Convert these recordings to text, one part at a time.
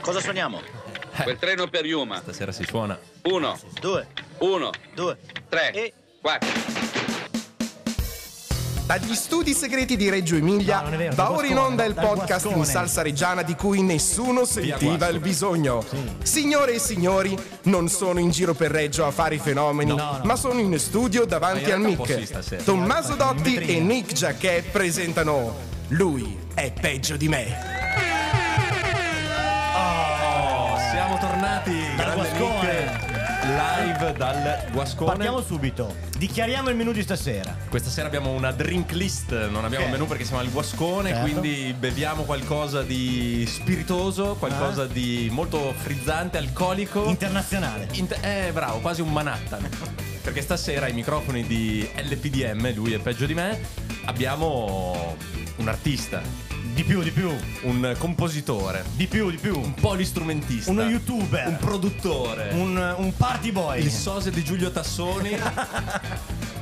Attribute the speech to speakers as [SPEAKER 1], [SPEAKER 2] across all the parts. [SPEAKER 1] Cosa suoniamo?
[SPEAKER 2] Quel treno per Yuma.
[SPEAKER 3] Stasera si suona.
[SPEAKER 2] Uno,
[SPEAKER 1] Due,
[SPEAKER 2] uno,
[SPEAKER 1] due,
[SPEAKER 2] tre,
[SPEAKER 1] E-
[SPEAKER 2] quattro.
[SPEAKER 4] Dagli studi segreti di Reggio Emilia
[SPEAKER 5] No, non è vero,
[SPEAKER 4] va
[SPEAKER 5] dal
[SPEAKER 4] ora in
[SPEAKER 5] guascone,
[SPEAKER 4] onda il
[SPEAKER 5] dal
[SPEAKER 4] podcast in
[SPEAKER 5] guascone.
[SPEAKER 4] salsa reggiana di cui nessuno sentiva il bisogno. Signore e signori, non sono in giro per Reggio a fare i fenomeni, ma sono in studio davanti
[SPEAKER 3] Ma
[SPEAKER 4] al
[SPEAKER 3] in realtà un po'
[SPEAKER 4] mic.
[SPEAKER 3] sì, stasera.
[SPEAKER 4] Tommaso Dotti e Nick Jacquet presentano Lui è peggio di me.
[SPEAKER 3] Siamo tornati.
[SPEAKER 5] Dal
[SPEAKER 3] Grande
[SPEAKER 5] Guascone.
[SPEAKER 3] Nick, Live dal Guascone.
[SPEAKER 5] Partiamo subito. Dichiariamo il menù di stasera.
[SPEAKER 3] Questa sera abbiamo una drink list, non abbiamo
[SPEAKER 5] Ok.
[SPEAKER 3] menù perché siamo al guascone,
[SPEAKER 5] Certo.
[SPEAKER 3] quindi beviamo qualcosa di spiritoso, qualcosa
[SPEAKER 5] Eh?
[SPEAKER 3] di molto frizzante, alcolico.
[SPEAKER 5] Internazionale.
[SPEAKER 3] Int- eh, bravo, quasi un Manhattan. perché stasera ai microfoni di LPDM, lui è peggio di me, abbiamo un artista,
[SPEAKER 5] Di più, di più.
[SPEAKER 3] un compositore,
[SPEAKER 5] Di più, di più.
[SPEAKER 3] un polistrumentista,
[SPEAKER 5] Uno youtuber.
[SPEAKER 3] un produttore,
[SPEAKER 5] Un, un party boy.
[SPEAKER 3] il sose di Giulio Tassoni.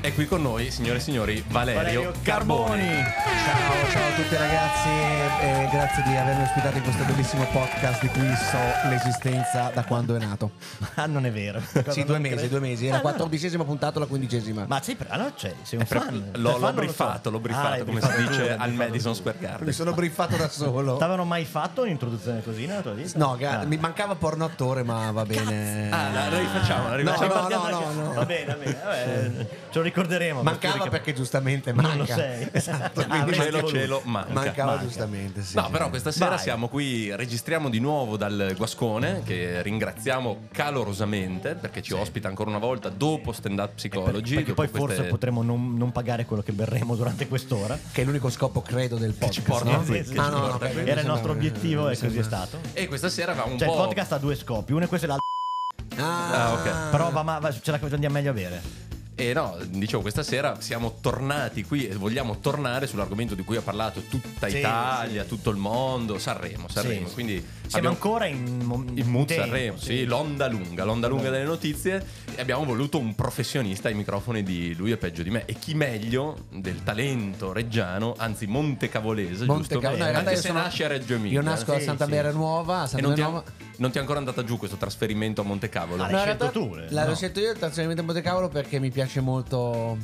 [SPEAKER 3] È qui con noi, signore e signori, Valerio,
[SPEAKER 5] Valerio
[SPEAKER 3] Carboni.
[SPEAKER 5] Carboni.
[SPEAKER 6] Ciao, ciao a tutti ragazzi e grazie di avermi ospitato in questo bellissimo podcast di cui so l'esistenza da quando è nato.
[SPEAKER 5] Ah, non è vero.
[SPEAKER 6] Sì, due mesi, due mesi. È
[SPEAKER 5] Ah,
[SPEAKER 6] la
[SPEAKER 5] no.
[SPEAKER 6] quattordicesima puntata, la quindicesima.
[SPEAKER 5] Ma sei, pre- ah, no, cioè, sei un
[SPEAKER 3] Pre-
[SPEAKER 5] fan. Sei
[SPEAKER 3] L'ho,
[SPEAKER 5] fan,
[SPEAKER 3] l'ho
[SPEAKER 5] non lo
[SPEAKER 3] briefato,
[SPEAKER 5] so.
[SPEAKER 3] l'ho
[SPEAKER 5] Ah,
[SPEAKER 3] briefato
[SPEAKER 5] l'hai
[SPEAKER 3] come si
[SPEAKER 5] briefato tu,
[SPEAKER 3] dice
[SPEAKER 5] l'hai
[SPEAKER 3] al
[SPEAKER 5] briefato
[SPEAKER 3] Madison
[SPEAKER 5] tu.
[SPEAKER 3] Square
[SPEAKER 6] Mi
[SPEAKER 3] Garden.
[SPEAKER 6] sono briefato da solo.
[SPEAKER 5] T'avevano mai fatto un'introduzione così nella tua vita?
[SPEAKER 6] No, gra-
[SPEAKER 5] Ah.
[SPEAKER 6] mi mancava porno attore, ma va bene.
[SPEAKER 3] Ah, la, la rifacciamo, la rifacciamo.
[SPEAKER 5] Cioè,
[SPEAKER 6] no,
[SPEAKER 5] partiamo
[SPEAKER 6] no,
[SPEAKER 5] da-
[SPEAKER 6] no, no.
[SPEAKER 5] Va bene, va bene. vabbè, ce lo ricorderemo.
[SPEAKER 6] Mancava
[SPEAKER 5] perché-
[SPEAKER 6] perché giustamente
[SPEAKER 5] Non
[SPEAKER 6] manca.
[SPEAKER 5] lo sei.
[SPEAKER 6] Esatto,
[SPEAKER 5] Ah,
[SPEAKER 6] quindi
[SPEAKER 5] avresti
[SPEAKER 3] cielo,
[SPEAKER 5] voluto.
[SPEAKER 3] cielo, manca.
[SPEAKER 6] mancava
[SPEAKER 5] manca.
[SPEAKER 6] giustamente, sì.
[SPEAKER 3] No, però questa sera
[SPEAKER 5] Vai.
[SPEAKER 3] siamo qui, registriamo di nuovo dal Guascone, che ringraziamo calorosamente perché ci ospita ancora una volta dopo Stand Up Psychology.
[SPEAKER 5] Perché
[SPEAKER 3] dopo
[SPEAKER 5] poi forse
[SPEAKER 3] queste-
[SPEAKER 5] potremmo non, non pagare quello che berremo durante quest'ora.
[SPEAKER 6] Che è l'unico scopo, credo, del podcast.
[SPEAKER 3] ci porta
[SPEAKER 6] no?
[SPEAKER 3] qui, che
[SPEAKER 6] Ah,
[SPEAKER 3] ci
[SPEAKER 6] no, no,
[SPEAKER 3] porta
[SPEAKER 6] ok, eh.
[SPEAKER 5] Era
[SPEAKER 3] qui.
[SPEAKER 6] mi
[SPEAKER 5] il
[SPEAKER 6] sembra-
[SPEAKER 5] nostro obiettivo
[SPEAKER 6] mi
[SPEAKER 5] e così
[SPEAKER 6] sembra-
[SPEAKER 5] è stato.
[SPEAKER 3] E questa sera va un
[SPEAKER 5] Cioè,
[SPEAKER 3] po'...
[SPEAKER 5] il podcast ha due scopi, uno è questo e l'altro.
[SPEAKER 6] Ah,
[SPEAKER 3] Ah, ok.
[SPEAKER 5] Però va, ma va- ce la andiamo meglio a bere.
[SPEAKER 3] E no, dicevo, questa sera siamo tornati qui e vogliamo tornare sull'argomento di cui ha parlato tutta
[SPEAKER 5] Sì,
[SPEAKER 3] Italia, tutto il mondo, Sanremo, Sanremo.
[SPEAKER 5] Sì.
[SPEAKER 3] Quindi
[SPEAKER 5] Siamo
[SPEAKER 3] abbiamo-
[SPEAKER 5] ancora in, mom-
[SPEAKER 3] Il Mood
[SPEAKER 5] tempo,
[SPEAKER 3] Sanremo, sì, l'onda lunga, l'onda lunga delle notizie. E abbiamo voluto un professionista ai microfoni di lui è peggio di me. E chi meglio del talento reggiano, anzi montecavolese,
[SPEAKER 6] Monte
[SPEAKER 3] giusto?
[SPEAKER 6] Cavolo. No, in realtà
[SPEAKER 3] Anche
[SPEAKER 6] io
[SPEAKER 3] se
[SPEAKER 6] sono-
[SPEAKER 3] nasce a Reggio Emilia.
[SPEAKER 6] Io nasco a
[SPEAKER 5] Sì,
[SPEAKER 6] Santa
[SPEAKER 5] sì.
[SPEAKER 6] Maria Nuova, a
[SPEAKER 3] E
[SPEAKER 6] Santa
[SPEAKER 3] non ti,
[SPEAKER 6] Maria
[SPEAKER 3] è,
[SPEAKER 6] Nuova.
[SPEAKER 3] non ti è ancora andata giù questo trasferimento a Montecavolo?
[SPEAKER 5] Ah,
[SPEAKER 6] No, in
[SPEAKER 5] scelto
[SPEAKER 6] realtà
[SPEAKER 5] tu, eh?
[SPEAKER 6] l'ho
[SPEAKER 5] No.
[SPEAKER 6] scelto io il trasferimento a Montecavolo perché mi piace molto.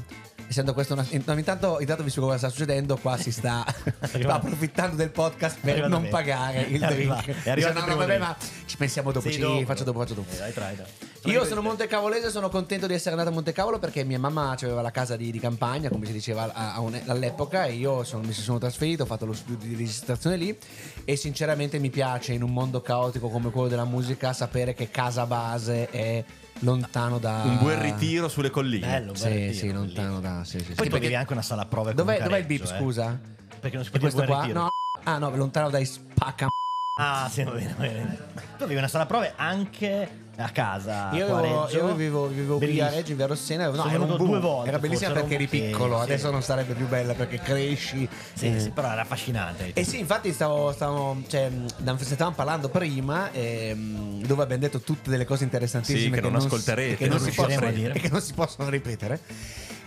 [SPEAKER 6] Essendo questo una. no, intanto, intanto, visto cosa sta succedendo, qua si sta, sta approfittando del podcast
[SPEAKER 5] È
[SPEAKER 6] per
[SPEAKER 5] arrivato
[SPEAKER 6] non
[SPEAKER 5] me.
[SPEAKER 6] pagare il
[SPEAKER 5] È arriva-
[SPEAKER 6] drink.
[SPEAKER 5] è arrivato
[SPEAKER 6] Dice, no,
[SPEAKER 5] il
[SPEAKER 6] no,
[SPEAKER 5] primo
[SPEAKER 6] vabbè,
[SPEAKER 5] drink."
[SPEAKER 6] ma ci pensiamo dopo.
[SPEAKER 5] Sì,
[SPEAKER 6] ci
[SPEAKER 5] dopo.
[SPEAKER 6] faccio dopo, faccio dopo.
[SPEAKER 5] Eh, dai, dai, dai.
[SPEAKER 6] Io sono montecavolense, sono contento di essere andato a Montecavolo perché mia mamma aveva la casa di, di campagna, come si diceva a- a un- all'epoca, e io sono- mi ci sono trasferito, ho fatto lo studio di registrazione lì e sinceramente mi piace in un mondo caotico come quello della musica sapere che casa base è lontano da...
[SPEAKER 3] Un buon ritiro sulle colline.
[SPEAKER 5] Bello,
[SPEAKER 6] Sì,
[SPEAKER 5] bello, bello,
[SPEAKER 6] sì,
[SPEAKER 5] bello.
[SPEAKER 6] lontano da... Sì, sì, sì.
[SPEAKER 5] Poi tu
[SPEAKER 3] perché-
[SPEAKER 5] avevi anche una sala prove con
[SPEAKER 6] Dov'è,
[SPEAKER 5] un
[SPEAKER 6] dov'è il bip,
[SPEAKER 5] Careggio, eh?
[SPEAKER 6] scusa?
[SPEAKER 5] Perché non si
[SPEAKER 6] È
[SPEAKER 5] può dire
[SPEAKER 6] questo
[SPEAKER 5] buon
[SPEAKER 6] qua?
[SPEAKER 5] ritiro.
[SPEAKER 6] No, ah no, lontano dai spacca.
[SPEAKER 5] Ah, sì, va bene, va bene. Tu avevi una sala prove anche a casa.
[SPEAKER 6] Io
[SPEAKER 5] qua a
[SPEAKER 6] avevo-
[SPEAKER 5] Reggio.
[SPEAKER 6] io vivevo- vivevo qui
[SPEAKER 5] Bellissimo.
[SPEAKER 6] a Reggio, in via Rossena, avevo- no,
[SPEAKER 5] Sono
[SPEAKER 6] era un
[SPEAKER 5] venuto
[SPEAKER 6] boom.
[SPEAKER 5] due volte.
[SPEAKER 6] Era bellissima
[SPEAKER 5] forse,
[SPEAKER 6] perché eri
[SPEAKER 5] un- sì,
[SPEAKER 6] piccolo,
[SPEAKER 5] sì.
[SPEAKER 6] adesso non sarebbe più bella perché cresci.
[SPEAKER 5] Sì,
[SPEAKER 6] Eh.
[SPEAKER 5] sì, però era affascinante.
[SPEAKER 6] E sì, infatti stavo, stavo- cioè, mh, stavamo parlando prima ehm, dove abbiamo detto tutte delle cose interessantissime
[SPEAKER 3] Sì, che non
[SPEAKER 6] si-
[SPEAKER 3] ascolterete,
[SPEAKER 6] che non,
[SPEAKER 3] non
[SPEAKER 6] si possono,
[SPEAKER 5] riusciremo a dire.
[SPEAKER 6] e che non si possono ripetere.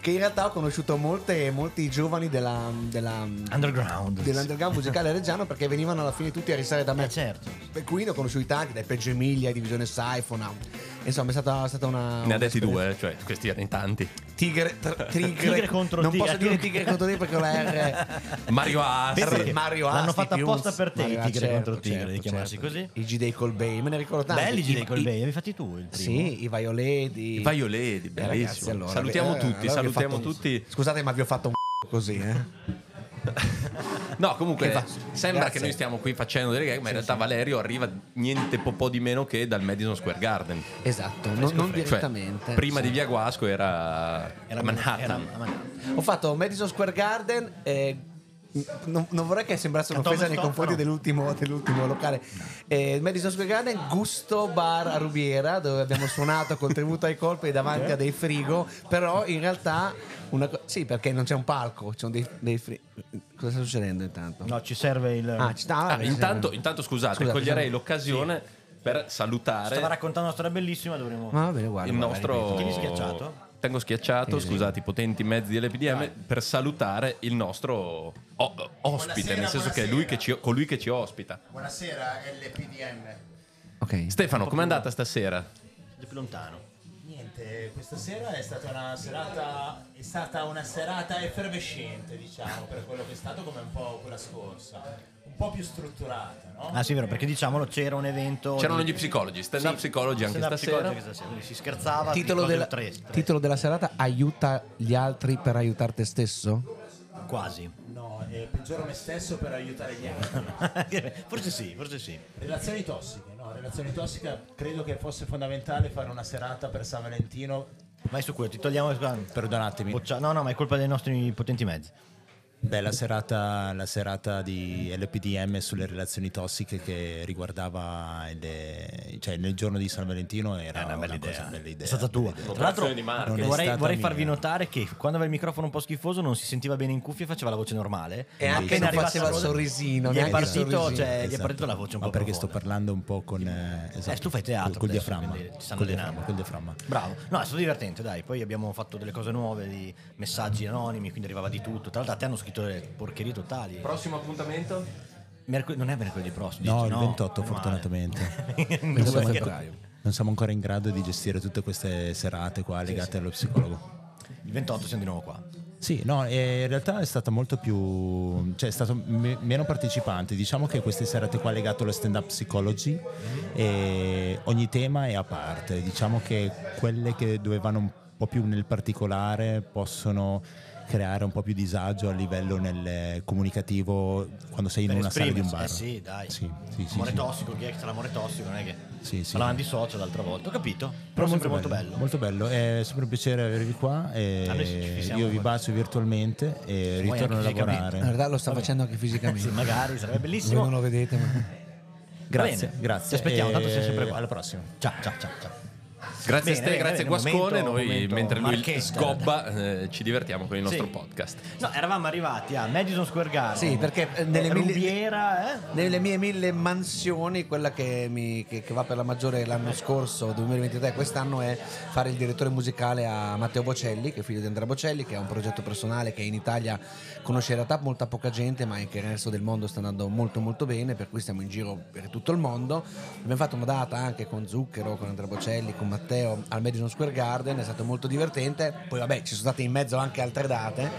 [SPEAKER 6] Che in realtà ho conosciuto molte, molti giovani della, della-
[SPEAKER 5] Underground.
[SPEAKER 6] dell'underground musicale reggiano perché venivano alla fine tutti a risare da me.
[SPEAKER 5] Eh, certo.
[SPEAKER 6] Per cui ne ho conosciuti tanti, dai Peggio Emilia, Divisione Saifona. Insomma, è stata, è stata una.
[SPEAKER 3] Ne ha detti
[SPEAKER 6] un'esperienza-
[SPEAKER 3] due, cioè questi erano in tanti.
[SPEAKER 6] Tigre, tr- tigre,
[SPEAKER 5] Tigre contro
[SPEAKER 6] non
[SPEAKER 5] tigre.
[SPEAKER 6] posso dire tigre contro tigre perché ho la R.
[SPEAKER 3] Mario
[SPEAKER 5] Pensa
[SPEAKER 6] R-
[SPEAKER 3] Asti.
[SPEAKER 5] che-
[SPEAKER 6] Mario
[SPEAKER 5] l'hanno
[SPEAKER 6] Asti,
[SPEAKER 5] fatta
[SPEAKER 6] più-
[SPEAKER 5] apposta per te,
[SPEAKER 6] Mario
[SPEAKER 5] i tigre
[SPEAKER 6] Asti,
[SPEAKER 5] contro
[SPEAKER 6] certo,
[SPEAKER 5] tigre,
[SPEAKER 6] certo,
[SPEAKER 5] di chiamarsi
[SPEAKER 6] certo.
[SPEAKER 5] così.
[SPEAKER 6] I G dei Colbei, me ne ricordo tanti.
[SPEAKER 5] Belli i Gidei
[SPEAKER 6] I-
[SPEAKER 5] col
[SPEAKER 6] i-
[SPEAKER 5] Bay, avevi fatti tu il primo.
[SPEAKER 6] Sì, i Vaioledi.
[SPEAKER 3] Vaioledi,
[SPEAKER 6] Eh, ragazzi,
[SPEAKER 3] bellissimo.
[SPEAKER 6] allora,
[SPEAKER 3] salutiamo
[SPEAKER 6] eh,
[SPEAKER 3] tutti,
[SPEAKER 6] allora vi ho
[SPEAKER 3] salutiamo
[SPEAKER 6] fatto-
[SPEAKER 3] tutti.
[SPEAKER 6] Scusate, ma vi ho fatto un così, eh.
[SPEAKER 3] No, comunque
[SPEAKER 6] Che fa-
[SPEAKER 3] sembra
[SPEAKER 6] Grazie.
[SPEAKER 3] che noi stiamo qui facendo delle gag, ma in realtà Valerio arriva niente po', po' di meno che dal Madison Square Garden.
[SPEAKER 6] Esatto, non, non
[SPEAKER 3] Cioè,
[SPEAKER 6] direttamente.
[SPEAKER 3] prima
[SPEAKER 6] Sì.
[SPEAKER 3] di Via Guasco era,
[SPEAKER 5] Era
[SPEAKER 3] Manhattan.
[SPEAKER 5] era Manhattan.
[SPEAKER 6] Ho fatto Madison Square Garden e non, non vorrei che sembrasse
[SPEAKER 5] A
[SPEAKER 6] un'offesa
[SPEAKER 5] Thomas
[SPEAKER 6] nei
[SPEAKER 5] Top,
[SPEAKER 6] confronti
[SPEAKER 5] no.
[SPEAKER 6] dell'ultimo, dell'ultimo locale. Eh, Madison Square Garden, Gusto Bar a Rubiera, dove abbiamo suonato col tributo ai colpi davanti a dei frigo, però in realtà... Una co- sì, perché non c'è un palco, ci sono dei, dei fri- Cosa sta succedendo intanto?
[SPEAKER 5] No, ci serve il...
[SPEAKER 6] Ah, ci sta...
[SPEAKER 3] Ah, intanto, intanto scusate,
[SPEAKER 6] Scusa,
[SPEAKER 3] coglierei
[SPEAKER 6] scusate. esatto.
[SPEAKER 3] l'occasione per salutare
[SPEAKER 5] Stava raccontando una storia bellissima, dovremmo...
[SPEAKER 6] Ma va bene, guarda.
[SPEAKER 3] il
[SPEAKER 6] guarda,
[SPEAKER 3] nostro...
[SPEAKER 6] ripeto.
[SPEAKER 5] Tieni schiacciato?
[SPEAKER 3] Tengo schiacciato, scusate, i potenti mezzi dell'EPDM per salutare il nostro o- ospite,
[SPEAKER 7] Buonasera,
[SPEAKER 3] nel senso che è lui che ci, colui che ci ospita.
[SPEAKER 7] Buonasera LPDM.
[SPEAKER 6] Ok.
[SPEAKER 3] Stefano, com'è andata stasera?
[SPEAKER 5] più lontano.
[SPEAKER 1] Niente, questa sera è stata una serata, è stata una serata effervescente, diciamo, per quello che è stato come un po' quella scorsa. Un po' più strutturata, no?
[SPEAKER 5] Ah sì, vero, perché diciamolo, c'era un evento...
[SPEAKER 3] C'erano
[SPEAKER 5] di-
[SPEAKER 3] gli psicologi, stand-up
[SPEAKER 5] Sì,
[SPEAKER 3] psicologi anche
[SPEAKER 5] stand-up
[SPEAKER 3] stasera.
[SPEAKER 5] psicologi anche stasera, Si scherzava,
[SPEAKER 6] Titolo della,
[SPEAKER 5] tre,
[SPEAKER 6] titolo della serata: Aiuta gli altri per aiutare te stesso.
[SPEAKER 5] quasi.
[SPEAKER 1] No, eh, peggioro me stesso per aiutare gli altri.
[SPEAKER 5] forse sì, forse sì.
[SPEAKER 1] Relazioni tossiche, no? Relazioni tossiche, credo che fosse fondamentale fare una serata per San Valentino.
[SPEAKER 5] Vai su quello, ti togliamo... eh,
[SPEAKER 1] Perdonatemi.
[SPEAKER 5] Boccia- No, no, ma è colpa dei nostri potenti mezzi.
[SPEAKER 1] Beh, la serata, la serata di LPDM sulle relazioni tossiche che riguardava il, cioè nel giorno di San Valentino era
[SPEAKER 5] È una bella
[SPEAKER 1] cosa-
[SPEAKER 5] idea.
[SPEAKER 1] bella idea.
[SPEAKER 5] È stata tua. Tra l'altro,
[SPEAKER 3] di marketing.
[SPEAKER 1] Non è
[SPEAKER 5] vorrei,
[SPEAKER 1] stata
[SPEAKER 5] vorrei
[SPEAKER 1] mia.
[SPEAKER 5] farvi notare che quando aveva il microfono un po' schifoso non si sentiva bene in cuffia e faceva la voce normale.
[SPEAKER 6] E anche
[SPEAKER 5] Appena
[SPEAKER 6] non
[SPEAKER 5] arrivata
[SPEAKER 6] faceva
[SPEAKER 5] la
[SPEAKER 6] il
[SPEAKER 5] voce-
[SPEAKER 6] sorrisino,
[SPEAKER 5] Gli è,
[SPEAKER 6] neanche il
[SPEAKER 5] partito,
[SPEAKER 6] sorrisino.
[SPEAKER 5] cioè, gli è
[SPEAKER 1] Esatto.
[SPEAKER 5] partito la voce un
[SPEAKER 1] Ma
[SPEAKER 5] po'
[SPEAKER 1] perché sto
[SPEAKER 5] profonda.
[SPEAKER 1] parlando un po' con eh, esatto,
[SPEAKER 5] tu fai teatro
[SPEAKER 1] col, col
[SPEAKER 5] adesso,
[SPEAKER 1] diaframma,
[SPEAKER 5] quindi ti stanno
[SPEAKER 1] col
[SPEAKER 5] allenando.
[SPEAKER 1] diaframma, col diaframma.
[SPEAKER 5] Bravo, no, è stato divertente, dai. Poi abbiamo fatto delle cose nuove, di messaggi anonimi, quindi arrivava di tutto. Tra l'altro, a te hanno scritto delle porcherie totali.
[SPEAKER 3] Prossimo appuntamento?
[SPEAKER 5] Mercol- non è mercoledì prossimo,
[SPEAKER 1] No,
[SPEAKER 5] dici?
[SPEAKER 1] il 28
[SPEAKER 5] meno male.
[SPEAKER 1] fortunatamente.
[SPEAKER 5] Non
[SPEAKER 1] Non
[SPEAKER 5] so
[SPEAKER 1] siamo,
[SPEAKER 5] perché-
[SPEAKER 1] ancora, non siamo ancora in grado di gestire tutte queste serate qua legate allo psicologo.
[SPEAKER 5] il 28 siamo di nuovo qua.
[SPEAKER 1] Sì, no, eh, in realtà è stata molto più. cioè è stato me- meno partecipante. Diciamo che queste serate qua è legato allo stand-up psychology
[SPEAKER 5] Mm-hmm.
[SPEAKER 1] e ogni tema è a parte. Diciamo che quelle che dovevano un po' più nel particolare possono creare un po' più disagio a livello nel comunicativo quando sei in
[SPEAKER 5] Per
[SPEAKER 1] una sala di un bar.
[SPEAKER 5] esprimersi, Eh sì, dai.
[SPEAKER 1] Sì, sì, sì,
[SPEAKER 5] amore
[SPEAKER 1] sì.
[SPEAKER 5] tossico, chi è che c'è l'amore tossico? Non è che.
[SPEAKER 1] Sì, sì.
[SPEAKER 5] Parlavano di social l'altra volta, ho capito. Però sempre molto bello.
[SPEAKER 1] Molto bello, è sempre un piacere avervi qua. e
[SPEAKER 5] A noi ci- ci siamo
[SPEAKER 1] io vi
[SPEAKER 5] molto.
[SPEAKER 1] bacio virtualmente e ritorno a
[SPEAKER 5] anche fisicamente.
[SPEAKER 1] lavorare.
[SPEAKER 6] In realtà lo sta facendo anche fisicamente.
[SPEAKER 5] Eh Sì, magari, sarebbe
[SPEAKER 6] Voi non
[SPEAKER 5] bellissimo.
[SPEAKER 6] lo vedete, ma.
[SPEAKER 1] Grazie,
[SPEAKER 5] Bene,
[SPEAKER 1] grazie.
[SPEAKER 5] ti aspettiamo, tanto sei sempre qua.
[SPEAKER 1] Alla prossima.
[SPEAKER 5] Ciao, ciao, ciao, ciao.
[SPEAKER 3] Grazie
[SPEAKER 5] Bene,
[SPEAKER 3] a te,
[SPEAKER 5] bene,
[SPEAKER 3] grazie
[SPEAKER 5] bene,
[SPEAKER 3] Guascone.
[SPEAKER 5] momento-
[SPEAKER 3] Noi,
[SPEAKER 5] momento
[SPEAKER 3] mentre lui
[SPEAKER 5] marchetta.
[SPEAKER 3] sgobba, eh, ci divertiamo con il nostro
[SPEAKER 5] Sì.
[SPEAKER 3] podcast.
[SPEAKER 5] No, eravamo arrivati a Madison Square Garden.
[SPEAKER 6] Sì, perché eh, nelle mille,
[SPEAKER 5] Rubiera, eh?
[SPEAKER 6] nelle mie mille mansioni, quella che, mi- che- che va per la maggiore l'anno scorso, 2023, quest'anno è fare il direttore musicale a Matteo Bocelli, che è figlio di Andrea Bocelli, che è un progetto personale che in Italia conosce in realtà molta poca gente, ma anche nel resto del mondo sta andando molto molto bene, per cui stiamo in giro per tutto il mondo. Abbiamo fatto una data anche con Zucchero, con Andrea Bocelli, con Matteo al Madison Square Garden, è stato molto divertente. Poi vabbè, ci sono state in mezzo anche altre date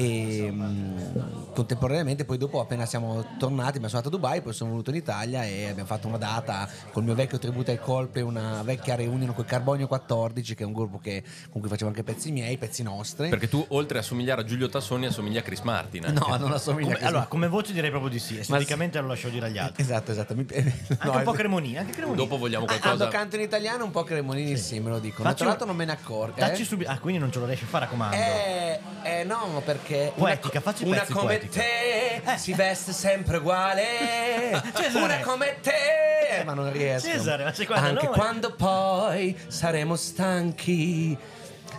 [SPEAKER 6] e mh, contemporaneamente poi dopo appena siamo tornati, mi sono andato a Dubai, poi sono venuto in Italia e abbiamo fatto una data col mio vecchio tributo ai colpi, una vecchia reunion con Carbonio 14, che è un gruppo che- con cui facevo anche pezzi miei, pezzi nostri.
[SPEAKER 3] Perché tu, oltre a somigliare a Giulio Tassoni, assomigli a Chris Martin. eh. anche.
[SPEAKER 6] No, non assomiglia
[SPEAKER 5] Come-
[SPEAKER 6] a
[SPEAKER 5] allora, come voce direi proprio di sì. Esteticamente lo lascio dire agli altri.
[SPEAKER 6] Esatto, esatto. Mi...
[SPEAKER 5] Anche un po' Cremonini, anche Cremonini.
[SPEAKER 3] Dopo vogliamo
[SPEAKER 6] Quando
[SPEAKER 3] qualcosa.
[SPEAKER 6] canto in italiano un po' cremonini sì, me lo dicono.
[SPEAKER 5] Facci
[SPEAKER 6] Tra
[SPEAKER 5] un-
[SPEAKER 6] l'altro non me ne accorgo.
[SPEAKER 5] Dacci subito. Ah, quindi non ce lo riesci a fare a comando.
[SPEAKER 6] Eh, eh, no, perché una
[SPEAKER 5] Poetica,
[SPEAKER 6] co-
[SPEAKER 5] facci
[SPEAKER 6] una
[SPEAKER 5] pezzi
[SPEAKER 6] come
[SPEAKER 5] poetica.
[SPEAKER 6] te si veste sempre uguale.
[SPEAKER 5] Cesare. Eh,
[SPEAKER 6] una come te, ma non riesco.
[SPEAKER 5] Cesare, ma sei qua da
[SPEAKER 6] Anche
[SPEAKER 5] noi.
[SPEAKER 6] quando poi saremo stanchi.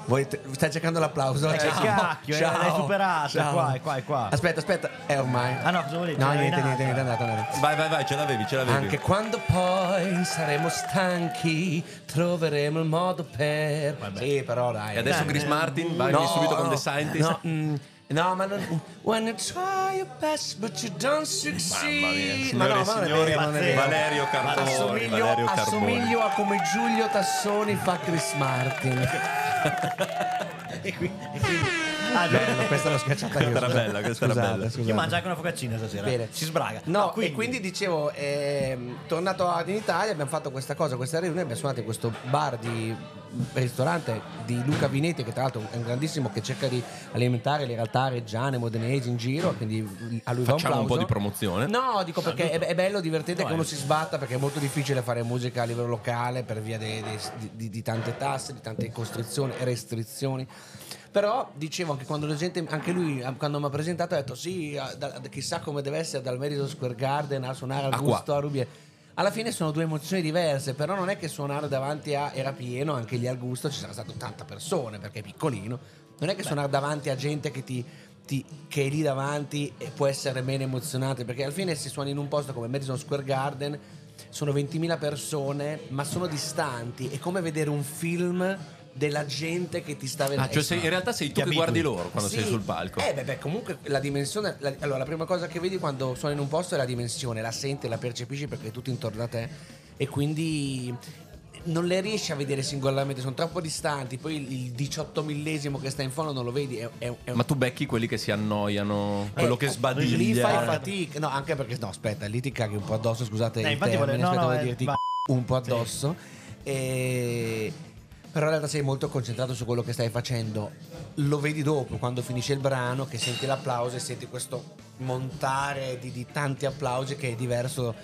[SPEAKER 6] Voi t- stai cercando l'applauso?
[SPEAKER 5] Eh, che
[SPEAKER 6] Ciao.
[SPEAKER 5] cacchio, eh,
[SPEAKER 6] Ciao.
[SPEAKER 5] l'hai superato, è
[SPEAKER 6] Ciao.
[SPEAKER 5] qua, è qua, è qua.
[SPEAKER 6] Aspetta, aspetta, è ormai.
[SPEAKER 5] Ah, no, cosa volevi?
[SPEAKER 6] No,
[SPEAKER 5] Ce l'avevi
[SPEAKER 6] niente,
[SPEAKER 5] in
[SPEAKER 6] niente,
[SPEAKER 5] alto.
[SPEAKER 6] niente, andate, andate.
[SPEAKER 3] Vai, vai, vai, ce l'avevi, ce l'avevi.
[SPEAKER 6] Anche quando poi saremo stanchi, troveremo il modo per. Sì, però dai.
[SPEAKER 3] E adesso Chris Martin, vai
[SPEAKER 6] No,
[SPEAKER 3] subito con
[SPEAKER 6] no,
[SPEAKER 3] The Scientist.
[SPEAKER 6] No, mm, no, ma non. When you try your best, but you don't succeed.
[SPEAKER 3] Mamma mia,
[SPEAKER 6] ma no,
[SPEAKER 3] signore e
[SPEAKER 6] ma non
[SPEAKER 3] signori,
[SPEAKER 6] è vero, non è vero.
[SPEAKER 3] Valerio Carboni,
[SPEAKER 6] Assomiglio,
[SPEAKER 3] Valerio Carboni.
[SPEAKER 6] assomiglio a come Giulio Tassoni fa Chris Martin.
[SPEAKER 5] E qui, e qui. Ah,
[SPEAKER 6] Bello,
[SPEAKER 5] bello.
[SPEAKER 6] questa l'ho schiacciata io.
[SPEAKER 3] Questa era
[SPEAKER 6] scusa.
[SPEAKER 3] bella, questa era
[SPEAKER 6] Scusate,
[SPEAKER 3] bella.
[SPEAKER 5] Chi
[SPEAKER 6] scusate.
[SPEAKER 5] mangia anche una focaccina stasera.
[SPEAKER 6] Bene.
[SPEAKER 5] Si sbraga.
[SPEAKER 6] No,
[SPEAKER 5] Ah,
[SPEAKER 6] e quindi dicevo, ehm, tornato ad- in Italia abbiamo fatto questa cosa, questa riunione, abbiamo suonato in questo bar di ristorante di Luca Vinetti, che tra l'altro è un grandissimo che cerca di alimentare le realtà reggiane, modenesi in giro, quindi a lui va un
[SPEAKER 3] Facciamo un po' di
[SPEAKER 6] plauso.
[SPEAKER 3] promozione.
[SPEAKER 6] No, dico perché è, è bello, divertente
[SPEAKER 5] No,
[SPEAKER 6] che
[SPEAKER 5] è-
[SPEAKER 6] uno si sbatta perché è molto difficile fare musica a livello locale per via dei- dei- di, di- di tante tasse, di tante costrizioni e restrizioni. Però dicevo anche quando la gente, anche lui eh, quando mi ha presentato ha detto sì, eh, da- chissà come deve essere dal Madison Square Garden a suonare al
[SPEAKER 3] A qua.
[SPEAKER 6] gusto a Rubiera. Alla fine sono due emozioni diverse, però non è che suonare davanti a era pieno, anche lì al gusto ci saranno state 80 persone perché è piccolino. Non è che suonare davanti a gente che ti, ti- che è lì davanti e può essere meno emozionante, perché alla fine se suoni in un posto come Madison Square Garden sono 20.000 persone, ma sono distanti, è come vedere un film della gente che ti sta vedendo.
[SPEAKER 3] Ah, cioè sei- in realtà sei tu
[SPEAKER 5] Ti
[SPEAKER 3] che
[SPEAKER 5] abitui.
[SPEAKER 3] guardi loro quando
[SPEAKER 6] Sì.
[SPEAKER 3] sei sul palco.
[SPEAKER 6] Eh, beh, beh, comunque la dimensione. la- allora, la prima cosa che vedi quando suoni in un posto è la dimensione, la senti, la percepisci perché è tutto intorno a te. e quindi non le riesci a vedere singolarmente, sono troppo distanti. Poi il- il 18 millesimo che sta in fondo non lo vedi. È, è- è un-
[SPEAKER 3] Ma tu becchi quelli che si annoiano, quello
[SPEAKER 6] eh,
[SPEAKER 3] che sbadiglia.
[SPEAKER 6] Lì fai fatica. No, anche perché, no, aspetta, lì ti caghi un po' addosso. Scusate,
[SPEAKER 5] Eh,
[SPEAKER 6] il
[SPEAKER 5] infatti
[SPEAKER 6] termine,
[SPEAKER 5] volevo- no,
[SPEAKER 6] aspetta,
[SPEAKER 5] no,
[SPEAKER 6] volevo
[SPEAKER 5] eh,
[SPEAKER 6] dirti
[SPEAKER 5] va-
[SPEAKER 6] un po' addosso. E- Però in realtà sei molto concentrato su quello che stai facendo. Lo vedi dopo, quando finisce il brano, che senti l'applauso e senti questo montare di, di tanti applausi che è diverso.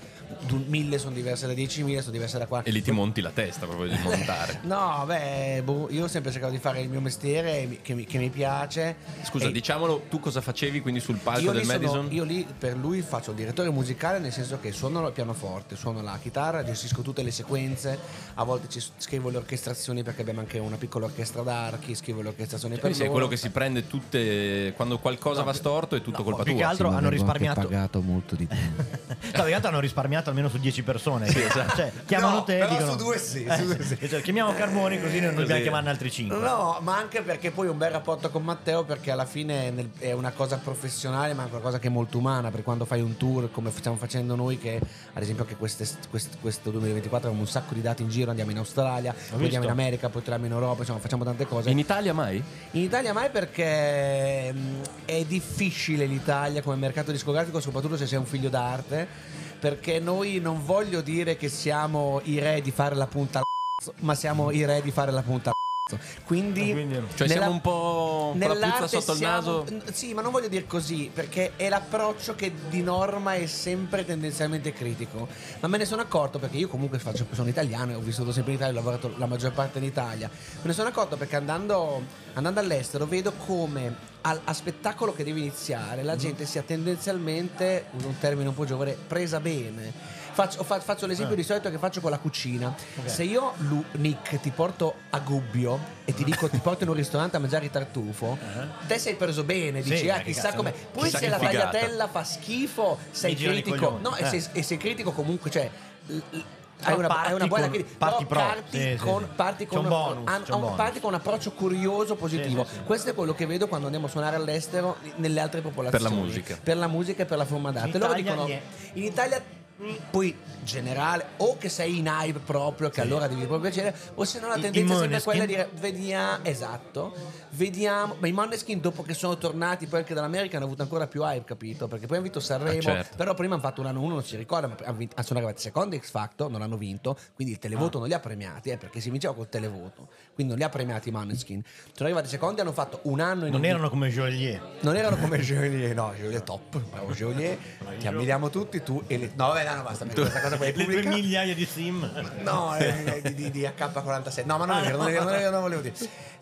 [SPEAKER 6] du- Mille sono diverse da 10.000, sono diverse da 40.
[SPEAKER 3] E lì ti monti la testa proprio di montare.
[SPEAKER 6] No, beh, boh, io ho sempre cercato di fare il mio mestiere e mi- che mi, che mi piace.
[SPEAKER 3] Scusa,
[SPEAKER 6] E
[SPEAKER 3] diciamolo, tu cosa facevi quindi sul palco
[SPEAKER 6] Eh. io
[SPEAKER 3] del
[SPEAKER 6] lì, sono-
[SPEAKER 3] Madison?
[SPEAKER 6] io lì per lui faccio il direttore musicale nel senso che suono il pianoforte, suono la chitarra, gestisco tutte le sequenze, a volte ci s- scrivo le orchestrazioni perché abbiamo anche una piccola orchestra d'archi, scrivo le orchestrazioni per
[SPEAKER 3] Cioè, Quindi sei
[SPEAKER 6] loro.
[SPEAKER 3] quello che si prende tutte. quando qualcosa va storto è tutto colpa
[SPEAKER 5] più
[SPEAKER 3] tua.
[SPEAKER 5] che altro hanno risparmiato
[SPEAKER 6] pagato molto di più.
[SPEAKER 5] No, più che altro hanno risparmiato almeno su 10 persone.
[SPEAKER 3] esatto.
[SPEAKER 5] Cioè, chiamano
[SPEAKER 6] No,
[SPEAKER 5] te e
[SPEAKER 6] però
[SPEAKER 5] dicono...
[SPEAKER 6] su due sì, su due sì.
[SPEAKER 5] Eh, cioè, chiamiamo Carboni così non dobbiamo chiamarne altri 5.
[SPEAKER 6] No, ma anche perché poi ho un bel rapporto con Matteo perché alla fine è nel- è una cosa professionale ma anche una cosa che è molto umana per quando fai un tour come stiamo facendo noi che ad esempio anche queste- quest- questo 2024 abbiamo un sacco di date in giro, andiamo in Australia, poi andiamo in America, poi torniamo in Europa, insomma facciamo tante cose.
[SPEAKER 3] In Italia mai?
[SPEAKER 6] In Italia mai perché mh, è difficile l'Italia come mercato discografico, soprattutto se sei un figlio d'arte, perché noi non voglio dire che siamo i re di fare la punta al cazzo, ma siamo i re di fare la punta al cazzo. Quindi,
[SPEAKER 3] Cioè siamo un po' con la puzza
[SPEAKER 6] nell'arte
[SPEAKER 3] sotto il
[SPEAKER 6] siamo-
[SPEAKER 3] naso?
[SPEAKER 6] n- Sì, ma non voglio dire così, perché è l'approccio che di norma è sempre tendenzialmente critico. Ma me ne sono accorto perché io comunque faccio- sono italiano e ho vissuto sempre in Italia, ho lavorato la maggior parte in Italia. Me ne sono accorto perché andando, andando all'estero vedo come al- a spettacolo che devi iniziare
[SPEAKER 3] Mm-hmm.
[SPEAKER 6] la gente sia tendenzialmente, uso un termine un po' giovane, presa bene. Faccio, fa- faccio l'esempio
[SPEAKER 5] Ah.
[SPEAKER 6] di solito che faccio con la cucina. Se io, Lu- Nick, ti porto a Gubbio e ti dico ti porto in un ristorante a mangiare il tartufo, te sei preso bene,
[SPEAKER 5] Uh-huh. Sì,
[SPEAKER 6] dici ah
[SPEAKER 5] ma che
[SPEAKER 6] chissà
[SPEAKER 5] cazzo,
[SPEAKER 6] come.
[SPEAKER 5] no?
[SPEAKER 6] Poi
[SPEAKER 3] Chissà
[SPEAKER 6] se
[SPEAKER 3] che
[SPEAKER 6] la
[SPEAKER 3] figata."
[SPEAKER 6] tagliatella fa schifo, sei
[SPEAKER 5] giro i
[SPEAKER 6] critico.
[SPEAKER 5] coglioni.
[SPEAKER 6] No, e,
[SPEAKER 5] Eh.
[SPEAKER 6] sei, e sei critico comunque, cioè. l- l-
[SPEAKER 5] Però
[SPEAKER 6] Hai una,
[SPEAKER 5] parti
[SPEAKER 6] hai una buona
[SPEAKER 5] con-
[SPEAKER 6] critica.
[SPEAKER 5] parti
[SPEAKER 6] No,
[SPEAKER 5] pro.
[SPEAKER 6] parti
[SPEAKER 5] Sì, sì,
[SPEAKER 6] con,
[SPEAKER 5] sì.
[SPEAKER 6] parti con
[SPEAKER 5] C'è un
[SPEAKER 6] una-
[SPEAKER 5] bonus,
[SPEAKER 6] an-
[SPEAKER 5] c'è un bonus.
[SPEAKER 6] parti con un approccio curioso positivo.
[SPEAKER 5] Sì, sì, sì.
[SPEAKER 6] Questo è quello che vedo quando andiamo a suonare all'estero nelle altre popolazioni.
[SPEAKER 3] musica.
[SPEAKER 6] Per la musica e per la forma d'arte.
[SPEAKER 5] In
[SPEAKER 6] Loro
[SPEAKER 5] Italia
[SPEAKER 6] dicono,
[SPEAKER 5] niente.
[SPEAKER 6] in Italia mm, poi generale o che sei in hype proprio che allora devi proprio piacere o se no la
[SPEAKER 5] I-
[SPEAKER 6] tendenza
[SPEAKER 5] i
[SPEAKER 6] è sempre quella di
[SPEAKER 5] Måneskin?
[SPEAKER 6] dire vediamo esatto vediamo ma i Måneskin dopo che sono tornati poi anche dall'America hanno avuto ancora più hype capito perché poi hanno vinto Sanremo
[SPEAKER 3] Ah, certo.
[SPEAKER 6] però prima hanno fatto un anno uno non si ricorda ma hanno, vinto, hanno sono arrivati secondo X Factor non hanno vinto quindi il
[SPEAKER 5] Ah.
[SPEAKER 6] televoto non li ha premiati eh, perché si vinceva col televoto quindi non li ha premiati i Måneskin sono arrivati secondi hanno fatto un anno in
[SPEAKER 5] Non
[SPEAKER 6] un-
[SPEAKER 5] erano come Joliet.
[SPEAKER 6] non erano come Geolier, no, Geolier top, bravo Geolier, ti ammiriamo tutti, tu e le... No, vabbè, no, no, basta, perché questa cosa poi è
[SPEAKER 5] Le due
[SPEAKER 6] pubblica.
[SPEAKER 5] migliaia di sim.
[SPEAKER 6] No, eh, di, di- di AK-47, no, ma non è vero, non è vero, non è vero, non volevo dire.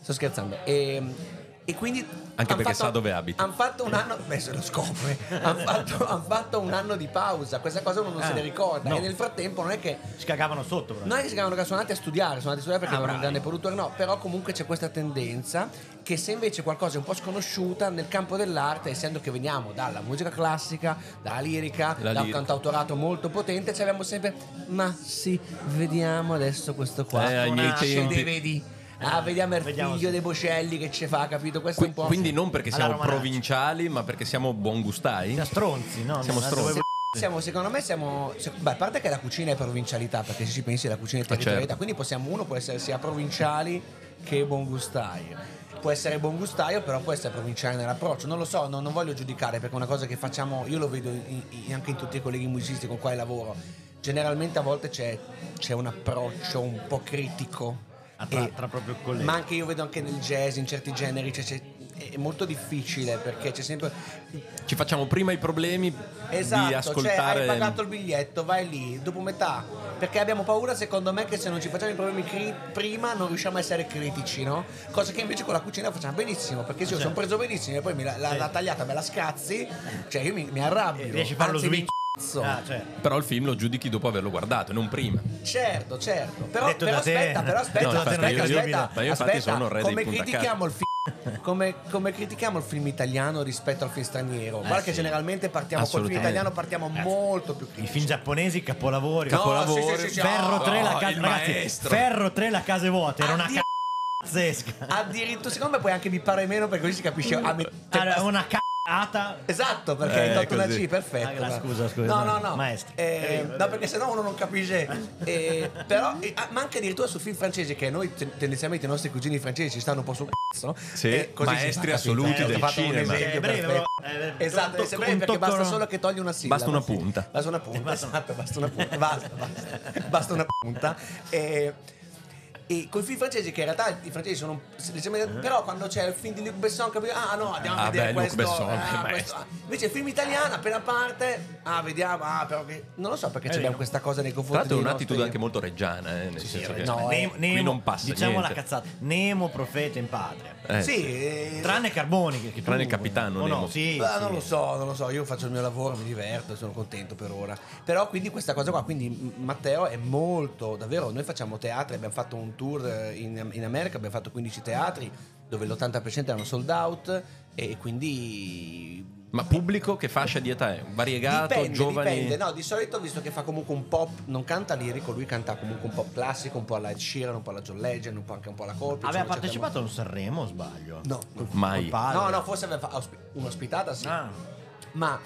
[SPEAKER 6] Sto scherzando. E, e quindi... han
[SPEAKER 3] perché sa dove abita.
[SPEAKER 6] Han fatto un anno, beh se lo scopre, hanno fatto, han fatto un anno di pausa, questa cosa uno non se
[SPEAKER 5] Ah,
[SPEAKER 6] ne ricorda.
[SPEAKER 5] no.
[SPEAKER 6] E nel frattempo non è che
[SPEAKER 5] Ci cagavano sotto,
[SPEAKER 6] non è
[SPEAKER 5] proprio.
[SPEAKER 6] che si chiamano che sono andati a studiare, sono andati a studiare perché
[SPEAKER 5] Ah,
[SPEAKER 6] avevano un
[SPEAKER 5] bravi.
[SPEAKER 6] grande produttore, no, però comunque c'è questa tendenza che se invece qualcosa è un po' sconosciuta nel campo dell'arte, essendo che veniamo dalla musica classica, dalla lirica,
[SPEAKER 3] La
[SPEAKER 6] da un
[SPEAKER 3] lirica.
[SPEAKER 6] cantautorato molto potente, ci abbiamo sempre, ma sì, vediamo adesso questo qua,
[SPEAKER 3] Eh, ai miei
[SPEAKER 6] nasce,
[SPEAKER 3] tempi.
[SPEAKER 6] deve di- Ah, vediamo il
[SPEAKER 5] Vediamo
[SPEAKER 6] figlio
[SPEAKER 5] se-
[SPEAKER 6] dei Bocelli che ci fa, capito? Questo è
[SPEAKER 3] Qui-
[SPEAKER 6] un po'...
[SPEAKER 3] quindi non perché
[SPEAKER 5] Alla
[SPEAKER 3] siamo
[SPEAKER 5] Romanacci.
[SPEAKER 3] provinciali, ma perché siamo buongustai.
[SPEAKER 5] Da stronzi, no?
[SPEAKER 3] Siamo
[SPEAKER 5] No,
[SPEAKER 3] stronzi.
[SPEAKER 5] dove-
[SPEAKER 6] Siamo, secondo me siamo. se- beh, a parte che la cucina è provincialità, perché se ci pensi la
[SPEAKER 5] Eh,
[SPEAKER 6] cucina è territorialità,
[SPEAKER 3] certo.
[SPEAKER 6] quindi possiamo uno può essere sia provinciali che buon gustaio. Può essere buon gustaio, però può essere provinciale nell'approccio. Non lo so, non, non voglio giudicare, perché è una cosa che facciamo, io lo vedo in- in- anche in tutti i colleghi musicisti con quale lavoro. Generalmente a volte c'è, c'è un approccio un po' critico.
[SPEAKER 5] Ah, tra-
[SPEAKER 6] E-
[SPEAKER 5] tra proprio colleghi.
[SPEAKER 6] Ma anche io vedo anche nel jazz, in certi generi, cioè c'è- è molto difficile perché c'è sempre
[SPEAKER 3] Ci facciamo prima i problemi di
[SPEAKER 6] Esatto, cioè
[SPEAKER 3] ascoltare.
[SPEAKER 6] hai pagato il biglietto, vai lì, dopo metà. Perché abbiamo paura, secondo me, che se non ci facciamo i problemi cri- prima non riusciamo a essere critici, no? Cosa che invece con la cucina facciamo benissimo,
[SPEAKER 3] Ah,
[SPEAKER 6] perché sì, io
[SPEAKER 3] certo.
[SPEAKER 6] sono preso benissimo e poi mi la, la- la tagliata me la scazzi, cioè io mi, mi arrabbio.
[SPEAKER 5] Eh, riesci a farlo
[SPEAKER 6] anzi,
[SPEAKER 5] su
[SPEAKER 6] mi
[SPEAKER 5] in-
[SPEAKER 6] incazzo.
[SPEAKER 5] Ah, cioè.
[SPEAKER 3] Però il film lo giudichi dopo averlo guardato, e non prima.
[SPEAKER 6] Certo, certo. Però,
[SPEAKER 5] Detto
[SPEAKER 6] però
[SPEAKER 5] da te.
[SPEAKER 6] aspetta, però aspetta,
[SPEAKER 3] No, infatti,
[SPEAKER 6] aspetta,
[SPEAKER 3] io- io-
[SPEAKER 6] aspetta,
[SPEAKER 3] ma io infatti
[SPEAKER 6] aspetta,
[SPEAKER 3] sono re dei
[SPEAKER 6] come
[SPEAKER 3] puntacazzi.
[SPEAKER 6] critichiamo il film come, come critichiamo il film italiano rispetto al film straniero? Guarda che
[SPEAKER 5] sì.
[SPEAKER 6] generalmente partiamo col film
[SPEAKER 3] Eh, Assolutamente. Eh,
[SPEAKER 6] italiano, partiamo molto più
[SPEAKER 5] I
[SPEAKER 6] critici.
[SPEAKER 5] film giapponesi, capolavori.
[SPEAKER 6] No,
[SPEAKER 3] capolavori.
[SPEAKER 6] sì, sì, sì, sì,
[SPEAKER 5] Ferro
[SPEAKER 6] no.
[SPEAKER 5] 3 la
[SPEAKER 3] no,
[SPEAKER 5] casa
[SPEAKER 3] il
[SPEAKER 5] ragazzi,
[SPEAKER 3] maestro.
[SPEAKER 5] Ferro 3 la casa è vuota, era una
[SPEAKER 6] Addio-
[SPEAKER 5] cazzesca.
[SPEAKER 6] Addirittura, secondo me puoi anche bippare meno perché così si capisce. Ah, mi- te-
[SPEAKER 5] Era una Ata.
[SPEAKER 6] Esatto, perché hai
[SPEAKER 3] Eh,
[SPEAKER 6] tolto la
[SPEAKER 3] così.
[SPEAKER 6] C, perfetto.
[SPEAKER 5] Ah, gra- scusa, scusa,
[SPEAKER 6] No, no,
[SPEAKER 5] no,
[SPEAKER 6] no.
[SPEAKER 5] maestri.
[SPEAKER 6] Eh, no, perché sennò uno non capisce. Eh, però, eh, ah, ma anche addirittura sul film francese, che noi te- tendenzialmente i nostri cugini francesi ci stanno un po' sul cazzo. no?
[SPEAKER 3] Sì,
[SPEAKER 6] Eh, così si
[SPEAKER 3] maestri
[SPEAKER 6] fa, capito?
[SPEAKER 3] assoluti
[SPEAKER 6] ho
[SPEAKER 3] del
[SPEAKER 6] fatto un
[SPEAKER 3] cinema.
[SPEAKER 6] esempio
[SPEAKER 5] Eh, breve,
[SPEAKER 6] perfetto.
[SPEAKER 5] però, eh, breve.
[SPEAKER 6] esatto,
[SPEAKER 5] Un
[SPEAKER 6] è
[SPEAKER 5] tocco-
[SPEAKER 6] breve
[SPEAKER 5] un
[SPEAKER 6] perché
[SPEAKER 5] tocco-
[SPEAKER 6] basta solo che togli una sigla.
[SPEAKER 3] Basta una punta.
[SPEAKER 6] Basta una punta, esatto, basta una punta. Basta, basta, basta una punta. E, e con i film francesi, che in realtà i francesi sono
[SPEAKER 5] Eh.
[SPEAKER 6] semplicemente. Però quando c'è il film di Luc Besson, capisci? Ah no, andiamo a
[SPEAKER 3] Ah,
[SPEAKER 6] vedere
[SPEAKER 3] beh, Luc
[SPEAKER 6] questo.
[SPEAKER 3] Besson,
[SPEAKER 6] ah,
[SPEAKER 3] che
[SPEAKER 6] questo, ah. Invece il film italiano, appena parte, ah, vediamo, ah, però che. Non lo so perché abbiamo questa cosa nei
[SPEAKER 3] Eh, Tra
[SPEAKER 6] confronti
[SPEAKER 3] l'altro è
[SPEAKER 6] dei
[SPEAKER 3] un'attitudine
[SPEAKER 6] nostri-
[SPEAKER 3] anche molto reggiana, eh, nel senso che
[SPEAKER 6] reggiana. No, eh,
[SPEAKER 5] Cioè, Nemo,
[SPEAKER 3] qui non passa
[SPEAKER 5] diciamo
[SPEAKER 3] niente.
[SPEAKER 5] la cazzata. Nemo, profeta in patria.
[SPEAKER 3] Eh,
[SPEAKER 6] Sì, eh,
[SPEAKER 5] Tranne Carboni. Che, che
[SPEAKER 3] Tranne
[SPEAKER 5] tu-
[SPEAKER 3] il capitano
[SPEAKER 5] o
[SPEAKER 3] Nemo.
[SPEAKER 5] No, sì,
[SPEAKER 6] Ah,
[SPEAKER 5] sì.
[SPEAKER 6] non lo so, non lo so, io faccio il mio lavoro, mi diverto, sono contento per ora. Però quindi questa cosa qua, quindi m- Matteo è molto, davvero, noi facciamo teatri, abbiamo fatto un tour eh, in, in America, abbiamo fatto 15 teatri dove l'80% erano sold out e quindi...
[SPEAKER 3] Ma pubblico che fascia di età è? Variegato,
[SPEAKER 6] Dipende,
[SPEAKER 3] giovani?
[SPEAKER 6] dipende, no, di solito visto che fa comunque un pop, non canta lirico, lui canta comunque un pop classico, un po' alla Ed Sheeran, un po' alla John Legend, un po' anche un po' alla Colpi.
[SPEAKER 5] Aveva
[SPEAKER 6] insomma,
[SPEAKER 5] partecipato a un Sanremo, o sbaglio?
[SPEAKER 6] cerchiamo- No, no.
[SPEAKER 3] Mai.
[SPEAKER 5] Padre.
[SPEAKER 6] No, no, forse aveva fa- ospi- un'ospitata sì.
[SPEAKER 5] Ah.
[SPEAKER 6] ma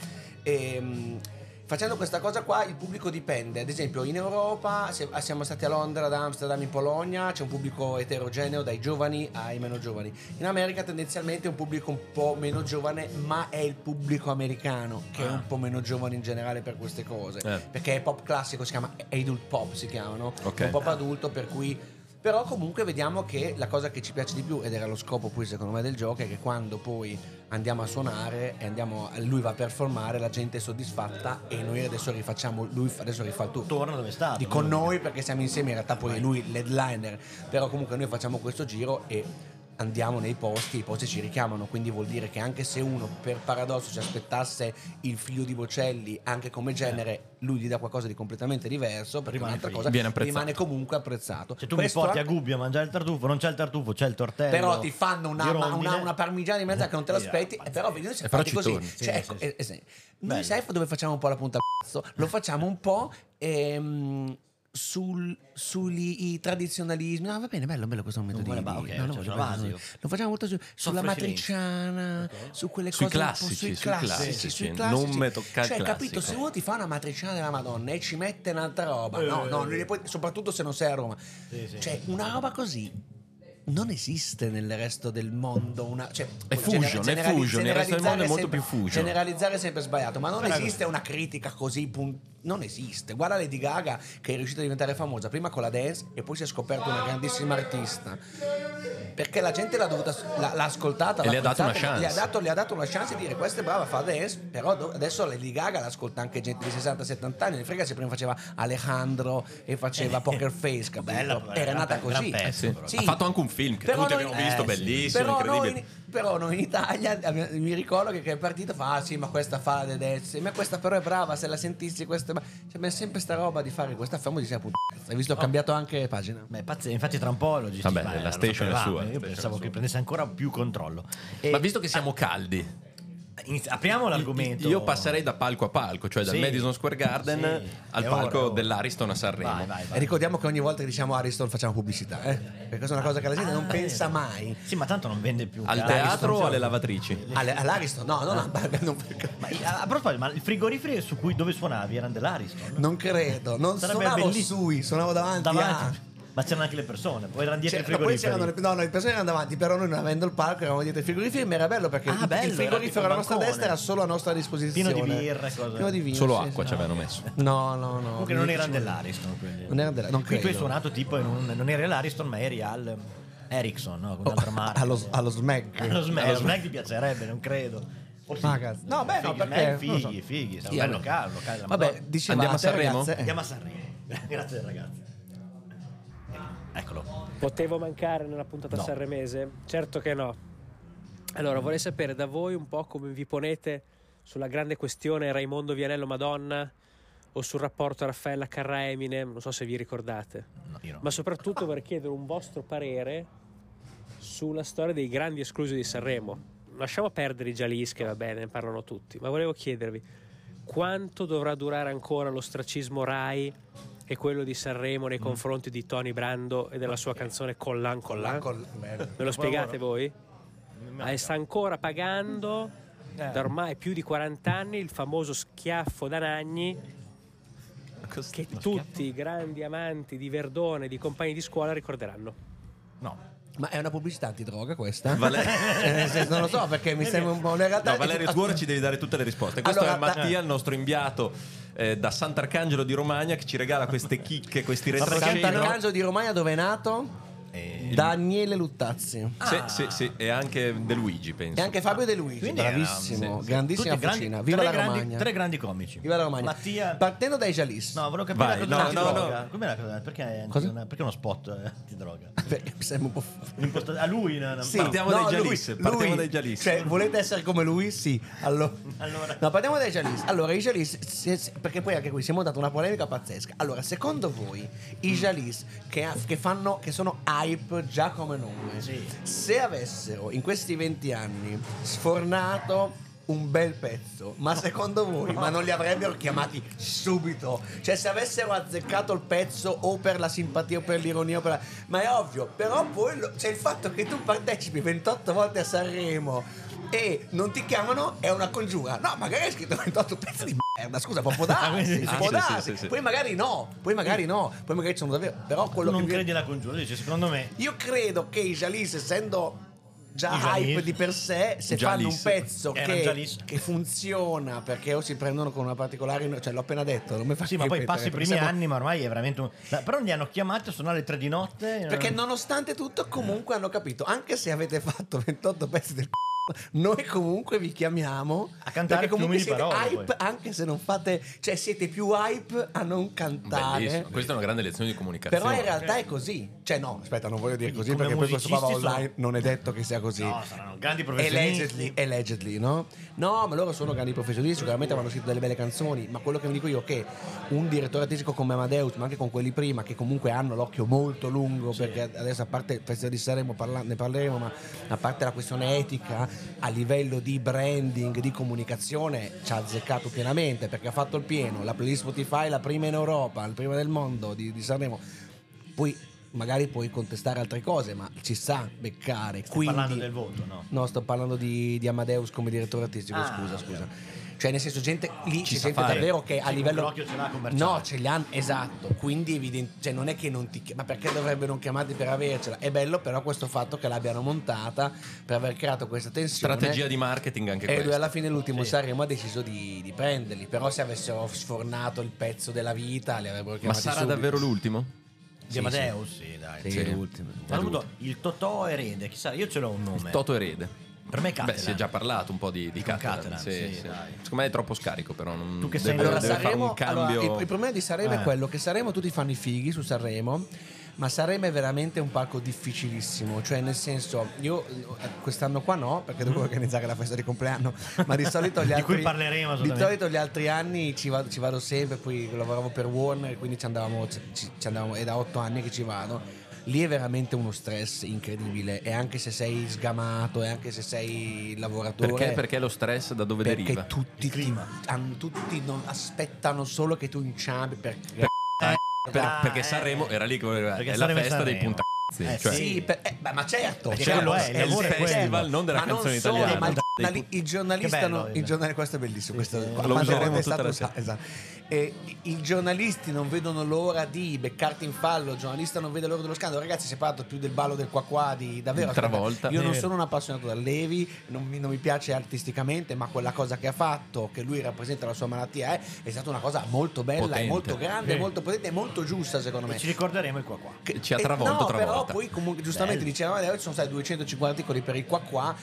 [SPEAKER 6] ehm, facendo questa cosa qua il pubblico dipende ad esempio in Europa se- ah, siamo stati a Londra ad Amsterdam in Polonia c'è un pubblico eterogeneo dai giovani ai meno giovani in America tendenzialmente è un pubblico un po' meno giovane ma è il pubblico americano che è un po' meno giovane in generale per queste cose
[SPEAKER 3] Ah. Eh.
[SPEAKER 6] perché è pop classico si chiama adult pop si chiamano
[SPEAKER 3] Ok.
[SPEAKER 6] un pop adulto per cui però comunque vediamo che la cosa che ci piace di più, ed era lo scopo poi secondo me del gioco, è che quando poi andiamo a suonare e andiamo, lui va a performare, la gente è soddisfatta e noi adesso rifacciamo, lui fa- adesso rifà il tour.
[SPEAKER 5] Torna dove è stato.
[SPEAKER 6] Di con
[SPEAKER 5] Quindi-
[SPEAKER 6] noi perché siamo insieme, in realtà poi è lui l'headliner, però comunque noi facciamo questo giro e andiamo nei posti, i posti ci richiamano, quindi vuol dire che anche se uno per paradosso si aspettasse il figlio di Bocelli anche come genere, lui gli dà qualcosa di completamente diverso, perché
[SPEAKER 5] Rimane
[SPEAKER 6] un'altra
[SPEAKER 5] felice.
[SPEAKER 6] cosa
[SPEAKER 3] Viene apprezzato.
[SPEAKER 6] rimane comunque apprezzato.
[SPEAKER 5] Se Cioè, tu
[SPEAKER 6] Questo
[SPEAKER 5] mi porti
[SPEAKER 6] ha-
[SPEAKER 5] a Gubbio a mangiare il tartufo, non c'è il tartufo, c'è il tortello.
[SPEAKER 6] però ti fanno una,
[SPEAKER 5] di
[SPEAKER 6] ma-
[SPEAKER 5] rondine.
[SPEAKER 6] una, una parmigiana di mezza che non te l'aspetti
[SPEAKER 5] Sì,
[SPEAKER 6] e però vedi noi siamo
[SPEAKER 3] Eh, però
[SPEAKER 6] fatti
[SPEAKER 3] ci
[SPEAKER 6] così
[SPEAKER 3] torni.
[SPEAKER 6] Cioè,
[SPEAKER 5] Sì,
[SPEAKER 6] ecco,
[SPEAKER 5] sì, sì.
[SPEAKER 6] eh, eh, sì. noi
[SPEAKER 5] Bello.
[SPEAKER 6] sai dove facciamo un po' la punta a cazzo lo facciamo un po' ehm, sul- sugli i tradizionalismi no va bene bello bello questo momento
[SPEAKER 5] Non
[SPEAKER 6] di,
[SPEAKER 5] vuole-
[SPEAKER 6] di-
[SPEAKER 5] ok,
[SPEAKER 6] no, no,
[SPEAKER 5] cioè,
[SPEAKER 6] voglio-
[SPEAKER 5] sulla base,
[SPEAKER 6] voglio- lo facciamo molto su- sulla
[SPEAKER 5] Soffre silenzio.
[SPEAKER 6] matriciana su quelle
[SPEAKER 3] Sui
[SPEAKER 6] cose un po'
[SPEAKER 3] classici,
[SPEAKER 6] sui
[SPEAKER 3] sui
[SPEAKER 6] classici
[SPEAKER 3] classici,
[SPEAKER 6] sui
[SPEAKER 3] non
[SPEAKER 6] classici
[SPEAKER 3] me toccare il
[SPEAKER 6] cioè capito
[SPEAKER 3] classico.
[SPEAKER 6] se uno ti fa una matriciana della madonna e ci mette un'altra roba no no non le puoi- soprattutto se non sei a Roma
[SPEAKER 5] sì.
[SPEAKER 6] cioè una roba così non esiste nel resto del mondo una. Cioè,
[SPEAKER 3] È
[SPEAKER 6] genera-
[SPEAKER 3] fusion, è
[SPEAKER 6] generali-
[SPEAKER 3] fusion, nel resto del mondo è
[SPEAKER 6] generalizzare
[SPEAKER 3] molto
[SPEAKER 6] sempre-
[SPEAKER 3] più fusion.
[SPEAKER 6] Generalizzare è sempre sbagliato, ma non esiste una critica così. pun- non esiste. Guarda Lady Gaga che è riuscita a diventare famosa prima con la dance e poi si è scoperta una grandissima artista. Perché la gente l'ha dovuta. l'ha, l'ha ascoltata.
[SPEAKER 3] E
[SPEAKER 6] l'ha
[SPEAKER 3] le ha dato una
[SPEAKER 6] apprezzata, ma
[SPEAKER 3] chance.
[SPEAKER 6] Gli ha dato, le ha dato una chance di dire questa è brava, fa dance. Però do- adesso Lady Gaga l'ascolta anche gente di 60-70 anni. Ne frega se prima faceva Alejandro e faceva Poker Face. capito?
[SPEAKER 5] Bella, bella,
[SPEAKER 6] Era nata
[SPEAKER 5] gran
[SPEAKER 6] così.
[SPEAKER 5] pezzo,
[SPEAKER 3] Eh sì.
[SPEAKER 5] però.
[SPEAKER 6] Sì.
[SPEAKER 3] Ha fatto anche un film che tutti
[SPEAKER 6] noi-
[SPEAKER 3] abbiamo visto,
[SPEAKER 6] eh, sì.
[SPEAKER 3] bellissimo,
[SPEAKER 6] Però noi-
[SPEAKER 3] incredibile.
[SPEAKER 6] però noi in Italia eh, mi ricordo che, che è partito fa ah sì ma questa fa le dance ma questa però è brava se la sentissi questa è bra-". Cioè, abbiamo sempre sta roba di fare questa fama di sia puttana hai visto ho cambiato anche pagina
[SPEAKER 5] Beh, pazzesco, infatti tra un po' lo
[SPEAKER 3] Vabbè,
[SPEAKER 5] gestisci-
[SPEAKER 3] la
[SPEAKER 5] eh, lo
[SPEAKER 3] station è
[SPEAKER 5] sapevamo,
[SPEAKER 3] sua, la
[SPEAKER 5] Io
[SPEAKER 3] station è
[SPEAKER 5] pensavo
[SPEAKER 3] sua.
[SPEAKER 5] che prendesse ancora più controllo. E
[SPEAKER 3] Ma visto che siamo caldi,
[SPEAKER 5] inizi- apriamo l'argomento.
[SPEAKER 3] io passerei da palco a palco, cioè dal
[SPEAKER 5] Sì.
[SPEAKER 3] Madison Square Garden
[SPEAKER 5] Sì.
[SPEAKER 3] al
[SPEAKER 5] È ora,
[SPEAKER 3] palco
[SPEAKER 5] è ora.
[SPEAKER 3] dell'Ariston a Sanremo.
[SPEAKER 5] Vai, vai,
[SPEAKER 6] e
[SPEAKER 5] vai.
[SPEAKER 6] ricordiamo che ogni volta che diciamo Ariston facciamo pubblicità eh? perché questa è una cosa che la gente
[SPEAKER 5] Ah,
[SPEAKER 6] non
[SPEAKER 5] eh.
[SPEAKER 6] pensa mai
[SPEAKER 5] Sì, ma tanto non vende più. cioè,
[SPEAKER 3] Al
[SPEAKER 5] Cazzo,
[SPEAKER 3] teatro
[SPEAKER 5] non
[SPEAKER 3] o
[SPEAKER 5] so.
[SPEAKER 3] alle lavatrici?
[SPEAKER 6] Alle- all'Ariston no no no non,
[SPEAKER 3] Ah.
[SPEAKER 5] Ma, i- a proposito, ma i frigoriferi su cui dove suonavi erano dell'Ariston?
[SPEAKER 6] non credo non
[SPEAKER 5] Sarebbe
[SPEAKER 6] suonavo
[SPEAKER 5] bellissimo.
[SPEAKER 6] sui suonavo davanti,
[SPEAKER 5] Davanti.
[SPEAKER 6] a
[SPEAKER 5] Ma c'erano anche le persone, poi erano dietro
[SPEAKER 6] Cioè,
[SPEAKER 5] i
[SPEAKER 6] ma poi
[SPEAKER 5] frigoriferi.
[SPEAKER 6] c'erano le, no, no, le persone erano davanti, però noi non avendo il palco eravamo dietro i frigoriferi, ma era bello perché
[SPEAKER 5] Ah,
[SPEAKER 6] il,
[SPEAKER 5] bello,
[SPEAKER 6] il
[SPEAKER 5] era tipo
[SPEAKER 6] frigorifero
[SPEAKER 5] un
[SPEAKER 6] alla nostra
[SPEAKER 5] bancone.
[SPEAKER 6] destra era solo a nostra disposizione.
[SPEAKER 5] Pieno di birra e cose.
[SPEAKER 6] Pieno di vino,
[SPEAKER 3] Solo
[SPEAKER 6] sì,
[SPEAKER 3] acqua cioè,
[SPEAKER 6] sì.
[SPEAKER 3] ci avevano messo.
[SPEAKER 6] No, no, no.
[SPEAKER 5] Comunque non erano dell'Ariston. Quelli.
[SPEAKER 6] Non erano della- non
[SPEAKER 5] Qui tu hai
[SPEAKER 6] credo.
[SPEAKER 5] suonato tipo, in un- non eri all'Ariston, ma eri al Ericsson, no? Con un'altra marca.
[SPEAKER 6] Oh, allo, allo smeg.
[SPEAKER 5] Allo Smeg, allo Smeg ti piacerebbe, non credo. O sì.
[SPEAKER 6] Ah, cazzo. No, beh, no,
[SPEAKER 5] Fighi,
[SPEAKER 6] perché-
[SPEAKER 5] Smeg,
[SPEAKER 6] non lo so.
[SPEAKER 5] Fighi, fighi, è
[SPEAKER 6] Sì,
[SPEAKER 5] un bel
[SPEAKER 6] vabbè.
[SPEAKER 5] locale, locale della
[SPEAKER 6] Vabbè,
[SPEAKER 5] Madonna.
[SPEAKER 6] dicevate,
[SPEAKER 3] Andiamo a Sanremo?
[SPEAKER 6] ragazze, eh.
[SPEAKER 5] Andiamo a Sanremo. Grazie ragazzi. Eccolo.
[SPEAKER 7] Potevo mancare nella puntata
[SPEAKER 5] No.
[SPEAKER 7] sanremese? Certo che no. Allora, vorrei sapere da voi un po' come vi ponete sulla grande questione Raimondo Vianello Madonna o sul rapporto Raffaella Carrà Eminem, non so se vi ricordate.
[SPEAKER 5] No, io no.
[SPEAKER 7] Ma soprattutto vorrei chiedere un vostro parere sulla storia dei grandi esclusi di Sanremo. Lasciamo perdere i Jalis che va bene, ne parlano tutti, ma volevo chiedervi quanto dovrà durare ancora l'ostracismo Rai e quello di Sanremo nei confronti di Tony Brando e della sua canzone Collan Collan?
[SPEAKER 6] Col- bello.
[SPEAKER 7] Me lo spiegate voi?
[SPEAKER 5] Mi
[SPEAKER 7] Ah, e sta ancora pagando da ormai più di 40 anni il famoso schiaffo d'Anagni che tutti i grandi amanti di Verdone e di compagni di scuola ricorderanno.
[SPEAKER 3] No.
[SPEAKER 6] Ma è una pubblicità antidroga questa?
[SPEAKER 3] Vale-
[SPEAKER 6] Eh, nel senso, non lo so perché
[SPEAKER 5] Eh,
[SPEAKER 6] mi sembra un po' una realtà.
[SPEAKER 3] No, Valerio Sguora ci devi dare tutte le risposte. Questo
[SPEAKER 6] Allora,
[SPEAKER 3] è Mattia, il nostro inviato eh, da Sant'Arcangelo di Romagna, che ci regala queste chicche, questi retroscena.
[SPEAKER 6] Sant'Arcangelo di Romagna dove è nato?
[SPEAKER 3] Eh,
[SPEAKER 6] Daniele Luttazzi.
[SPEAKER 3] Sì, sì, sì, e anche De Luigi, penso.
[SPEAKER 6] E anche Fabio De Luigi,
[SPEAKER 5] Quindi era-
[SPEAKER 6] bravissimo,
[SPEAKER 3] sì, sì.
[SPEAKER 6] grandissima
[SPEAKER 5] Tutti grandi-
[SPEAKER 6] cucina. Viva
[SPEAKER 5] tre
[SPEAKER 6] la
[SPEAKER 5] grandi-
[SPEAKER 6] Romagna.
[SPEAKER 5] Tre grandi comici.
[SPEAKER 6] Viva la Romagna.
[SPEAKER 5] Mattia...
[SPEAKER 6] Partendo dai Jalis.
[SPEAKER 5] No, volevo capire
[SPEAKER 3] Vai,
[SPEAKER 5] la
[SPEAKER 3] no,
[SPEAKER 5] cosa
[SPEAKER 3] no,
[SPEAKER 5] antidroga.
[SPEAKER 3] no.
[SPEAKER 5] Com'è la cosa? Perché, eh, è anti-
[SPEAKER 6] Cosa?
[SPEAKER 5] una- perché uno spot eh, antidroga?
[SPEAKER 6] Perché mi sembra un po'.
[SPEAKER 5] Imposta- a lui no, no.
[SPEAKER 6] Sì.
[SPEAKER 3] Partiamo dai
[SPEAKER 6] lui-
[SPEAKER 3] Jalis, partiamo
[SPEAKER 6] lui-
[SPEAKER 3] dai Jalis.
[SPEAKER 6] Cioè, volete essere come lui? Sì. Allora,
[SPEAKER 5] Allora.
[SPEAKER 6] No, partiamo dai Jalis. Allora, i Jalis, se- se- perché poi anche qui si è montata una polemica pazzesca. Allora, secondo voi, i Jalis che, ha- che fanno, che sono hype già come nome,
[SPEAKER 5] Sì.
[SPEAKER 6] se avessero in questi 20 anni sfornato un bel pezzo, ma secondo voi, ma non li avrebbero chiamati subito? Cioè, se avessero azzeccato il pezzo o per la simpatia o per l'ironia, o per la- ma è ovvio, però poi lo- cioè, il fatto che tu partecipi 28 volte a Sanremo e non ti chiamano è una congiura. No, magari hai scritto 28 pezzi di merda, scusa, ma può darsi,
[SPEAKER 3] sì,
[SPEAKER 6] può
[SPEAKER 3] sì,
[SPEAKER 6] darsi.
[SPEAKER 3] sì, sì.
[SPEAKER 6] Poi magari no, poi magari no, poi magari ci sono davvero, però quello
[SPEAKER 5] non
[SPEAKER 6] che
[SPEAKER 5] credi alla congiura, dice secondo me
[SPEAKER 6] io credo che i Jalis, essendo già
[SPEAKER 5] I Jalis.
[SPEAKER 6] hype di per sé, se
[SPEAKER 3] Jalis.
[SPEAKER 6] fanno un pezzo
[SPEAKER 5] Era un
[SPEAKER 6] che,
[SPEAKER 5] Jalis.
[SPEAKER 6] che funziona perché o si prendono con una particolare. cioè l'ho appena detto, non mi fa
[SPEAKER 5] Sì, ma poi
[SPEAKER 6] ripetere,
[SPEAKER 5] passa i
[SPEAKER 6] perché
[SPEAKER 5] primi
[SPEAKER 6] siamo-
[SPEAKER 5] anni, ma ormai è veramente un... Ma- Però li hanno chiamati a suonare le tre di notte.
[SPEAKER 6] Perché
[SPEAKER 5] eh,
[SPEAKER 6] nonostante tutto, comunque hanno capito, anche se avete fatto 28 pezzi del c***o, Noi comunque vi chiamiamo
[SPEAKER 5] A cantare
[SPEAKER 6] perché
[SPEAKER 5] fiumi
[SPEAKER 6] comunque
[SPEAKER 5] di
[SPEAKER 6] siete
[SPEAKER 5] parole,
[SPEAKER 6] hype,
[SPEAKER 5] poi.
[SPEAKER 6] anche se non fate, cioè siete più hype a non cantare.
[SPEAKER 3] Bellissimo. Questa è una grande lezione di comunicazione.
[SPEAKER 6] Però in realtà è così. Cioè, no, aspetta, non voglio dire
[SPEAKER 5] Quindi
[SPEAKER 6] così
[SPEAKER 5] come
[SPEAKER 6] perché poi questo qua va
[SPEAKER 5] musicisti sono-
[SPEAKER 6] online. Non è detto che sia così.
[SPEAKER 5] No, saranno grandi
[SPEAKER 6] Allegedly,
[SPEAKER 5] professionisti.
[SPEAKER 6] allegedly, no? No, ma loro sono grandi professionisti, sicuramente avranno scritto delle belle canzoni, ma quello che mi dico io è che un direttore artistico come Amadeus, ma anche con quelli prima, che comunque hanno l'occhio molto lungo, perché adesso a parte il Festival di Sanremo parla- ne parleremo, ma a parte la questione etica, a livello di branding, di comunicazione, ci ha azzeccato pienamente, perché ha fatto il pieno, la playlist Spotify, la prima in Europa, la prima del mondo di, di Sanremo. Poi magari puoi contestare altre cose, ma ci sa beccare. quindi...
[SPEAKER 5] parlando del voto, no?
[SPEAKER 6] No, sto parlando di, di Amadeus come direttore artistico,
[SPEAKER 5] Ah,
[SPEAKER 6] scusa,
[SPEAKER 5] ok.
[SPEAKER 6] scusa. Cioè, nel senso, gente lì
[SPEAKER 3] Ci
[SPEAKER 6] ci
[SPEAKER 3] sa
[SPEAKER 6] sente
[SPEAKER 3] fare.
[SPEAKER 6] davvero che a
[SPEAKER 5] Sì,
[SPEAKER 6] livello.
[SPEAKER 5] un occhio ce l'ha commerciale.
[SPEAKER 6] No, ce li hanno, esatto. Quindi, evidente, cioè, non è che non ti. chi- Ma perché dovrebbero non chiamarti per avercela? È bello, però, questo fatto che l'abbiano montata per aver creato questa tensione.
[SPEAKER 3] Strategia di marketing anche
[SPEAKER 6] E lui
[SPEAKER 3] questa.
[SPEAKER 6] alla fine l'ultimo Sanremo ha deciso di, di prenderli. Però se avessero sfornato il pezzo della vita li avrebbero
[SPEAKER 3] Ma
[SPEAKER 6] chiamati
[SPEAKER 3] sarà
[SPEAKER 6] subito.
[SPEAKER 3] davvero l'ultimo?
[SPEAKER 5] Di Amadeus, sì, dai.
[SPEAKER 6] Sì,
[SPEAKER 3] Sì.
[SPEAKER 6] l'ultimo.
[SPEAKER 5] Ma soprattutto il Totò erede, chissà, io ce l'ho un nome.
[SPEAKER 3] Toto Erede.
[SPEAKER 5] Per me è
[SPEAKER 3] Beh,
[SPEAKER 5] Catalan.
[SPEAKER 3] si è già parlato un po' di, di
[SPEAKER 5] Con
[SPEAKER 3] Catalan.
[SPEAKER 5] Catalan,
[SPEAKER 3] sì,
[SPEAKER 5] sì,
[SPEAKER 3] sì.
[SPEAKER 5] dai.
[SPEAKER 3] Secondo me è troppo scarico, però. non-
[SPEAKER 5] Tu che sei-
[SPEAKER 3] Eh, deve,
[SPEAKER 6] Allora,
[SPEAKER 3] deve fare
[SPEAKER 6] Sanremo,
[SPEAKER 3] un cambio.
[SPEAKER 6] allora, il, il problema di Sanremo
[SPEAKER 5] Eh.
[SPEAKER 6] è quello che Sanremo tutti fanno i fighi su Sanremo, ma Sanremo è veramente un palco difficilissimo, cioè nel senso io eh, quest'anno qua no, perché
[SPEAKER 3] Mm.
[SPEAKER 6] dovevo organizzare la festa di compleanno, ma di solito gli
[SPEAKER 5] Di
[SPEAKER 6] altri
[SPEAKER 5] cui parleremo
[SPEAKER 6] di
[SPEAKER 5] assolutamente.
[SPEAKER 6] solito gli altri anni ci vado, ci vado sempre, poi lavoravo per Warner, quindi ci andavamo, ci- ci- ci andavamo- è da otto anni che ci vado. Lì è veramente uno stress incredibile e anche se sei sgamato e anche se sei lavoratore
[SPEAKER 3] Perché? Perché lo stress da dove
[SPEAKER 6] perché
[SPEAKER 3] deriva?
[SPEAKER 6] tutti, ti- han- tutti non- aspettano solo che tu inciampi per
[SPEAKER 3] Per-
[SPEAKER 5] Ah,
[SPEAKER 3] perché
[SPEAKER 5] eh.
[SPEAKER 3] Sanremo era lì che voleva-
[SPEAKER 5] Perché
[SPEAKER 3] è la
[SPEAKER 5] Sanremo è
[SPEAKER 3] festa dei
[SPEAKER 5] Sanremo.
[SPEAKER 3] puntazzi.
[SPEAKER 5] Eh,
[SPEAKER 3] cioè,
[SPEAKER 6] sì, per- eh, beh, ma certo,
[SPEAKER 5] Perché
[SPEAKER 6] certo,
[SPEAKER 5] quello è, il
[SPEAKER 6] certo,
[SPEAKER 5] lavoro è
[SPEAKER 6] certo.
[SPEAKER 3] festival, non della
[SPEAKER 6] Ma
[SPEAKER 3] canzone
[SPEAKER 6] solo,
[SPEAKER 3] italiana,
[SPEAKER 6] ma il,
[SPEAKER 3] dei
[SPEAKER 6] giornali-
[SPEAKER 3] putt-
[SPEAKER 6] il giornalista,
[SPEAKER 5] Che bello,
[SPEAKER 6] non-
[SPEAKER 5] eh.
[SPEAKER 6] il giornal- questo è bellissimo, questo,
[SPEAKER 5] sì.
[SPEAKER 6] quando
[SPEAKER 3] Lo useremo
[SPEAKER 6] è
[SPEAKER 3] tutta
[SPEAKER 6] stato
[SPEAKER 3] la
[SPEAKER 6] usato- esatto. Eh, i- I giornalisti non vedono l'ora di beccarti in fallo, il giornalista non vede l'ora dello scandalo. Ragazzi, si è parlato più del ballo del qua qua di davvero.
[SPEAKER 3] Travolta.
[SPEAKER 6] Io
[SPEAKER 3] È
[SPEAKER 6] non
[SPEAKER 3] vero.
[SPEAKER 6] sono un appassionato da Levi, non mi, non mi piace artisticamente, ma quella cosa che ha fatto, che lui rappresenta la sua malattia, eh, è stata una cosa molto bella,
[SPEAKER 3] Potente.
[SPEAKER 6] è molto grande,
[SPEAKER 5] Sì.
[SPEAKER 6] è molto potente, è molto giusta secondo me.
[SPEAKER 5] E ci ricorderemo il qua qua.
[SPEAKER 6] Che-
[SPEAKER 3] Ci ha
[SPEAKER 6] eh,
[SPEAKER 3] travolto, Eh.
[SPEAKER 6] no, però
[SPEAKER 3] travolta.
[SPEAKER 6] poi comunque giustamente
[SPEAKER 5] Bello.
[SPEAKER 6] diceva adesso ci sono stati 250 articoli per il qua qua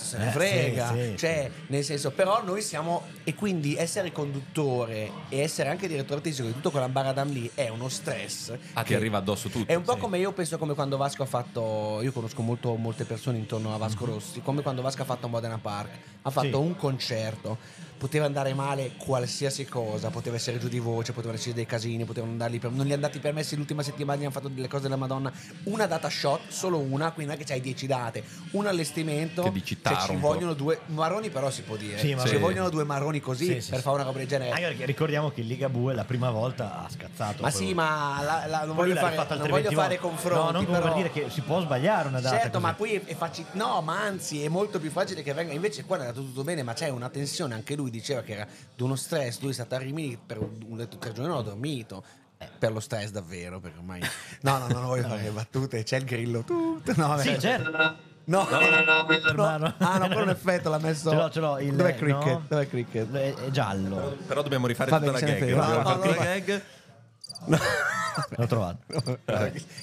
[SPEAKER 6] se ne
[SPEAKER 5] Eh,
[SPEAKER 6] frega
[SPEAKER 5] sì, sì,
[SPEAKER 6] cioè nel senso però noi siamo e quindi essere conduttore e essere anche direttore artistico di tutto quell'ambaradam lì è uno stress
[SPEAKER 3] Ah, ti
[SPEAKER 6] che-
[SPEAKER 3] arriva addosso tutto.
[SPEAKER 6] è un po'
[SPEAKER 3] sì.
[SPEAKER 6] come io penso come quando Vasco ha fatto. Io conosco molto, molte persone intorno a Vasco Rossi, come quando Vasco ha fatto Modena Park. Ha fatto
[SPEAKER 5] Mhm. Sì.
[SPEAKER 6] un concerto. poteva andare male qualsiasi cosa, poteva essere giù di voce, potevano esserci dei casini, potevano dargli per- non gli hanno dati i permessi l'ultima settimana, gli hanno fatto delle cose della Madonna, una data shot, solo una, quindi non è che c'hai 10 date, un allestimento,
[SPEAKER 3] Che dici,
[SPEAKER 6] cioè, ci
[SPEAKER 3] Taranto.
[SPEAKER 6] vogliono due marroni però si può dire,
[SPEAKER 5] Sì,
[SPEAKER 6] ci
[SPEAKER 5] marroni.
[SPEAKER 6] vogliono due marroni così
[SPEAKER 5] Sì,
[SPEAKER 6] per
[SPEAKER 5] sì, sì.
[SPEAKER 6] fare una roba del genere.
[SPEAKER 5] Anche perché Ah, ricordiamo che in Liga Bue la prima volta ha scazzato.
[SPEAKER 6] Eh. Ma
[SPEAKER 5] poi-
[SPEAKER 6] sì, ma la- la- non
[SPEAKER 5] poi lui
[SPEAKER 6] voglio
[SPEAKER 5] l'ha
[SPEAKER 6] fare,
[SPEAKER 5] rifatta
[SPEAKER 6] non
[SPEAKER 5] altre
[SPEAKER 6] voglio
[SPEAKER 5] 20
[SPEAKER 6] fare
[SPEAKER 5] volte.
[SPEAKER 6] confronti.
[SPEAKER 5] No, non come
[SPEAKER 6] però-
[SPEAKER 5] per dire che si può sbagliare una data.
[SPEAKER 6] Certo,
[SPEAKER 5] così.
[SPEAKER 6] ma poi è facile. No, ma anzi, è molto più facile che venga. Invece, qua è andato tutto bene, ma c'è una tensione. Anche lui diceva che era di uno stress. Lui è stato a Rimini per un, tre giorni, non ho dormito. Eh, Per lo stress, davvero, perché ormai. No, no, no, non voglio fare le battute. C'è il grillo, tutto. No, vabbè.
[SPEAKER 5] Sì, certo.
[SPEAKER 6] No, no,
[SPEAKER 5] Fermarlo.
[SPEAKER 6] Ah, no, quello è un effetto l'ha messo.
[SPEAKER 5] Ce l'ho, ce l'ho. Il,
[SPEAKER 6] Dov'è Cricket?
[SPEAKER 5] no?
[SPEAKER 6] Dov'è Cricket?
[SPEAKER 5] È, è giallo.
[SPEAKER 3] Però dobbiamo rifare
[SPEAKER 6] Vabbè,
[SPEAKER 3] tutta la
[SPEAKER 6] chi se ne
[SPEAKER 3] gag.
[SPEAKER 6] frega.
[SPEAKER 3] Dobbiamo
[SPEAKER 6] No,
[SPEAKER 3] fare
[SPEAKER 6] no,
[SPEAKER 3] tutta
[SPEAKER 6] no,
[SPEAKER 3] la gag.
[SPEAKER 5] L'ho trovato.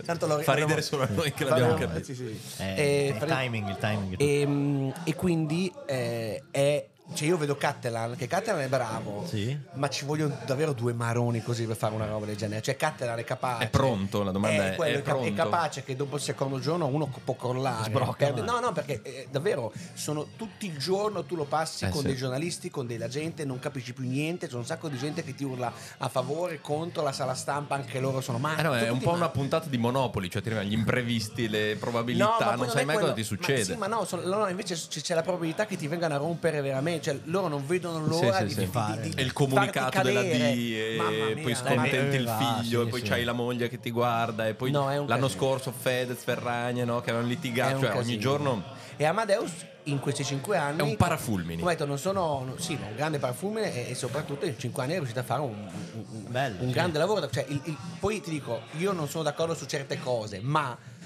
[SPEAKER 6] Tanto lo
[SPEAKER 3] Fa ridere solo a noi che l'abbiamo capito.
[SPEAKER 6] Sì, sì, sì.
[SPEAKER 5] Eh,
[SPEAKER 6] Eh,
[SPEAKER 5] il
[SPEAKER 6] Fred-
[SPEAKER 5] timing, il timing.
[SPEAKER 6] E, mm, e quindi eh, è. Cioè io vedo Cattelan, che Cattelan è bravo,
[SPEAKER 5] Sì.
[SPEAKER 6] ma ci vogliono davvero due maroni così per fare una roba del genere. Cioè Cattelan è capace... Eh,
[SPEAKER 3] È pronto, la domanda è,
[SPEAKER 6] quello,
[SPEAKER 3] è
[SPEAKER 6] cap-
[SPEAKER 3] pronto?
[SPEAKER 6] capace che dopo il secondo giorno uno co- può crollare.
[SPEAKER 5] Sbrocca,
[SPEAKER 6] perde-
[SPEAKER 5] ma-
[SPEAKER 6] no, no, perché eh, davvero sono tutti il giorno tu lo passi
[SPEAKER 3] Eh,
[SPEAKER 6] con
[SPEAKER 3] sì.
[SPEAKER 6] dei giornalisti, con della gente, non capisci più niente, c'è un sacco di gente che ti urla a favore, contro, la sala stampa, anche loro sono matti.
[SPEAKER 3] Eh no, è un
[SPEAKER 6] Ah, tutti
[SPEAKER 3] po'
[SPEAKER 6] matti.
[SPEAKER 3] una puntata di Monopoli, cioè ti arrivano gli imprevisti, le
[SPEAKER 6] No, ma
[SPEAKER 3] probabilità,
[SPEAKER 6] poi
[SPEAKER 3] non
[SPEAKER 6] è
[SPEAKER 3] sai mai
[SPEAKER 6] quello.
[SPEAKER 3] cosa ti succede.
[SPEAKER 6] Ma sì, ma no, sono- no, no, invece c- c'è la probabilità che ti vengano a rompere veramente. Cioè, loro non vedono l'ora
[SPEAKER 3] sì,
[SPEAKER 6] di,
[SPEAKER 3] sì.
[SPEAKER 6] di- di-
[SPEAKER 5] Fare.
[SPEAKER 6] di-
[SPEAKER 3] E il
[SPEAKER 6] farti
[SPEAKER 3] comunicato della D,
[SPEAKER 6] cadere. Mamma
[SPEAKER 3] e
[SPEAKER 6] mia,
[SPEAKER 3] poi
[SPEAKER 6] no,
[SPEAKER 3] scontenti
[SPEAKER 5] eh,
[SPEAKER 3] il
[SPEAKER 5] va,
[SPEAKER 3] figlio,
[SPEAKER 5] sì,
[SPEAKER 3] e poi
[SPEAKER 5] sì.
[SPEAKER 3] c'hai la moglie che ti guarda, e poi
[SPEAKER 6] No, è un
[SPEAKER 3] l'anno
[SPEAKER 6] casino.
[SPEAKER 3] scorso Fedez, Ferragna, no, che avevano
[SPEAKER 6] ma è
[SPEAKER 3] litigato,
[SPEAKER 6] un
[SPEAKER 3] cioè ogni
[SPEAKER 6] casino.
[SPEAKER 3] giorno
[SPEAKER 6] E Amadeus in questi cinque anni
[SPEAKER 3] è un parafulmini.
[SPEAKER 6] Come ho detto, non sono no, sì, ma un grande parfumere e, e soprattutto in cinque anni è riuscito a fare un, un- un-
[SPEAKER 5] Bello,
[SPEAKER 6] un
[SPEAKER 5] sì.
[SPEAKER 6] grande lavoro. Cioè, il- il- poi ti dico, io non sono d'accordo su certe cose, ma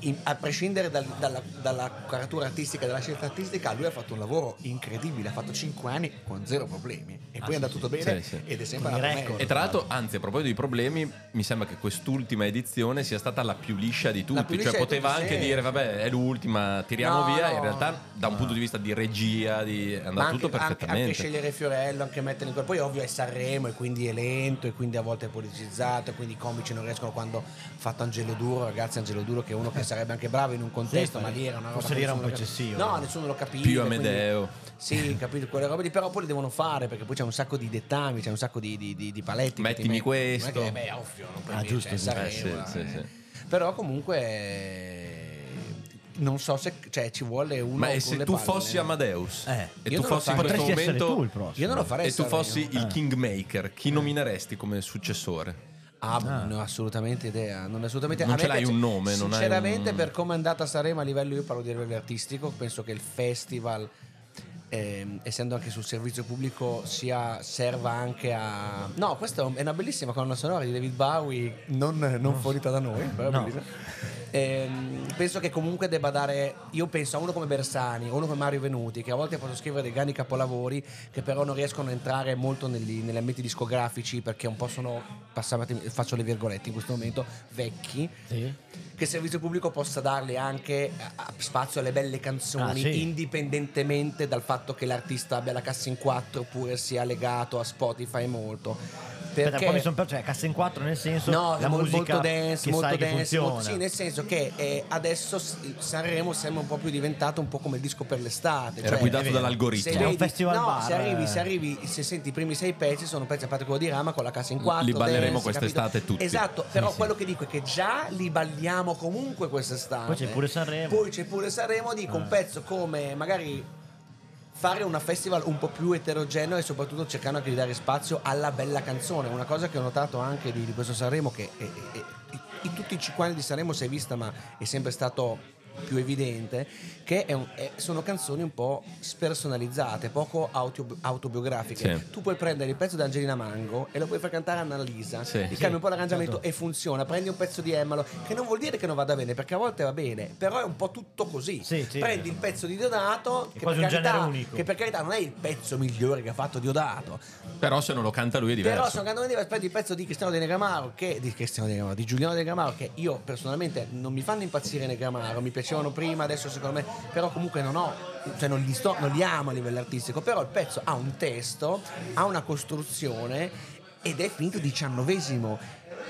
[SPEAKER 6] in- a prescindere dal- dalla, dalla caratura artistica, dalla scelta artistica, lui ha fatto un lavoro incredibile. Ha fatto cinque anni con zero problemi e poi è andato tutto bene
[SPEAKER 3] Sì, sì.
[SPEAKER 6] ed è sempre
[SPEAKER 5] Ah, Con i
[SPEAKER 6] andato
[SPEAKER 5] record.
[SPEAKER 6] meglio.
[SPEAKER 3] E tra l'altro, anzi, a proposito di problemi, mi sembra che quest'ultima edizione sia stata la più liscia di
[SPEAKER 6] La più
[SPEAKER 3] tutti.
[SPEAKER 6] liscia
[SPEAKER 3] cioè,
[SPEAKER 6] di
[SPEAKER 3] poteva
[SPEAKER 6] tutti,
[SPEAKER 3] anche
[SPEAKER 6] sì.
[SPEAKER 3] dire, vabbè, è l'ultima, tiriamo
[SPEAKER 6] No,
[SPEAKER 3] via.
[SPEAKER 6] no.
[SPEAKER 3] In realtà, da un punto di vista di regia, di... è andato tutto
[SPEAKER 6] Anche,
[SPEAKER 3] perfettamente.
[SPEAKER 6] scegliere Fiorello, anche mettere in corpo. Poi ovvio è Sanremo e quindi è lento e quindi a volte è politicizzato e quindi i comici non riescono quando ha fatto Angelo Duro, ragazzi Angelo Duro che è
[SPEAKER 3] Eh.
[SPEAKER 6] uno che sarebbe anche bravo in un contesto,
[SPEAKER 5] Sì,
[SPEAKER 6] ma lì era una roba...
[SPEAKER 5] forse
[SPEAKER 6] che
[SPEAKER 5] lì era un
[SPEAKER 6] nessuno
[SPEAKER 5] po'
[SPEAKER 6] cap-
[SPEAKER 5] eccessivo.
[SPEAKER 6] No, nessuno lo capiva.
[SPEAKER 3] Più
[SPEAKER 6] quindi-
[SPEAKER 3] Amedeo.
[SPEAKER 6] Sì, capito, quelle robe lì, però poi le devono fare perché poi c'è un sacco di dettami, c'è un sacco di, di, di, di paletti. che ti
[SPEAKER 3] Mettimi
[SPEAKER 6] metti.
[SPEAKER 3] questo.
[SPEAKER 6] Non è che, beh, ovvio, non puoi
[SPEAKER 5] Ah,
[SPEAKER 6] dire,
[SPEAKER 5] giusto,
[SPEAKER 6] cioè,
[SPEAKER 5] giusto.
[SPEAKER 3] Eh,
[SPEAKER 6] Sanremo,
[SPEAKER 3] sì,
[SPEAKER 6] eh.
[SPEAKER 3] sì, sì.
[SPEAKER 6] Però comunque... eh, Non so se cioè, ci vuole uno.
[SPEAKER 3] Ma e
[SPEAKER 6] con
[SPEAKER 3] se
[SPEAKER 6] le
[SPEAKER 3] tu
[SPEAKER 6] palle.
[SPEAKER 3] fossi Amadeus,
[SPEAKER 5] Eh.
[SPEAKER 3] e tu
[SPEAKER 6] Io non lo
[SPEAKER 3] fossi in questo
[SPEAKER 6] so.
[SPEAKER 5] Potresti essere tu il
[SPEAKER 3] momento,
[SPEAKER 5] prossimo.
[SPEAKER 6] Io non lo farei. Eh.
[SPEAKER 3] e tu
[SPEAKER 6] Sanremo.
[SPEAKER 3] fossi il kingmaker, chi nomineresti come successore?
[SPEAKER 6] Ah, boh, non ho assolutamente idea. Non, ho assolutamente...
[SPEAKER 3] Non
[SPEAKER 6] a me
[SPEAKER 3] ce l'hai
[SPEAKER 6] piace-
[SPEAKER 3] un nome, non hai
[SPEAKER 6] Sinceramente,
[SPEAKER 3] un-
[SPEAKER 6] per come è andata a Sarema a livello, io parlo di livello artistico, penso che il festival, ehm, essendo anche sul servizio pubblico, sia, serva anche a. No, questa è un- è una bellissima colonna sonora di David Bowie, non, non fornita da noi, però
[SPEAKER 5] No.
[SPEAKER 6] bellissima. Ehm, penso che comunque debba dare io penso a uno come Bersani a uno come Mario Venuti che a volte possono scrivere dei grandi capolavori che però non riescono a entrare molto negli, negli ambiti discografici perché un po' sono passatemi- faccio le virgolette in questo momento vecchi
[SPEAKER 5] Sì.
[SPEAKER 6] che il servizio pubblico possa darle anche a- a- spazio alle belle canzoni
[SPEAKER 5] Ah, sì.
[SPEAKER 6] indipendentemente dal fatto che l'artista abbia la cassa in quattro oppure sia legato a Spotify molto perché
[SPEAKER 5] Aspetta, poi mi sono perso, cioè cassa in quattro nel senso
[SPEAKER 6] No,
[SPEAKER 5] la
[SPEAKER 6] mol-
[SPEAKER 5] musica
[SPEAKER 6] molto dance,
[SPEAKER 5] che
[SPEAKER 6] molto
[SPEAKER 5] sai
[SPEAKER 6] dance,
[SPEAKER 5] che funziona.
[SPEAKER 6] molto- sì, nel senso che eh, adesso s- Sanremo sembra un po' più diventato un po' come il disco per l'estate.
[SPEAKER 3] Era
[SPEAKER 6] cioè,
[SPEAKER 3] guidato
[SPEAKER 5] è vero.
[SPEAKER 3] dall'algoritmo.
[SPEAKER 6] se
[SPEAKER 5] È un
[SPEAKER 6] vedi-
[SPEAKER 5] festival
[SPEAKER 6] no,
[SPEAKER 5] bar,
[SPEAKER 6] se arrivi,
[SPEAKER 5] eh.
[SPEAKER 6] se arrivi, se senti i primi sei pezzi, sono pezzi a parte quello di Rama con la cassa in quattro.
[SPEAKER 3] Li balleremo
[SPEAKER 6] dance,
[SPEAKER 3] quest'estate
[SPEAKER 6] capito?
[SPEAKER 3] tutti.
[SPEAKER 6] Esatto,
[SPEAKER 5] Sì,
[SPEAKER 6] però
[SPEAKER 5] sì.
[SPEAKER 6] quello che dico è che già li balliamo comunque quest'estate.
[SPEAKER 5] Poi c'è pure Sanremo. Eh.
[SPEAKER 6] Poi c'è pure Sanremo, dico un pezzo come magari fare una festival un po' più eterogeneo e soprattutto cercando anche di dare spazio alla bella canzone. Una cosa che ho notato anche di, di questo Sanremo, che è- è- è- in tutti i cinque anni di Sanremo si è vista, ma è sempre stato più evidente, che è un- è- sono canzoni un po' spersonalizzate, poco autobi- autobiografiche.
[SPEAKER 3] Sì.
[SPEAKER 6] Tu puoi prendere il pezzo di Angelina Mango e lo puoi far cantare a Annalisa,
[SPEAKER 3] Sì.
[SPEAKER 6] Lisa gli
[SPEAKER 3] Sì,
[SPEAKER 6] cambi un po' l'arrangiamento
[SPEAKER 5] certo.
[SPEAKER 6] e funziona. Prendi un pezzo di Emmalo, che non vuol dire che non vada bene, perché a volte va bene, però è un po' tutto così.
[SPEAKER 5] Sì, sì.
[SPEAKER 6] Prendi il pezzo di Donato, che per,
[SPEAKER 5] quasi un
[SPEAKER 6] carità,
[SPEAKER 5] genere unico.
[SPEAKER 6] che per carità non è il pezzo migliore che ha fatto Diodato.
[SPEAKER 3] Però se non lo canta lui è diverso.
[SPEAKER 6] Però sono cantante aspetti il pezzo di Cristiano De Negramaro, che, di Cristiano De Negramaro, di Giuliano De Negramaro, che io personalmente non mi fanno impazzire Negramaro, mi piacevano prima, adesso secondo me, però comunque non ho, cioè non li, sto, non li amo a livello artistico, però il pezzo ha un testo, ha una costruzione ed è finito diciannovesimo.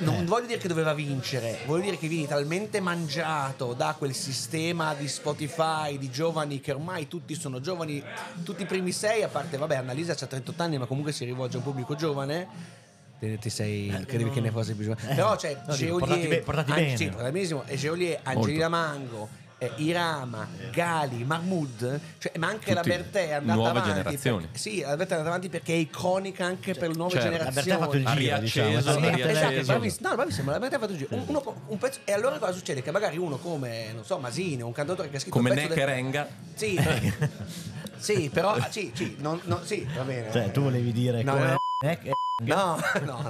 [SPEAKER 6] non voglio dire che doveva vincere, voglio dire che vieni talmente mangiato da quel sistema di Spotify, di giovani che ormai tutti sono giovani, tutti i primi sei, a parte, vabbè, Annalisa ha 38 anni, ma comunque si rivolge a un pubblico giovane. Te- Ti sei, credi che ne fosse bisogno, però c'è
[SPEAKER 5] Eh, no, dico,
[SPEAKER 6] Geolier,
[SPEAKER 5] portati be- portati
[SPEAKER 6] Ange-
[SPEAKER 5] bene.
[SPEAKER 6] sì, portati benissimo, e Geolier, Angelina Mango, eh, Irama, Gali, Mahmood, cioè, ma anche la
[SPEAKER 3] Tutti
[SPEAKER 6] Bertè è andata
[SPEAKER 3] nuove
[SPEAKER 6] avanti.
[SPEAKER 3] generazioni.
[SPEAKER 6] perché- sì, la Bertè è andata avanti perché è iconica anche
[SPEAKER 5] Cioè,
[SPEAKER 6] per le nuove
[SPEAKER 3] certo.
[SPEAKER 5] La Bertè ha fatto
[SPEAKER 6] generazioni.
[SPEAKER 5] il
[SPEAKER 3] Ha
[SPEAKER 5] giro, diciamo. è
[SPEAKER 3] riacceso,
[SPEAKER 5] stata
[SPEAKER 3] ha
[SPEAKER 5] una
[SPEAKER 6] Esatto,
[SPEAKER 3] riacceso.
[SPEAKER 5] bella
[SPEAKER 6] esatto,
[SPEAKER 5] idea.
[SPEAKER 6] bravissimo. No, bravissimo, la verità ha fatto il giro. Un, uno- un pezzo, e allora cosa succede? Che magari uno come, non so, Masini, un cantautore che ha scritto
[SPEAKER 3] Come
[SPEAKER 6] un pezzo del-
[SPEAKER 3] Neckerenga.
[SPEAKER 6] Sì, sì, però, ah, sì, sì, non, non- sì, va bene.
[SPEAKER 5] Cioè, tu volevi dire
[SPEAKER 6] No,
[SPEAKER 5] come...
[SPEAKER 6] no.
[SPEAKER 5] eh, che-
[SPEAKER 6] No, no.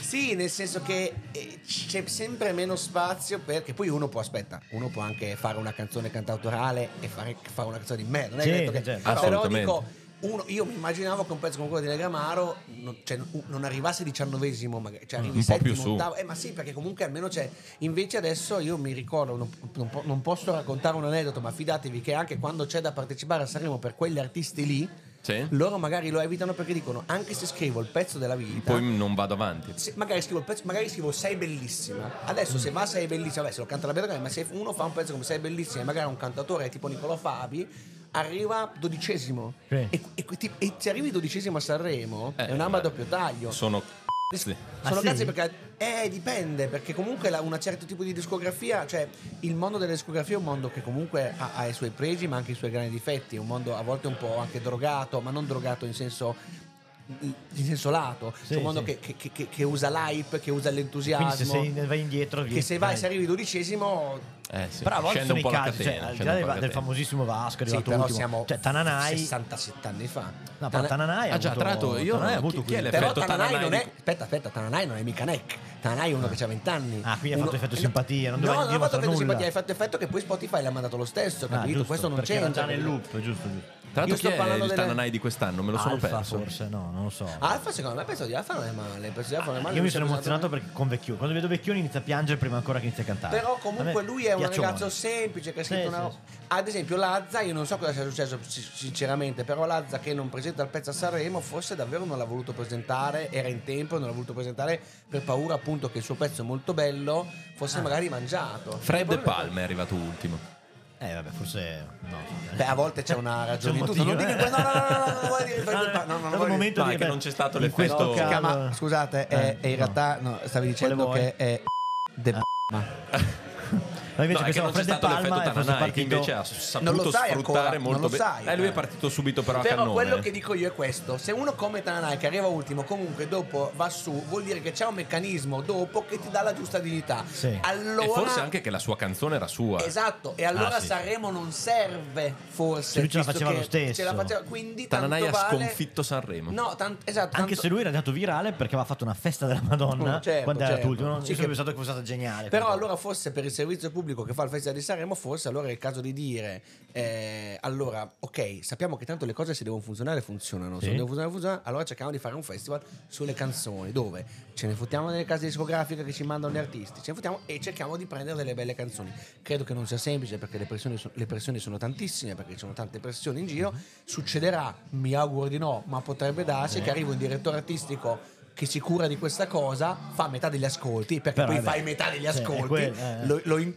[SPEAKER 6] Sì, nel senso che eh, c'è sempre meno spazio perché poi uno può aspetta, uno può anche fare una canzone cantautorale e fare, fare una canzone di me, non è
[SPEAKER 5] Sì,
[SPEAKER 6] detto che
[SPEAKER 5] certo.
[SPEAKER 6] però
[SPEAKER 3] Assolutamente.
[SPEAKER 6] dico uno, io mi immaginavo che un pezzo come quello di Negramaro non, cioè, un- non arrivasse diciannovesimo, magari cioè arrivi
[SPEAKER 3] Un po'
[SPEAKER 6] settimo,
[SPEAKER 3] più su.
[SPEAKER 6] ottavo, eh, ma sì, perché comunque almeno c'è. Invece adesso io mi ricordo, non, non po- non posso raccontare un aneddoto, ma fidatevi che anche quando c'è da partecipare a Sanremo per quegli artisti lì,
[SPEAKER 3] Sì.
[SPEAKER 6] loro magari lo evitano perché dicono anche se scrivo il pezzo della vita
[SPEAKER 3] Poi non vado avanti.
[SPEAKER 6] se- magari scrivo il pezzo magari scrivo sei bellissima
[SPEAKER 3] Mm.
[SPEAKER 6] adesso se va sei bellissima vabbè se lo canta la Bertone ma se uno fa un pezzo come sei bellissima e magari un cantatore tipo Nicolò Fabi arriva dodicesimo
[SPEAKER 5] Sì.
[SPEAKER 6] e, e- ti- e se arrivi dodicesimo a Sanremo
[SPEAKER 3] Eh,
[SPEAKER 6] è un'arma a
[SPEAKER 3] beh.
[SPEAKER 6] doppio taglio
[SPEAKER 3] Sono
[SPEAKER 6] sono
[SPEAKER 3] sì.
[SPEAKER 5] Ah, sì?
[SPEAKER 6] cazzi perché eh dipende perché comunque la- un certo tipo di discografia cioè il mondo della discografia è un mondo che comunque ha, ha i suoi pregi ma anche i suoi grandi difetti è un mondo a volte un po' anche drogato ma non drogato in senso in senso lato
[SPEAKER 5] Sì,
[SPEAKER 6] è un mondo
[SPEAKER 5] sì.
[SPEAKER 6] che, che- che- che usa l'hype che usa l'entusiasmo
[SPEAKER 5] Quindi se sei- Eh. ne vai indietro...
[SPEAKER 6] che se vai se arrivi dodicesimo
[SPEAKER 3] Eh, sì.
[SPEAKER 5] Però a volte sono
[SPEAKER 3] Scende un
[SPEAKER 5] i
[SPEAKER 3] po' la
[SPEAKER 5] casi,
[SPEAKER 3] catena,
[SPEAKER 5] cioè, al di
[SPEAKER 3] scende
[SPEAKER 5] là
[SPEAKER 3] un po' la
[SPEAKER 5] del, del
[SPEAKER 3] catena.
[SPEAKER 5] famosissimo Vasco, è
[SPEAKER 6] sì,
[SPEAKER 5] arrivato
[SPEAKER 6] però
[SPEAKER 5] ultimo.
[SPEAKER 6] siamo
[SPEAKER 5] Cioè, Tananai...
[SPEAKER 6] 67 anni fa
[SPEAKER 5] No, però
[SPEAKER 6] Tana-
[SPEAKER 5] Tananai
[SPEAKER 3] Ah, già,
[SPEAKER 5] avuto-
[SPEAKER 3] tra l'altro, io
[SPEAKER 5] Tananai ha
[SPEAKER 3] chi-
[SPEAKER 5] avuto
[SPEAKER 3] chi è
[SPEAKER 5] quindi-
[SPEAKER 6] però
[SPEAKER 3] L'effetto
[SPEAKER 6] Tananai
[SPEAKER 3] Tananai
[SPEAKER 6] non è
[SPEAKER 3] di-
[SPEAKER 6] aspetta aspetta Tananai non è mica Neck Tananai è uno che ha 20 anni
[SPEAKER 5] Ah, quindi ha
[SPEAKER 6] Uno-
[SPEAKER 5] fatto effetto simpatia, non
[SPEAKER 6] no
[SPEAKER 5] doveva
[SPEAKER 6] non ha
[SPEAKER 5] dire
[SPEAKER 6] fatto effetto
[SPEAKER 5] nulla.
[SPEAKER 6] simpatia hai fatto effetto che poi Spotify l'ha mandato lo stesso
[SPEAKER 5] Ah,
[SPEAKER 6] capito
[SPEAKER 5] giusto,
[SPEAKER 6] questo non
[SPEAKER 5] perché era
[SPEAKER 6] c'entra
[SPEAKER 5] già nel
[SPEAKER 6] capito?
[SPEAKER 5] loop, giusto, giusto.
[SPEAKER 3] Tra
[SPEAKER 6] Io
[SPEAKER 3] l'altro,
[SPEAKER 6] sto
[SPEAKER 3] chi è
[SPEAKER 6] parlando
[SPEAKER 3] il
[SPEAKER 6] delle-
[SPEAKER 3] Tananai di quest'anno? Me lo sono
[SPEAKER 5] Alfa,
[SPEAKER 3] perso.
[SPEAKER 5] forse, no, non lo so.
[SPEAKER 6] Alfa secondo me penso di Alfa non è male penso di Alfa non è male
[SPEAKER 5] Io
[SPEAKER 6] non
[SPEAKER 5] mi
[SPEAKER 6] c'è
[SPEAKER 5] sono
[SPEAKER 6] bisogno-
[SPEAKER 5] emozionato perché con Vecchioni, quando vedo Vecchioni inizia a piangere prima ancora che inizia a cantare.
[SPEAKER 6] Però
[SPEAKER 5] Ah, A me
[SPEAKER 6] comunque lui è un
[SPEAKER 5] piaccione.
[SPEAKER 6] ragazzo semplice che ha scritto
[SPEAKER 5] Sì,
[SPEAKER 6] una
[SPEAKER 5] sì,
[SPEAKER 6] Ad esempio Lazza, io non so cosa sia successo sin- sinceramente, però Lazza che non presenta il pezzo a Sanremo forse davvero non l'ha voluto presentare, era in tempo e non l'ha voluto presentare per paura appunto che il suo pezzo molto bello fosse magari mangiato.
[SPEAKER 3] Fred
[SPEAKER 6] Poi-
[SPEAKER 3] De Palma è arrivato ultimo.
[SPEAKER 5] Eh vabbè, forse no.
[SPEAKER 6] Beh, a volte c'è una ragione di tutto. Non dico no, no, no, no, no, non voglio
[SPEAKER 5] Ah,
[SPEAKER 6] dire Fred De Palma, no, no, non voglio dire-
[SPEAKER 5] momento
[SPEAKER 3] Ma
[SPEAKER 5] di-
[SPEAKER 3] che
[SPEAKER 5] beh,
[SPEAKER 3] non c'è stato
[SPEAKER 5] in
[SPEAKER 3] l'effetto-
[SPEAKER 5] questo Eh,
[SPEAKER 6] Si
[SPEAKER 3] Calma.
[SPEAKER 6] chiama- scusate, è, è in realtà no, stavi dicendo
[SPEAKER 5] Quale vuoi?
[SPEAKER 6] che è De Palma.
[SPEAKER 5] Ma invece
[SPEAKER 3] no, è che
[SPEAKER 5] pensavo
[SPEAKER 3] non c'è
[SPEAKER 5] Fred De
[SPEAKER 3] stato
[SPEAKER 5] Palma
[SPEAKER 3] l'effetto
[SPEAKER 5] e fosse
[SPEAKER 3] Tananai, che
[SPEAKER 5] partito
[SPEAKER 3] invece ha
[SPEAKER 6] Non lo
[SPEAKER 3] saputo
[SPEAKER 6] sai ancora,
[SPEAKER 3] sfruttare
[SPEAKER 6] non
[SPEAKER 3] molto
[SPEAKER 6] lo
[SPEAKER 3] bene.
[SPEAKER 6] sai.
[SPEAKER 3] Eh, lui è partito subito, però, a
[SPEAKER 6] Però
[SPEAKER 3] cannone.
[SPEAKER 6] quello che dico io è questo: se uno come Tananai che arriva ultimo, comunque dopo va su, vuol dire che c'è un meccanismo dopo che ti dà la giusta dignità.
[SPEAKER 5] Sì.
[SPEAKER 6] Allora,
[SPEAKER 3] E forse anche che la sua canzone era sua.
[SPEAKER 6] esatto, e allora
[SPEAKER 5] Ah, sì.
[SPEAKER 6] Sanremo non serve, forse.
[SPEAKER 5] Se lui ce la
[SPEAKER 6] visto
[SPEAKER 5] faceva
[SPEAKER 6] che
[SPEAKER 5] lo stesso.
[SPEAKER 6] ce la faceva- quindi
[SPEAKER 3] Tananai
[SPEAKER 6] tanto
[SPEAKER 3] ha
[SPEAKER 6] vale-
[SPEAKER 3] sconfitto Sanremo.
[SPEAKER 6] No, tant- esatto.
[SPEAKER 5] anche
[SPEAKER 6] tanto-
[SPEAKER 5] se lui era andato virale perché aveva fatto una festa della Madonna
[SPEAKER 6] Oh, certo,
[SPEAKER 5] quando era
[SPEAKER 6] certo.
[SPEAKER 5] l'ultimo. Io
[SPEAKER 6] Sì,
[SPEAKER 5] sempre
[SPEAKER 6] che-
[SPEAKER 5] pensato che fosse stata geniale.
[SPEAKER 6] Però allora forse per il servizio pubblico che fa il Festival di Sanremo, forse allora è il caso di dire, eh, allora, ok, sappiamo che tanto le cose se devono funzionare funzionano,
[SPEAKER 5] Sì.
[SPEAKER 6] se non devono funzionare funzionano, allora cerchiamo di fare un festival sulle canzoni, dove ce ne fottiamo nelle case discografiche che ci mandano gli artisti, ce ne fottiamo e cerchiamo di prendere delle belle canzoni. Credo che non sia semplice perché le pressioni, so- le pressioni sono tantissime, perché ci sono tante pressioni in giro, succederà, mi auguro di no, ma potrebbe
[SPEAKER 5] Eh.
[SPEAKER 6] darsi che arrivi un direttore artistico che si cura di questa cosa, fa metà degli ascolti, perché
[SPEAKER 5] Però,
[SPEAKER 6] poi
[SPEAKER 5] eh beh,
[SPEAKER 6] fai metà degli
[SPEAKER 5] cioè, è
[SPEAKER 6] ascolti,
[SPEAKER 5] quello, eh.
[SPEAKER 6] lo, lo in-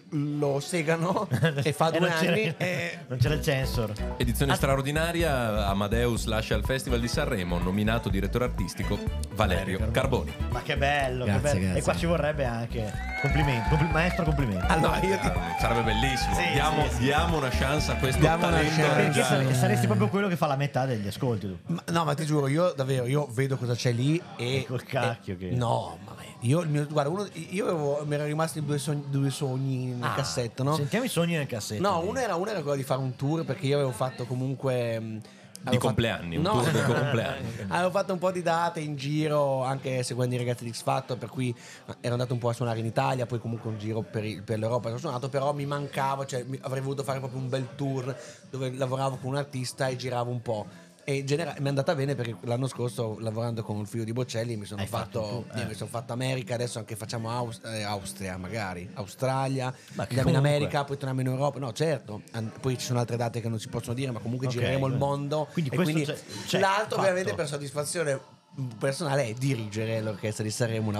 [SPEAKER 6] lo segano e fa due
[SPEAKER 5] non c'era-
[SPEAKER 6] anni eh. e...
[SPEAKER 5] Non c'era il censor.
[SPEAKER 3] Edizione straordinaria, Amadeus lascia il Festival di Sanremo, nominato direttore artistico Valerio Carboni.
[SPEAKER 5] Ma che bello,
[SPEAKER 6] Grazie,
[SPEAKER 5] che bello.
[SPEAKER 6] grazie.
[SPEAKER 5] E qua ci vorrebbe anche. Complimenti, compl- maestro, complimenti.
[SPEAKER 6] Allora,
[SPEAKER 3] No,
[SPEAKER 6] io ti...
[SPEAKER 3] eh, Sarebbe bellissimo.
[SPEAKER 5] Sì,
[SPEAKER 3] diamo,
[SPEAKER 5] sì,
[SPEAKER 3] diamo una chance a questo
[SPEAKER 6] Diamo una
[SPEAKER 3] talento.
[SPEAKER 6] chance.
[SPEAKER 5] perché
[SPEAKER 3] reggiano.
[SPEAKER 5] sare- saresti proprio quello che fa la metà degli ascolti tu.
[SPEAKER 6] Ma- no, ma ti giuro, io davvero, io vedo cosa c'è lì e...
[SPEAKER 5] Col cacchio
[SPEAKER 6] e-
[SPEAKER 5] che-
[SPEAKER 6] No, ma io, il mio- guarda, uno, io avevo- mi erano rimasti due sogni, due sogni nel
[SPEAKER 5] Ah,
[SPEAKER 6] cassetto, no?
[SPEAKER 5] Sentiamo i sogni nel cassetto.
[SPEAKER 6] No, uno era, uno era quello di fare un tour perché io avevo fatto comunque... mh,
[SPEAKER 3] Di
[SPEAKER 6] avevo fatto-
[SPEAKER 3] compleanni, un
[SPEAKER 6] No.
[SPEAKER 3] tour di compleanni.
[SPEAKER 6] Avevo fatto un po' di date in giro, anche seguendo i ragazzi di X Factor, per cui ero andato un po' a suonare in Italia, poi comunque un giro per, il- per l'Europa sono suonato, però mi mancava, cioè mi- avrei voluto fare proprio un bel tour dove lavoravo con un artista e giravo un po'. E in genera- mi è andata bene perché l'anno scorso lavorando con il figlio di Bocelli mi sono
[SPEAKER 5] Hai fatto
[SPEAKER 6] fatto,
[SPEAKER 5] un tour,
[SPEAKER 6] eh,
[SPEAKER 5] eh.
[SPEAKER 6] mi sono fatto America, adesso anche facciamo Aus- eh, Austria magari, Australia,
[SPEAKER 5] Ma che
[SPEAKER 6] andiamo in
[SPEAKER 5] comunque-
[SPEAKER 6] America, poi torniamo in Europa, no certo, an- poi ci sono altre date che non si possono dire ma comunque
[SPEAKER 5] Ok,
[SPEAKER 6] gireremo il
[SPEAKER 5] beh.
[SPEAKER 6] mondo.
[SPEAKER 5] Quindi
[SPEAKER 6] e
[SPEAKER 5] questo
[SPEAKER 6] quindi
[SPEAKER 5] c'è- c'è,
[SPEAKER 6] l'altro
[SPEAKER 5] fatto.
[SPEAKER 6] ovviamente per soddisfazione mm, personale è dirigere l'orchestra di Sanremo una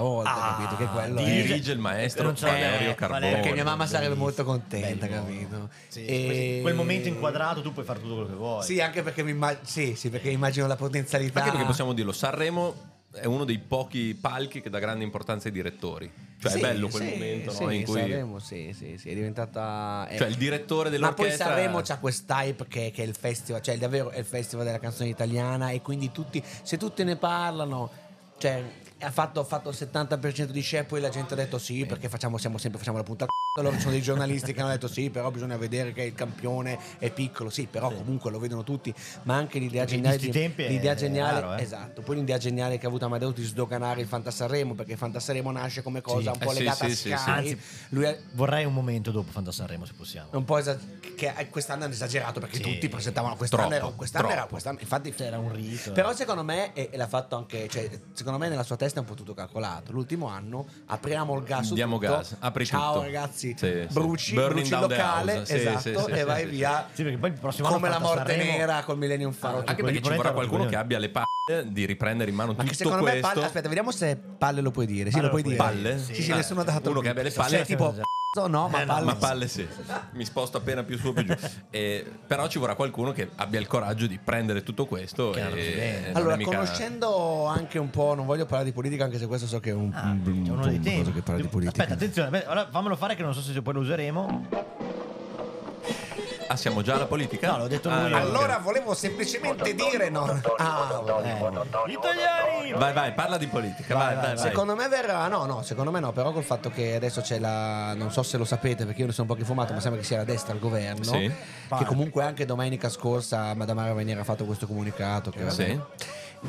[SPEAKER 5] Ah,
[SPEAKER 6] volta, capito? Che quello è-
[SPEAKER 3] Dirige il maestro
[SPEAKER 5] Non so,
[SPEAKER 3] Valerio
[SPEAKER 5] eh,
[SPEAKER 3] Carbone.
[SPEAKER 5] Valerio,
[SPEAKER 6] Perché mia mamma sarebbe
[SPEAKER 5] Bellissimo.
[SPEAKER 6] molto contenta,
[SPEAKER 5] Bello.
[SPEAKER 6] capito?
[SPEAKER 5] Sì,
[SPEAKER 6] E-
[SPEAKER 5] quel- Quel momento inquadrato tu puoi fare tutto quello che vuoi.
[SPEAKER 6] Eh, Sì, anche perché, mi immag- sì, sì, perché immagino la potenzialità.
[SPEAKER 3] Anche perché possiamo dirlo, Sanremo è uno dei pochi palchi che dà grande importanza ai direttori. Cioè
[SPEAKER 6] Sì,
[SPEAKER 3] è bello quel
[SPEAKER 6] sì,
[SPEAKER 3] momento no,
[SPEAKER 6] sì,
[SPEAKER 3] in cui...
[SPEAKER 6] Sanremo, sì, sì, sì, è diventata... è-
[SPEAKER 3] Cioè il direttore
[SPEAKER 6] Ma poi
[SPEAKER 3] dell'orchestra...
[SPEAKER 6] Sanremo c'ha quest'hype che, che è il festival, cioè davvero è il festival della canzone italiana e quindi tutti, se tutti ne parlano, cioè ha fatto, ha fatto il 70% di share, poi la gente ha detto sì perché facciamo, siamo sempre, facciamo la punta al c***o, allora ci sono dei giornalisti che hanno detto sì però bisogna vedere che il campione è piccolo, sì però comunque lo vedono tutti, ma anche l'idea
[SPEAKER 5] Perché in
[SPEAKER 6] geniale,
[SPEAKER 5] questi
[SPEAKER 6] di-
[SPEAKER 5] tempi è
[SPEAKER 6] l'idea geniale
[SPEAKER 5] raro, eh.
[SPEAKER 6] esatto, poi l'idea geniale che ha avuto Amadeus di sdoganare il Fanta Sanremo perché Fanta Sanremo nasce come cosa un
[SPEAKER 3] Eh
[SPEAKER 6] po'
[SPEAKER 3] sì,
[SPEAKER 6] legata
[SPEAKER 3] sì, sì,
[SPEAKER 6] a
[SPEAKER 3] sì.
[SPEAKER 6] Sky,
[SPEAKER 5] Anzi,
[SPEAKER 6] lui ha-
[SPEAKER 5] Vorrei un momento dopo Fanta Sanremo, se possiamo.
[SPEAKER 6] un po' esa- che eh, quest'anno hanno esagerato perché
[SPEAKER 5] Sì.
[SPEAKER 6] tutti presentavano quest'anno
[SPEAKER 3] Troppo,
[SPEAKER 6] era quest'anno era
[SPEAKER 3] troppo.
[SPEAKER 6] quest'anno infatti
[SPEAKER 5] C'era un rito.
[SPEAKER 6] però secondo me e, e l'ha fatto anche cioè, secondo me nella sua testa è un po' tutto calcolato l'ultimo anno apriamo il gas su
[SPEAKER 3] Diamo
[SPEAKER 6] tutto,
[SPEAKER 3] gas, apri
[SPEAKER 6] ciao
[SPEAKER 3] tutto.
[SPEAKER 6] ragazzi
[SPEAKER 3] Sì, sì.
[SPEAKER 6] bruci
[SPEAKER 3] Burning
[SPEAKER 6] bruci il
[SPEAKER 3] down the
[SPEAKER 6] locale
[SPEAKER 3] house. Sì,
[SPEAKER 6] esatto
[SPEAKER 3] sì, sì,
[SPEAKER 6] e
[SPEAKER 3] sì,
[SPEAKER 6] vai
[SPEAKER 3] sì, Ah,
[SPEAKER 6] via
[SPEAKER 5] Sì, perché poi il prossimo anno
[SPEAKER 6] come la
[SPEAKER 5] Fanta
[SPEAKER 6] morte
[SPEAKER 5] Sanremo-
[SPEAKER 6] nera col Millennium Falcon
[SPEAKER 3] Anche perché ci
[SPEAKER 5] Quelli
[SPEAKER 3] vorrà
[SPEAKER 5] prendono
[SPEAKER 3] qualcuno
[SPEAKER 5] i
[SPEAKER 3] che abbia le palle di riprendere in mano
[SPEAKER 6] ma che
[SPEAKER 3] tutto
[SPEAKER 6] secondo me
[SPEAKER 3] questo.
[SPEAKER 6] palle aspetta vediamo se palle lo puoi dire sì
[SPEAKER 5] Palle
[SPEAKER 6] lo puoi
[SPEAKER 5] lo
[SPEAKER 6] dire
[SPEAKER 5] puoi
[SPEAKER 3] dire. Palle?
[SPEAKER 6] sì sì
[SPEAKER 3] Ah,
[SPEAKER 6] nessuno ha dato
[SPEAKER 3] uno che abbia le palle-
[SPEAKER 6] Cioè, tipo p***o, no ma
[SPEAKER 5] Eh, no,
[SPEAKER 6] palle
[SPEAKER 3] Ma palle sì, mi sposto appena più su o più giù. Eh, però ci vorrà qualcuno che abbia il coraggio di prendere tutto questo.
[SPEAKER 5] Che
[SPEAKER 3] e,
[SPEAKER 5] non lo si vede.
[SPEAKER 3] e Eh, non
[SPEAKER 6] Allora,
[SPEAKER 3] è mica-
[SPEAKER 6] conoscendo anche un po', non voglio parlare di politica, anche se questo so che è un,
[SPEAKER 5] Ah,
[SPEAKER 6] un-
[SPEAKER 5] c'è uno
[SPEAKER 6] un-
[SPEAKER 5] dei
[SPEAKER 6] un
[SPEAKER 5] temi.
[SPEAKER 6] coso Mm, che parla di politica.
[SPEAKER 5] Aspetta, attenzione, beh, allora fammelo fare che non so se poi lo useremo.
[SPEAKER 3] Ah, siamo già alla politica?
[SPEAKER 5] No, l'ho detto
[SPEAKER 3] Ah,
[SPEAKER 5] lui.
[SPEAKER 3] no, ok.
[SPEAKER 6] Allora volevo semplicemente dire no. Ah, vabbè.
[SPEAKER 5] Gli italiani!
[SPEAKER 3] Vai, vai, parla di politica. Vai, vai, vai.
[SPEAKER 6] Secondo me verrà, no, no, secondo me no, però col fatto che adesso c'è la, non so se lo sapete perché io ne sono un po' informato, ma sembra che sia la destra al governo,
[SPEAKER 3] Sì.
[SPEAKER 6] che comunque anche domenica scorsa Madame Ravenier ha fatto questo comunicato, che vabbè,
[SPEAKER 3] Sì.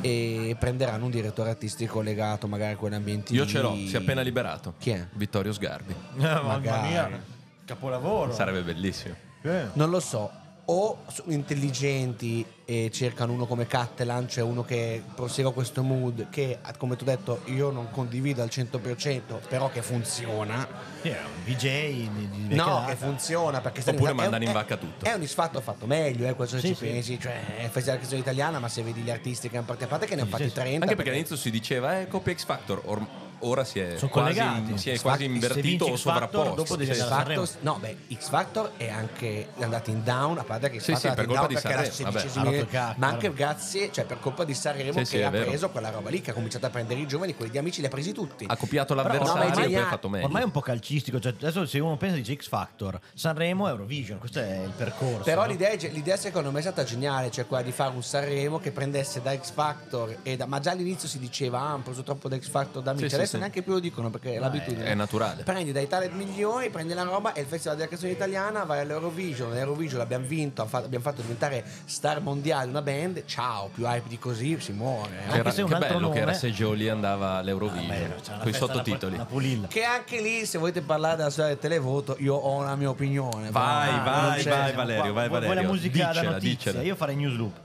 [SPEAKER 6] e prenderanno un direttore artistico legato magari a quegli ambienti
[SPEAKER 3] Io ce l'ho, si è appena liberato.
[SPEAKER 6] Chi è?
[SPEAKER 3] Vittorio Sgarbi.
[SPEAKER 5] Ah, Mamma
[SPEAKER 6] Magari.
[SPEAKER 5] mia, capolavoro.
[SPEAKER 3] Sarebbe bellissimo.
[SPEAKER 5] Eh.
[SPEAKER 6] Non lo so, o sono intelligenti e cercano uno come Cattelan, cioè uno che prosegua questo mood che, come tu hai detto, io non condivido al 100%, però che funziona.
[SPEAKER 5] Sì, era un VJ di, di vecchia
[SPEAKER 6] No,
[SPEAKER 5] data.
[SPEAKER 6] che funziona perché sta
[SPEAKER 3] Oppure
[SPEAKER 6] è un-
[SPEAKER 3] mandare in
[SPEAKER 6] è-
[SPEAKER 3] vacca tutto.
[SPEAKER 6] È un disfatto fatto meglio, eh, questo se
[SPEAKER 5] Sì,
[SPEAKER 6] ci
[SPEAKER 5] sì.
[SPEAKER 6] pensi, cioè è il festival della canzone italiana, ma se vedi gli artisti che hanno parte a parte che ne hanno fatti
[SPEAKER 5] sì, sì.
[SPEAKER 6] 30.
[SPEAKER 3] Anche perché all'inizio si diceva, eh, coppia X Factor. or- ora si è,
[SPEAKER 5] Sono
[SPEAKER 3] quasi,
[SPEAKER 5] collegati.
[SPEAKER 3] si è quasi
[SPEAKER 5] Se
[SPEAKER 3] invertito
[SPEAKER 5] vinci
[SPEAKER 3] o
[SPEAKER 5] X Factor,
[SPEAKER 3] sovrapposto.
[SPEAKER 5] dopo devi
[SPEAKER 3] Sì,
[SPEAKER 5] andare
[SPEAKER 6] X
[SPEAKER 5] a
[SPEAKER 6] Factor,
[SPEAKER 5] Sanremo.
[SPEAKER 6] no, beh, X Factor è anche è andato in down, a parte che X
[SPEAKER 3] Sì,
[SPEAKER 6] Factor
[SPEAKER 3] sì,
[SPEAKER 6] è andato
[SPEAKER 3] per
[SPEAKER 6] in
[SPEAKER 3] colpa
[SPEAKER 6] down
[SPEAKER 3] di
[SPEAKER 6] perché era
[SPEAKER 3] Sanremo, vabbè.
[SPEAKER 6] 16 milioni,
[SPEAKER 5] Ha rotto il cacchio,
[SPEAKER 6] ma anche
[SPEAKER 5] ha rotto-
[SPEAKER 6] grazie, cioè per colpa di Sanremo
[SPEAKER 3] Sì,
[SPEAKER 6] che
[SPEAKER 3] sì, è
[SPEAKER 6] ha
[SPEAKER 3] vero.
[SPEAKER 6] preso quella roba lì, che ha cominciato a prendere i giovani, quelli di amici li ha presi tutti.
[SPEAKER 3] ha copiato
[SPEAKER 5] Però-
[SPEAKER 3] l'avversario
[SPEAKER 6] no, ma
[SPEAKER 3] e poi ha
[SPEAKER 6] ormai-
[SPEAKER 3] fatto meglio.
[SPEAKER 5] Ormai è un po' calcistico, cioè adesso se uno pensa dice X Factor, Sanremo Eurovision, questo è il percorso.
[SPEAKER 6] Però
[SPEAKER 5] no?
[SPEAKER 6] l'idea, è ge- l'idea secondo me è stata geniale, cioè quella di fare un Sanremo che prendesse da X Factor, e da- ma già all'inizio si diceva ah, hanno preso troppo da X Factor da amici,
[SPEAKER 3] sì,
[SPEAKER 6] adesso
[SPEAKER 3] sì. Eh,
[SPEAKER 6] neanche più lo dicono perché è l'abitudine.
[SPEAKER 3] è naturale.
[SPEAKER 6] Prendi dai talent migliori, prendi la roba e il Festival della canzone italiana, vai all'Eurovision, l'Eurovision l'abbiamo vinto, ha fatto- abbiamo fatto diventare star mondiale una band, ciao, più hype di così si muore. eh.
[SPEAKER 3] Che,
[SPEAKER 5] Anche
[SPEAKER 6] no?
[SPEAKER 3] era-
[SPEAKER 5] se un
[SPEAKER 3] che
[SPEAKER 5] altro
[SPEAKER 3] bello che era
[SPEAKER 5] nome-
[SPEAKER 3] se Jolie andava
[SPEAKER 5] Ah, beh,
[SPEAKER 3] all'Eurovision
[SPEAKER 5] c'è una
[SPEAKER 3] con i
[SPEAKER 5] festa
[SPEAKER 3] sottotitoli.
[SPEAKER 5] alla- alla Pulilla.
[SPEAKER 6] Che anche lì, se volete parlare della storia del televoto, io ho una mia opinione.
[SPEAKER 3] Vai,
[SPEAKER 6] però, ah, non
[SPEAKER 3] vai,
[SPEAKER 6] c'è.
[SPEAKER 3] vai, Valerio,
[SPEAKER 5] Vuoi-
[SPEAKER 3] vai, Valerio.
[SPEAKER 5] Vuoi la musica da
[SPEAKER 3] Diccela,
[SPEAKER 5] notizia?
[SPEAKER 3] diccela.
[SPEAKER 5] Io farei news loop.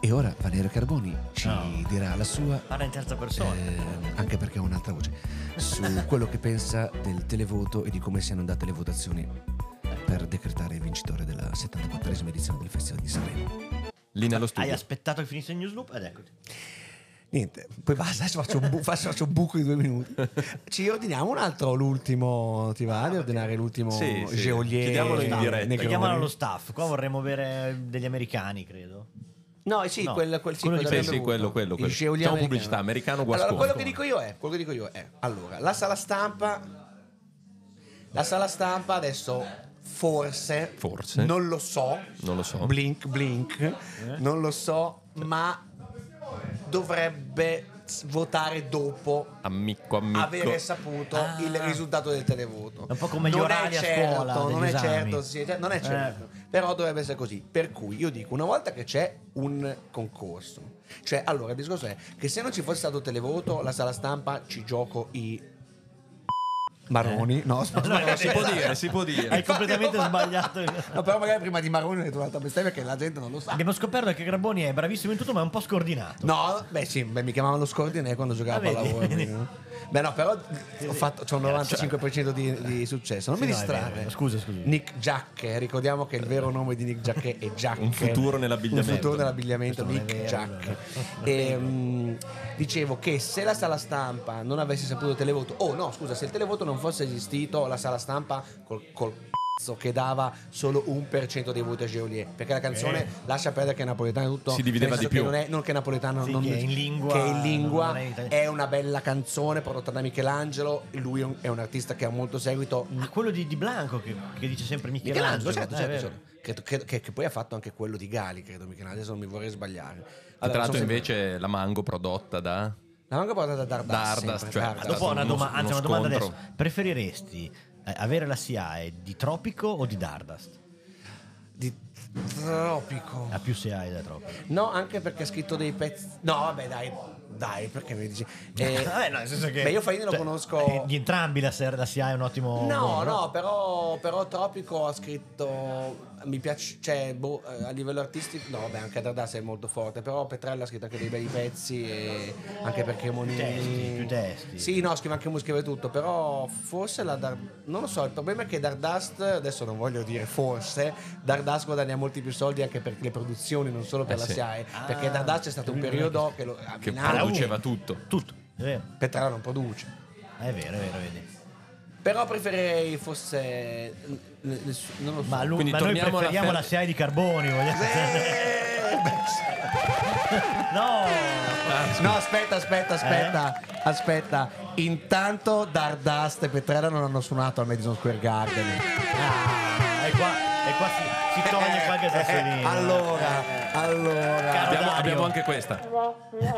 [SPEAKER 6] E ora Valerio Carboni ci
[SPEAKER 5] No.
[SPEAKER 6] dirà la sua
[SPEAKER 5] Parla in terza persona.
[SPEAKER 6] Eh, anche perché ho un'altra voce, su quello che pensa del televoto e di come siano andate le votazioni per decretare il vincitore della 74esima edizione del Festival di Sanremo.
[SPEAKER 3] Lì nello
[SPEAKER 5] Hai
[SPEAKER 3] studio.
[SPEAKER 5] aspettato che finisse il news loop ed eccoti.
[SPEAKER 6] Niente, poi basta, adesso faccio un, bu- faccio- faccio un buco di due minuti. Ci ordiniamo un altro, l'ultimo, ti va di ordinare l'ultimo
[SPEAKER 3] Sì, sì.
[SPEAKER 6] Geolier? eh,
[SPEAKER 3] Chiediamolo in diretta.
[SPEAKER 6] Negroni?
[SPEAKER 5] Chiamalo allo staff, qua vorremmo avere degli americani, credo.
[SPEAKER 6] No, sì,
[SPEAKER 5] No,
[SPEAKER 6] quel, quel sì,
[SPEAKER 5] quello di-
[SPEAKER 3] sì,
[SPEAKER 6] quello abbiamo
[SPEAKER 3] sì, quello,
[SPEAKER 6] avuto.
[SPEAKER 3] quello,
[SPEAKER 6] Il
[SPEAKER 3] quello.
[SPEAKER 6] Geolier
[SPEAKER 3] Facciamo
[SPEAKER 6] americano.
[SPEAKER 3] pubblicità, americano
[SPEAKER 6] Allora,
[SPEAKER 3] guascone.
[SPEAKER 6] quello che dico io è, quello che dico io è, allora, la sala stampa, la sala stampa adesso forse,
[SPEAKER 3] Forse.
[SPEAKER 6] non lo so,
[SPEAKER 3] Non lo so. Eh?
[SPEAKER 6] blink blink, non lo so, ma dovrebbe s- votare dopo
[SPEAKER 3] Amico, amico.
[SPEAKER 6] avere saputo
[SPEAKER 5] Ah.
[SPEAKER 6] il risultato del televoto.
[SPEAKER 5] È un po' come gli
[SPEAKER 6] Non è
[SPEAKER 5] orali a
[SPEAKER 6] certo,
[SPEAKER 5] scuola degli
[SPEAKER 6] Non è
[SPEAKER 5] esami.
[SPEAKER 6] certo, sì, cioè, non è
[SPEAKER 5] Eh.
[SPEAKER 6] certo. Però dovrebbe essere così. Per cui io dico, una volta che c'è un concorso, cioè allora il discorso è che se non ci fosse stato televoto, la sala stampa ci gioco i... Maroni, no, aspetta, no,
[SPEAKER 3] si può
[SPEAKER 6] Esatto.
[SPEAKER 3] dire, si può dire.
[SPEAKER 5] Hai completamente sbagliato.
[SPEAKER 6] no, però magari prima di Maroni hai detto un'altra bestemmia che la gente non lo sa.
[SPEAKER 5] Abbiamo scoperto che Graboni è bravissimo in tutto, ma è un po' scordinato.
[SPEAKER 6] No, beh sì, beh, mi chiamavano Scordine quando giocavo
[SPEAKER 5] Ah,
[SPEAKER 6] a
[SPEAKER 5] vedi? Eh,
[SPEAKER 6] pallavolo. quindi- Beh no, però ho fatto c'ho un 95% di, di successo.
[SPEAKER 5] certo. Sì, no, è
[SPEAKER 6] Non mi
[SPEAKER 5] vero, è
[SPEAKER 6] distrarre.
[SPEAKER 5] vero. Scusa, scusa.
[SPEAKER 6] Nick Jack, ricordiamo che il vero nome di Nick Jack è Jack.
[SPEAKER 3] Un futuro nell'abbigliamento.
[SPEAKER 6] Un futuro nell'abbigliamento,
[SPEAKER 5] Questo non è
[SPEAKER 6] Nick
[SPEAKER 5] vero,
[SPEAKER 6] Jack. Ehm, dicevo che se la sala stampa non avesse saputo il televoto, oh no, scusa, se il televoto non fosse esistito, la sala stampa col, col cazzo che dava solo un per cento dei voti a Geolier perché la canzone
[SPEAKER 5] Eh.
[SPEAKER 6] lascia perdere che è napoletana e tutto
[SPEAKER 3] Si divideva
[SPEAKER 6] nel senso
[SPEAKER 3] di
[SPEAKER 6] Esatto. che
[SPEAKER 3] più.
[SPEAKER 6] non, è, non che è napoletana
[SPEAKER 5] Sì,
[SPEAKER 6] non,
[SPEAKER 5] che è in lingua,
[SPEAKER 6] che è in lingua,
[SPEAKER 5] non è italiano.
[SPEAKER 6] è una bella canzone prodotta da Michelangelo lui è un, è un artista che ha molto seguito
[SPEAKER 5] Ah, quello di, di Blanco che, che dice sempre Michelangelo.
[SPEAKER 6] Michelangelo, certo,
[SPEAKER 5] Eh,
[SPEAKER 6] certo,
[SPEAKER 5] è vero.
[SPEAKER 6] certo. Credo- credo- Che, che poi ha fatto anche quello di Gali, credo Michelangelo, adesso non mi vorrei sbagliare.
[SPEAKER 3] Tra
[SPEAKER 6] Allora,
[SPEAKER 3] l'altro,
[SPEAKER 6] sono sempre-
[SPEAKER 3] invece, la mango prodotta da.
[SPEAKER 6] La manga portata da Dardas.
[SPEAKER 3] Dardas,
[SPEAKER 6] sempre,
[SPEAKER 3] cioè,
[SPEAKER 6] Dardas.
[SPEAKER 3] Dopo
[SPEAKER 5] Dopo una,
[SPEAKER 3] uno-
[SPEAKER 5] doma- anzi,
[SPEAKER 3] uno
[SPEAKER 5] una domanda adesso.
[SPEAKER 3] scontro.
[SPEAKER 5] Preferiresti eh, avere la SIAE di Tropico o di Dardast?
[SPEAKER 6] Di Tropico.
[SPEAKER 5] Ha più SIAE da Tropico.
[SPEAKER 6] No, anche perché ha scritto dei pezzi. No, vabbè, dai, dai, perché mi dici. Eh,
[SPEAKER 5] Vabbè, no, nel senso che-
[SPEAKER 6] Beh, io Faini lo
[SPEAKER 5] cioè, eh,
[SPEAKER 6] conosco.
[SPEAKER 5] Di entrambi la, ser- la SIAE è un ottimo.
[SPEAKER 6] No,
[SPEAKER 5] uomo,
[SPEAKER 6] no, però, però Tropico ha scritto. Mi piace, cioè, boh, eh, a livello artistico, no, beh, anche Dardas è molto forte. Però Petrella ha scritto anche dei bei pezzi, e anche perché Monini.
[SPEAKER 5] testi, più testi.
[SPEAKER 6] Sì, no, scrive anche mu- scrive tutto. Però forse la Dar- Non lo so, il problema è che Dardust, adesso non voglio dire forse, Dardust guadagna molti più soldi anche per le produzioni, non solo per
[SPEAKER 3] Eh
[SPEAKER 6] la
[SPEAKER 3] sì.
[SPEAKER 6] SIAE. perché Dardust c'è stato un periodo che lo. a
[SPEAKER 3] Che
[SPEAKER 6] Milano-
[SPEAKER 3] produceva tutto.
[SPEAKER 5] Tutto. È vero, Ah,
[SPEAKER 6] Petrella non produce.
[SPEAKER 5] è vero, è vero, vedi.
[SPEAKER 6] Però preferirei fosse. ness- Non lo so.
[SPEAKER 5] Ma, lui-
[SPEAKER 3] Quindi
[SPEAKER 5] ma noi
[SPEAKER 3] torniamo alla
[SPEAKER 5] preferiamo
[SPEAKER 3] fer-
[SPEAKER 5] la SIAE di Carboni. vogliamo-
[SPEAKER 6] Eh,
[SPEAKER 5] no!
[SPEAKER 6] No, aspetta, aspetta, aspetta,
[SPEAKER 5] Eh?
[SPEAKER 6] aspetta. Intanto Dardust e Petrella non hanno suonato al Madison Square Garden.
[SPEAKER 5] Eh, E Ah, qua, e qua si, si
[SPEAKER 3] Eh,
[SPEAKER 5] toglie qualche sassolino.
[SPEAKER 6] eh,
[SPEAKER 5] eh. Ah,
[SPEAKER 6] allora, allora.
[SPEAKER 3] Abbiamo,
[SPEAKER 5] Dario.
[SPEAKER 6] oh.
[SPEAKER 3] abbiamo anche questa.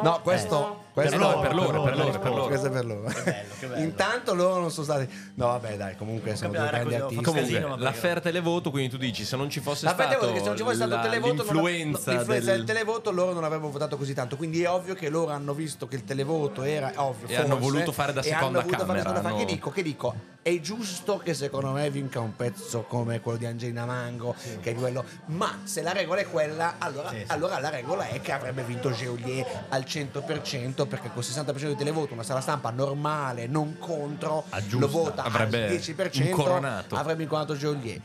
[SPEAKER 6] No, questo, questo
[SPEAKER 5] Eh. Per loro, per
[SPEAKER 3] loro, per loro, per loro.
[SPEAKER 6] Questo è per loro.
[SPEAKER 5] che bello.
[SPEAKER 6] Intanto loro non sono stati. No, vabbè, dai, comunque sono due
[SPEAKER 5] Vabbè,
[SPEAKER 6] grandi
[SPEAKER 5] era così, ho
[SPEAKER 6] artisti.
[SPEAKER 5] fatto
[SPEAKER 3] Comunque,
[SPEAKER 5] casino, ma perché-
[SPEAKER 3] l'afferta televoto, quindi tu dici, se non ci fosse
[SPEAKER 6] La
[SPEAKER 3] stato,
[SPEAKER 6] verità è che se non ci fosse stato il
[SPEAKER 3] la-
[SPEAKER 6] televoto, non av-
[SPEAKER 3] l'influenza,
[SPEAKER 6] no, l'influenza
[SPEAKER 3] del-
[SPEAKER 6] del... televoto, loro non avrebbero votato così tanto. Quindi è ovvio che loro hanno visto che il televoto era ovvio.
[SPEAKER 3] E hanno voluto fare da
[SPEAKER 6] e
[SPEAKER 3] seconda
[SPEAKER 6] hanno voluto fare da
[SPEAKER 3] camera,
[SPEAKER 6] seconda camera.
[SPEAKER 3] hanno-
[SPEAKER 6] Che dico? Che dico? È giusto che secondo me vinca un pezzo come quello di Angelina Mango, che è quello. Ma se la regola è quella, allora,
[SPEAKER 5] Sì, sì.
[SPEAKER 6] allora la regola è che avrebbe vinto Geolier al 100%, perché col 60% di televoto, una sala stampa normale, non contro,
[SPEAKER 3] Aggiusta.
[SPEAKER 6] lo vota
[SPEAKER 3] Avrebbe
[SPEAKER 6] al 10%,
[SPEAKER 3] incoronato.
[SPEAKER 6] avrebbe inquadrato Geolier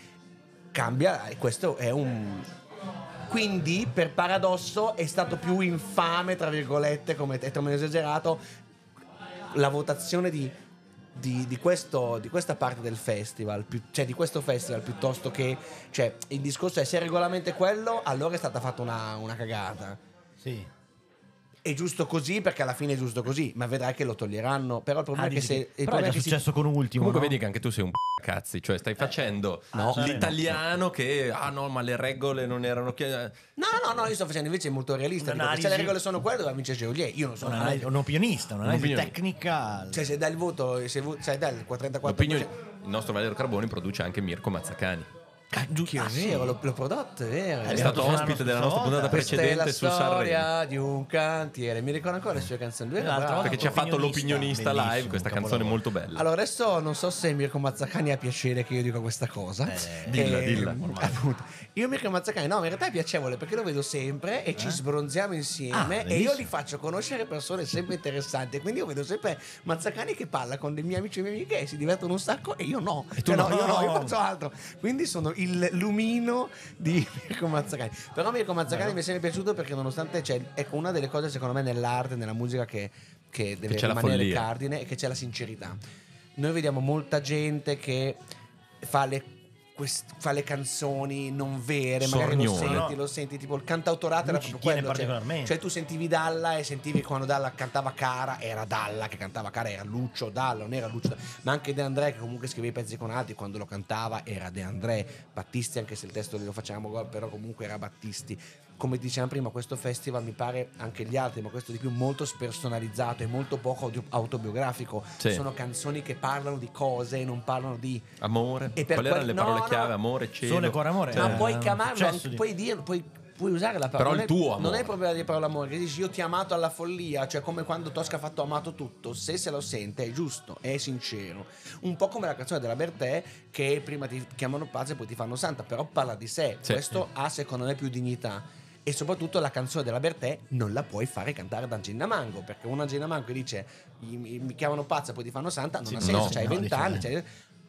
[SPEAKER 6] cambia e questo è un quindi per paradosso è stato più infame tra virgolette come è meno esagerato la votazione di, di- di questo- di questa parte del festival più- cioè di questo festival piuttosto che cioè il discorso è se è regolamente quello allora è stata fatta una, una cagata
[SPEAKER 5] Sì.
[SPEAKER 6] è giusto così perché alla fine è giusto così ma vedrai che lo toglieranno però il problema
[SPEAKER 5] Ah,
[SPEAKER 6] è che
[SPEAKER 5] dici che-
[SPEAKER 6] se il
[SPEAKER 5] Però è
[SPEAKER 6] problema
[SPEAKER 5] già
[SPEAKER 6] è che si-
[SPEAKER 5] successo con Ultimo.
[SPEAKER 3] Comunque
[SPEAKER 5] no?
[SPEAKER 3] vedi che anche tu sei un p- cazzi, cioè
[SPEAKER 6] Eh.
[SPEAKER 3] stai facendo
[SPEAKER 6] Ah,
[SPEAKER 5] No.
[SPEAKER 6] certo.
[SPEAKER 3] l'italiano che ah no, ma le regole non erano chiare.
[SPEAKER 6] No, no, no, io sto facendo invece molto realista. dico che se le
[SPEAKER 5] Un'analisi.
[SPEAKER 6] regole sono quelle, doveva vincere Geolier. Io non sono
[SPEAKER 5] Un'analisi-
[SPEAKER 6] un
[SPEAKER 5] un opinionista, un'analisi
[SPEAKER 3] ah, Un opinionista.
[SPEAKER 5] tecnica.
[SPEAKER 6] Cioè, se dai il voto, se vu- cioè, dai il 44%.
[SPEAKER 3] L'opinione il nostro Valerio Carboni produce anche Mirko Mazzacani.
[SPEAKER 6] Eh, Cacchio, è vero, Ah, l'ho, l'ho prodotto, è vero.
[SPEAKER 3] È
[SPEAKER 5] Abbiamo
[SPEAKER 3] stato
[SPEAKER 5] fatto una
[SPEAKER 3] ospite della nostra
[SPEAKER 5] volta.
[SPEAKER 3] puntata
[SPEAKER 6] Questa è la
[SPEAKER 3] precedente su Sanremo.
[SPEAKER 6] storia di un cantiere. Mi ricordo ancora le sue canzoni. Lui era
[SPEAKER 5] L'altra
[SPEAKER 6] bravo.
[SPEAKER 3] Perché ci ha fatto l'opinionista
[SPEAKER 5] Opinionista,
[SPEAKER 3] live,
[SPEAKER 5] bellissimo,
[SPEAKER 3] questa
[SPEAKER 5] capolavoro.
[SPEAKER 3] canzone molto bella.
[SPEAKER 6] Allora, adesso non so se Mirko Mazzacani ha piacere che io dica questa cosa.
[SPEAKER 5] Eh,
[SPEAKER 3] dilla,
[SPEAKER 6] Eh,
[SPEAKER 3] dilla,
[SPEAKER 6] Appunto. Io Mirko Mazzacani, no, in realtà è piacevole perché lo vedo sempre e ci sbronziamo
[SPEAKER 5] Eh? Ah,
[SPEAKER 6] insieme e
[SPEAKER 5] bellissimo.
[SPEAKER 6] io li faccio conoscere persone sempre interessanti. Quindi io vedo sempre Mazzacani che parla con dei miei amici e mie amiche e si divertono un sacco e io no.
[SPEAKER 5] tu
[SPEAKER 6] Cioè,
[SPEAKER 5] no?
[SPEAKER 6] io no, io faccio altro. Quindi sono il lumino di Mirko Mazzacani. Però Mirko Mazzacani mi è sempre piaciuto perché nonostante c'è, ecco, una delle cose secondo me nell'arte, nella musica che, che deve
[SPEAKER 3] c'è la
[SPEAKER 6] rimanere
[SPEAKER 3] follia.
[SPEAKER 6] cardine è che c'è la sincerità. Noi vediamo molta gente che fa le, quest- fa le canzoni non vere, magari lo
[SPEAKER 3] Sorgnone.
[SPEAKER 6] senti,
[SPEAKER 5] No.
[SPEAKER 6] lo senti, tipo il cantautorato
[SPEAKER 5] Lui
[SPEAKER 6] era
[SPEAKER 5] ci
[SPEAKER 6] proprio
[SPEAKER 5] tiene
[SPEAKER 6] quello. cioè-
[SPEAKER 5] particolarmente.
[SPEAKER 6] cioè, tu sentivi Dalla e sentivi quando Dalla cantava Cara, era Dalla che cantava Cara, era Lucio Dalla, non era Lucio Dalla, ma anche De André che comunque scriveva i pezzi con altri, quando lo cantava era De André, Battisti anche se il testo lo facciamo gol, però comunque era Battisti. Come dicevamo prima, questo festival mi pare anche gli altri, ma questo di più molto spersonalizzato e molto poco audio- autobiografico.
[SPEAKER 3] Sì.
[SPEAKER 6] Sono canzoni che parlano di cose, non parlano di
[SPEAKER 3] Amore.
[SPEAKER 6] E per
[SPEAKER 3] Quali erano
[SPEAKER 6] quel-
[SPEAKER 3] le parole
[SPEAKER 6] no, no.
[SPEAKER 3] chiave? Amore, cielo.
[SPEAKER 5] Sole, cuore, amore.
[SPEAKER 3] Cioè,
[SPEAKER 5] Eh,
[SPEAKER 6] ma puoi
[SPEAKER 5] un
[SPEAKER 6] chiamarlo,
[SPEAKER 5] successo
[SPEAKER 6] anche-
[SPEAKER 5] di-
[SPEAKER 6] puoi dirlo, puoi puoi usare la parola.
[SPEAKER 3] Però il
[SPEAKER 6] non è-
[SPEAKER 3] tuo amore.
[SPEAKER 6] Non è il problema di parola amore. che Dici io ti ho amato alla follia, cioè come quando Tosca ha fatto amato tutto. Se se lo sente è giusto, è sincero. Un po' come la canzone della Bertè che prima ti chiamano pazza e poi ti fanno santa, però parla di sé.
[SPEAKER 3] Sì.
[SPEAKER 6] Questo ha secondo me più dignità. E soprattutto la canzone della Bertè non la puoi fare cantare da Angelina Mango, perché una Angelina Mango che dice "I- mi mi chiamano pazza e poi ti fanno santa non
[SPEAKER 5] Sì,
[SPEAKER 6] ha
[SPEAKER 5] no.
[SPEAKER 6] senso, c'hai
[SPEAKER 5] No,
[SPEAKER 6] 20 anni,
[SPEAKER 5] diciamo.
[SPEAKER 6] c'hai-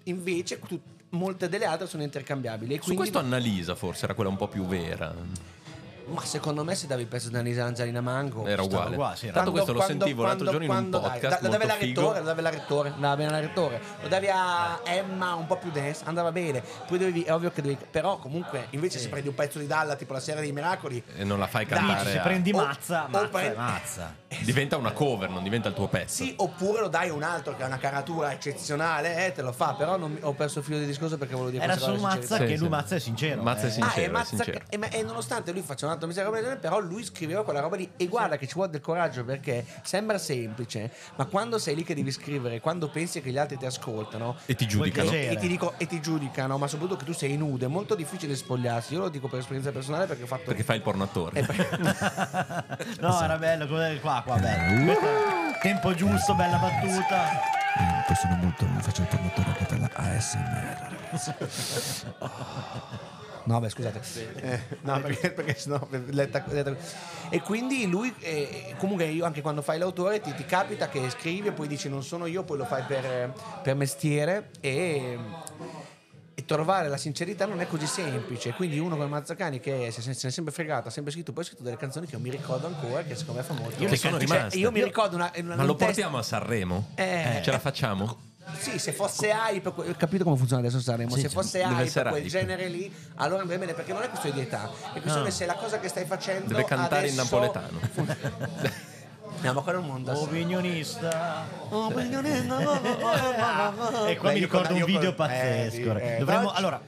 [SPEAKER 6] invece tu- molte delle altre sono intercambiabili. E
[SPEAKER 3] Su
[SPEAKER 6] quindi
[SPEAKER 3] questo Annalisa forse era quella un po' più vera.
[SPEAKER 6] ma secondo me se davi il pezzo di Annalisa Angelina Mango
[SPEAKER 3] Era uguale.
[SPEAKER 5] qua, sì, era.
[SPEAKER 3] Tanto questo lo sentivo l'altro giorno in un
[SPEAKER 6] quando- dai,
[SPEAKER 3] podcast
[SPEAKER 6] da- lo davi alla
[SPEAKER 3] molto figo.
[SPEAKER 6] rettore, lo davi alla rettore, andava bene alla rettore. Lo davi a Emma un po' più dance, andava bene. Poi dovevi, è ovvio che dovevi però comunque invece se prendi un pezzo di Dalla tipo la serie dei miracoli
[SPEAKER 3] E non la fai
[SPEAKER 6] Dai,
[SPEAKER 3] cantare.
[SPEAKER 5] se
[SPEAKER 3] a-
[SPEAKER 5] prendi
[SPEAKER 6] O-
[SPEAKER 5] mazza,
[SPEAKER 6] o
[SPEAKER 5] mazza,
[SPEAKER 6] prendi-
[SPEAKER 5] mazza.
[SPEAKER 3] Diventa una cover, non diventa il tuo pezzo.
[SPEAKER 6] sì, oppure lo dai a un altro che ha una caratura eccezionale, eh, te lo fa, però non mi- ho perso il filo di discorso perché volevo dire
[SPEAKER 5] Era
[SPEAKER 6] questa
[SPEAKER 5] su
[SPEAKER 6] cosa
[SPEAKER 5] Mazza
[SPEAKER 3] Sì,
[SPEAKER 5] che
[SPEAKER 3] sì.
[SPEAKER 5] lui Mazza è sincero.
[SPEAKER 3] Mazza è
[SPEAKER 5] eh.
[SPEAKER 3] sincero.
[SPEAKER 6] Ah, e, Mazza,
[SPEAKER 3] sincero.
[SPEAKER 6] e ma- e nonostante lui faccia un'altra miseria, come dire, però lui scriveva quella roba lì e guarda che ci vuole del coraggio perché sembra semplice, ma quando sei lì che devi scrivere, quando pensi che gli altri ti ascoltano
[SPEAKER 3] E ti giudicano.
[SPEAKER 5] Vuol
[SPEAKER 6] e, e ti dico- e ti giudicano, ma soprattutto che tu sei nudo, è molto difficile spogliarsi. Io lo dico per esperienza personale perché ho fatto
[SPEAKER 3] Perché fai il pornatore.
[SPEAKER 6] Eh, per-
[SPEAKER 5] no, era bello, come- qua, qua, bello. Questa- Tempo giusto, bella battuta.
[SPEAKER 4] Poi sono molto, faccio il pornotore anche per la ASMR.
[SPEAKER 6] No, beh, scusate. Eh, no, perché, perché sennò letta- letta- E quindi lui, eh, comunque, io anche quando fai l'autore ti, ti capita che scrivi e poi dici non sono io, poi lo fai per, per mestiere e, e trovare la sincerità non è così semplice. Quindi uno come Mazzacani che se, se ne è sempre fregata, ha sempre scritto, poi ha scritto delle canzoni che io mi ricordo ancora, che secondo me fa molto.
[SPEAKER 3] Io le sono
[SPEAKER 6] Cioè,
[SPEAKER 3] rimaste.
[SPEAKER 6] io mi ricordo una... una
[SPEAKER 3] Ma lo
[SPEAKER 6] un testo-
[SPEAKER 3] portiamo a Sanremo?
[SPEAKER 6] Eh.
[SPEAKER 3] Ce la facciamo?
[SPEAKER 6] sì, se fosse hype, que- ho capito come funziona adesso Sanremo, se fosse
[SPEAKER 3] deve
[SPEAKER 6] hype
[SPEAKER 3] essere
[SPEAKER 6] quel
[SPEAKER 3] hype.
[SPEAKER 6] genere lì, allora andrebbe bene perché non è questione di età, è questione se la cosa che stai facendo
[SPEAKER 3] Ah. Deve cantare in
[SPEAKER 6] adesso-
[SPEAKER 3] napoletano.
[SPEAKER 6] No, ma quello è un mondo. assurdo.
[SPEAKER 5] Opinionista.
[SPEAKER 6] Oh, e
[SPEAKER 5] E qua mi ricordo un video
[SPEAKER 3] eh,
[SPEAKER 5] pazzesco. Dovremmo- allora,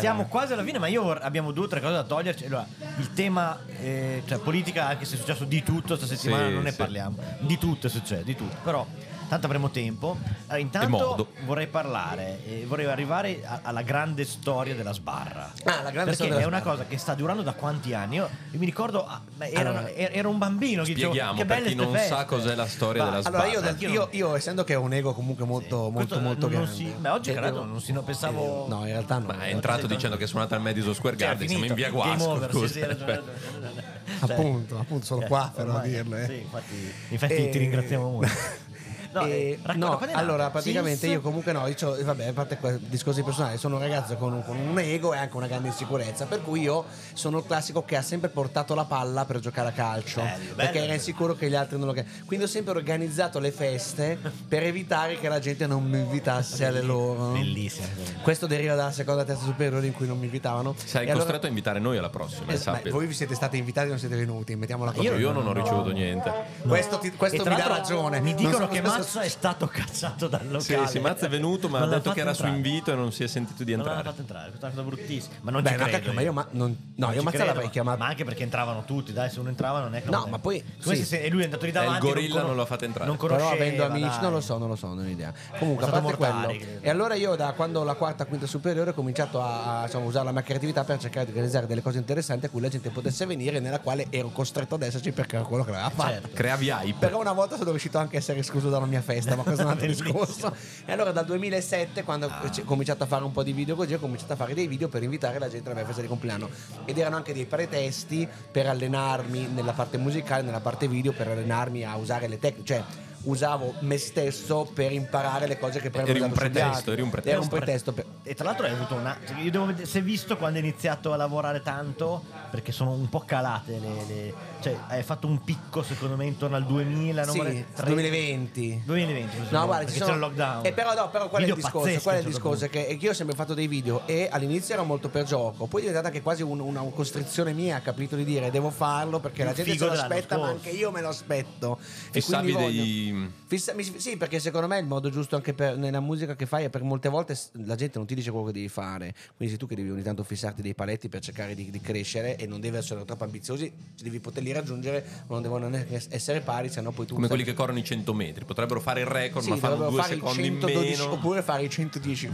[SPEAKER 5] siamo quasi alla fine, ma io vor- abbiamo due o tre cose da toglierci. Allora, il tema, eh, cioè politica, anche se è successo di tutto questa settimana,
[SPEAKER 3] Sì,
[SPEAKER 5] non ne
[SPEAKER 3] sì.
[SPEAKER 5] parliamo. Di tutto è successo, di tutto. Però tanto avremo tempo. Allora,
[SPEAKER 3] modo.
[SPEAKER 5] intanto vorrei parlare, eh, vorrei arrivare a- alla grande storia della sbarra.
[SPEAKER 6] Ah, la grande
[SPEAKER 5] Perché
[SPEAKER 6] storia
[SPEAKER 5] è
[SPEAKER 6] della
[SPEAKER 5] una
[SPEAKER 6] sbarra.
[SPEAKER 5] cosa che sta durando da quanti anni? Io, io mi ricordo, ah, beh, era,
[SPEAKER 6] Allora.
[SPEAKER 5] era- era un bambino che dicevo,
[SPEAKER 3] Spieghiamo,
[SPEAKER 5] che
[SPEAKER 3] per
[SPEAKER 5] belle
[SPEAKER 3] chi
[SPEAKER 5] ste
[SPEAKER 3] non sa
[SPEAKER 5] feste."
[SPEAKER 3] cos'è la storia della sbarra.
[SPEAKER 6] Allora, io,
[SPEAKER 3] Sbarra.
[SPEAKER 6] io, io, essendo che ho un ego comunque molto, molto,
[SPEAKER 5] Questo
[SPEAKER 6] molto
[SPEAKER 5] non- non
[SPEAKER 6] grande.
[SPEAKER 5] si- ma oggi,
[SPEAKER 6] Eh,
[SPEAKER 5] credo,
[SPEAKER 6] devo-
[SPEAKER 5] non si- no, pensavo-
[SPEAKER 6] eh, No, in realtà no.
[SPEAKER 3] Ma è entrato dicendo che è suonata al Madison Square
[SPEAKER 5] Cioè,
[SPEAKER 3] Garden. Siamo
[SPEAKER 5] finito.
[SPEAKER 3] in via
[SPEAKER 5] Game
[SPEAKER 3] Guasco.
[SPEAKER 5] over, sì,
[SPEAKER 3] scusa.
[SPEAKER 5] sì, hai ragione, hai ragione, hai ragione.
[SPEAKER 6] Appunto, appunto, sono qua però a
[SPEAKER 5] ormai,
[SPEAKER 6] dirlo, eh.
[SPEAKER 5] sì, infatti, infatti
[SPEAKER 6] Eh,
[SPEAKER 5] ti ringraziamo molto.
[SPEAKER 6] Eh,
[SPEAKER 5] eh, racconta,
[SPEAKER 6] no,
[SPEAKER 5] quando è nato?
[SPEAKER 6] allora praticamente
[SPEAKER 5] Sins?
[SPEAKER 6] io comunque no, io c'ho- vabbè, a parte que- discorsi personali, sono un ragazzo con un, con un ego e anche una grande insicurezza, per cui io sono il classico che ha sempre portato la palla per giocare a calcio,
[SPEAKER 5] Bello,
[SPEAKER 6] perché
[SPEAKER 5] bello.
[SPEAKER 6] era insicuro che gli altri non lo Quindi ho sempre organizzato le feste per evitare che la gente non mi invitasse alle loro.
[SPEAKER 5] Bellissimo.
[SPEAKER 6] Questo deriva dalla seconda e terza superiore in cui non mi invitavano.
[SPEAKER 3] Sarai
[SPEAKER 6] E allora-
[SPEAKER 3] costretto a invitare noi alla prossima.
[SPEAKER 6] Eh,
[SPEAKER 3] sappi.
[SPEAKER 6] beh, voi vi siete stati invitati, non siete venuti, mettiamola così.
[SPEAKER 3] Io, non ho ricevuto
[SPEAKER 6] Eh,
[SPEAKER 3] niente.
[SPEAKER 6] Questo, ti- questo
[SPEAKER 5] E tra
[SPEAKER 6] mi dà
[SPEAKER 5] l'altro
[SPEAKER 6] ragione.
[SPEAKER 5] Mi
[SPEAKER 6] Non
[SPEAKER 5] dicono
[SPEAKER 6] so
[SPEAKER 5] che
[SPEAKER 6] questo-
[SPEAKER 5] Mazza è stato cacciato dal locale.
[SPEAKER 3] Sì, sì, Mazza è venuto, ma ha
[SPEAKER 5] Non l'hanno
[SPEAKER 3] detto che
[SPEAKER 5] fatto
[SPEAKER 3] era su
[SPEAKER 5] entrare.
[SPEAKER 3] invito e non si è sentito di
[SPEAKER 5] Non l'hanno
[SPEAKER 3] entrare.
[SPEAKER 5] fatto entrare, questa è una cosa bruttissima. Ma non
[SPEAKER 6] Beh,
[SPEAKER 5] ci
[SPEAKER 6] no,
[SPEAKER 5] credo.
[SPEAKER 6] cacchio, ma io ma- non- no,
[SPEAKER 5] Non
[SPEAKER 6] io
[SPEAKER 5] ci
[SPEAKER 6] Mazza
[SPEAKER 5] credo,
[SPEAKER 6] l'avrei
[SPEAKER 5] ma-
[SPEAKER 6] chiamato.
[SPEAKER 5] Ma anche perché entravano tutti, dai, se uno entrava non è che
[SPEAKER 6] No,
[SPEAKER 5] non-
[SPEAKER 6] ma poi-
[SPEAKER 5] Come
[SPEAKER 6] sì.
[SPEAKER 5] se- se lui è andato lì
[SPEAKER 3] Eh, il
[SPEAKER 5] davanti.
[SPEAKER 3] gorilla non l'ha fatto entrare.
[SPEAKER 5] Non
[SPEAKER 6] Però
[SPEAKER 5] conosceva,
[SPEAKER 6] avendo amici,
[SPEAKER 5] dai.
[SPEAKER 6] non lo so, non lo so, non ho idea. Comunque, a
[SPEAKER 5] stato
[SPEAKER 6] parte
[SPEAKER 5] Mortari
[SPEAKER 6] quello.
[SPEAKER 5] che-
[SPEAKER 6] E allora io da quando ho la quarta, quinta superiore ho cominciato a, a, insomma, usare la mia creatività per cercare di realizzare delle cose interessanti a cui la gente potesse venire, nella quale ero costretto ad esserci perché era quello che aveva fatto.
[SPEAKER 5] Certo.
[SPEAKER 3] Creavi hype.
[SPEAKER 6] Però una volta sono riuscito anche a essere escluso da una mia festa, ma questo è un altro
[SPEAKER 5] Bellissimo.
[SPEAKER 6] discorso. E allora dal 2007, quando
[SPEAKER 3] Ah.
[SPEAKER 6] ho cominciato a fare un po' di video così, ho cominciato a fare dei video per invitare la gente alla mia festa di compleanno. Ed erano anche dei pretesti per allenarmi nella parte musicale, nella parte video, per allenarmi a usare le tecniche. Cioè, usavo me stesso per imparare le cose che poi
[SPEAKER 3] Eri
[SPEAKER 6] avevo
[SPEAKER 3] un
[SPEAKER 6] già studiato.
[SPEAKER 3] pretesto, eri un pretesto.
[SPEAKER 6] Era un pretesto per...
[SPEAKER 5] E tra l'altro hai avuto una. cioè, Io devo vedere, si è visto quando hai iniziato a lavorare tanto, perché sono un po' calate le. le- cioè, hai fatto un picco, secondo me, intorno al 2000, non
[SPEAKER 6] Sì,
[SPEAKER 5] vorrei- tre-
[SPEAKER 6] 2020.
[SPEAKER 5] 2020, questo
[SPEAKER 6] No,
[SPEAKER 5] modo,
[SPEAKER 6] guarda,
[SPEAKER 5] perché
[SPEAKER 6] ci sono...
[SPEAKER 5] c'era il lockdown.
[SPEAKER 6] Eh, però, no, però qual è il
[SPEAKER 5] Video
[SPEAKER 6] discorso?
[SPEAKER 5] pazzeschi
[SPEAKER 6] Qual è
[SPEAKER 5] a
[SPEAKER 6] il
[SPEAKER 5] un certo
[SPEAKER 6] discorso?
[SPEAKER 5] punto.
[SPEAKER 6] Che, che io ho sempre fatto dei video e all'inizio era molto per gioco, poi è diventata anche quasi un- una costrizione mia, capito? Di dire devo farlo perché
[SPEAKER 5] Più
[SPEAKER 6] la gente
[SPEAKER 5] figo
[SPEAKER 6] se lo
[SPEAKER 5] dell'anno
[SPEAKER 6] aspetta, ma
[SPEAKER 5] scorso.
[SPEAKER 6] anche io me lo aspetto. E
[SPEAKER 3] Fissavi
[SPEAKER 6] quindi voglio-
[SPEAKER 3] dei di...
[SPEAKER 6] Fissa- mi- sì, perché secondo me il modo giusto anche per- nella musica che fai è perché molte volte s- la gente non ti dice quello che devi fare. Quindi sei tu che devi ogni tanto fissarti dei paletti per cercare di, di crescere e non devi essere troppo ambiziosi, ci devi poterli raggiungere, ma non devono neanche es- essere pari, sennò poi tu
[SPEAKER 3] come quelli che corrono i 100 metri, potrebbero fare il record,
[SPEAKER 6] Sì,
[SPEAKER 3] ma fanno
[SPEAKER 6] dovrebbero
[SPEAKER 3] due
[SPEAKER 6] fare il
[SPEAKER 3] secondi in
[SPEAKER 6] 112
[SPEAKER 3] meno.
[SPEAKER 6] oppure fare i 110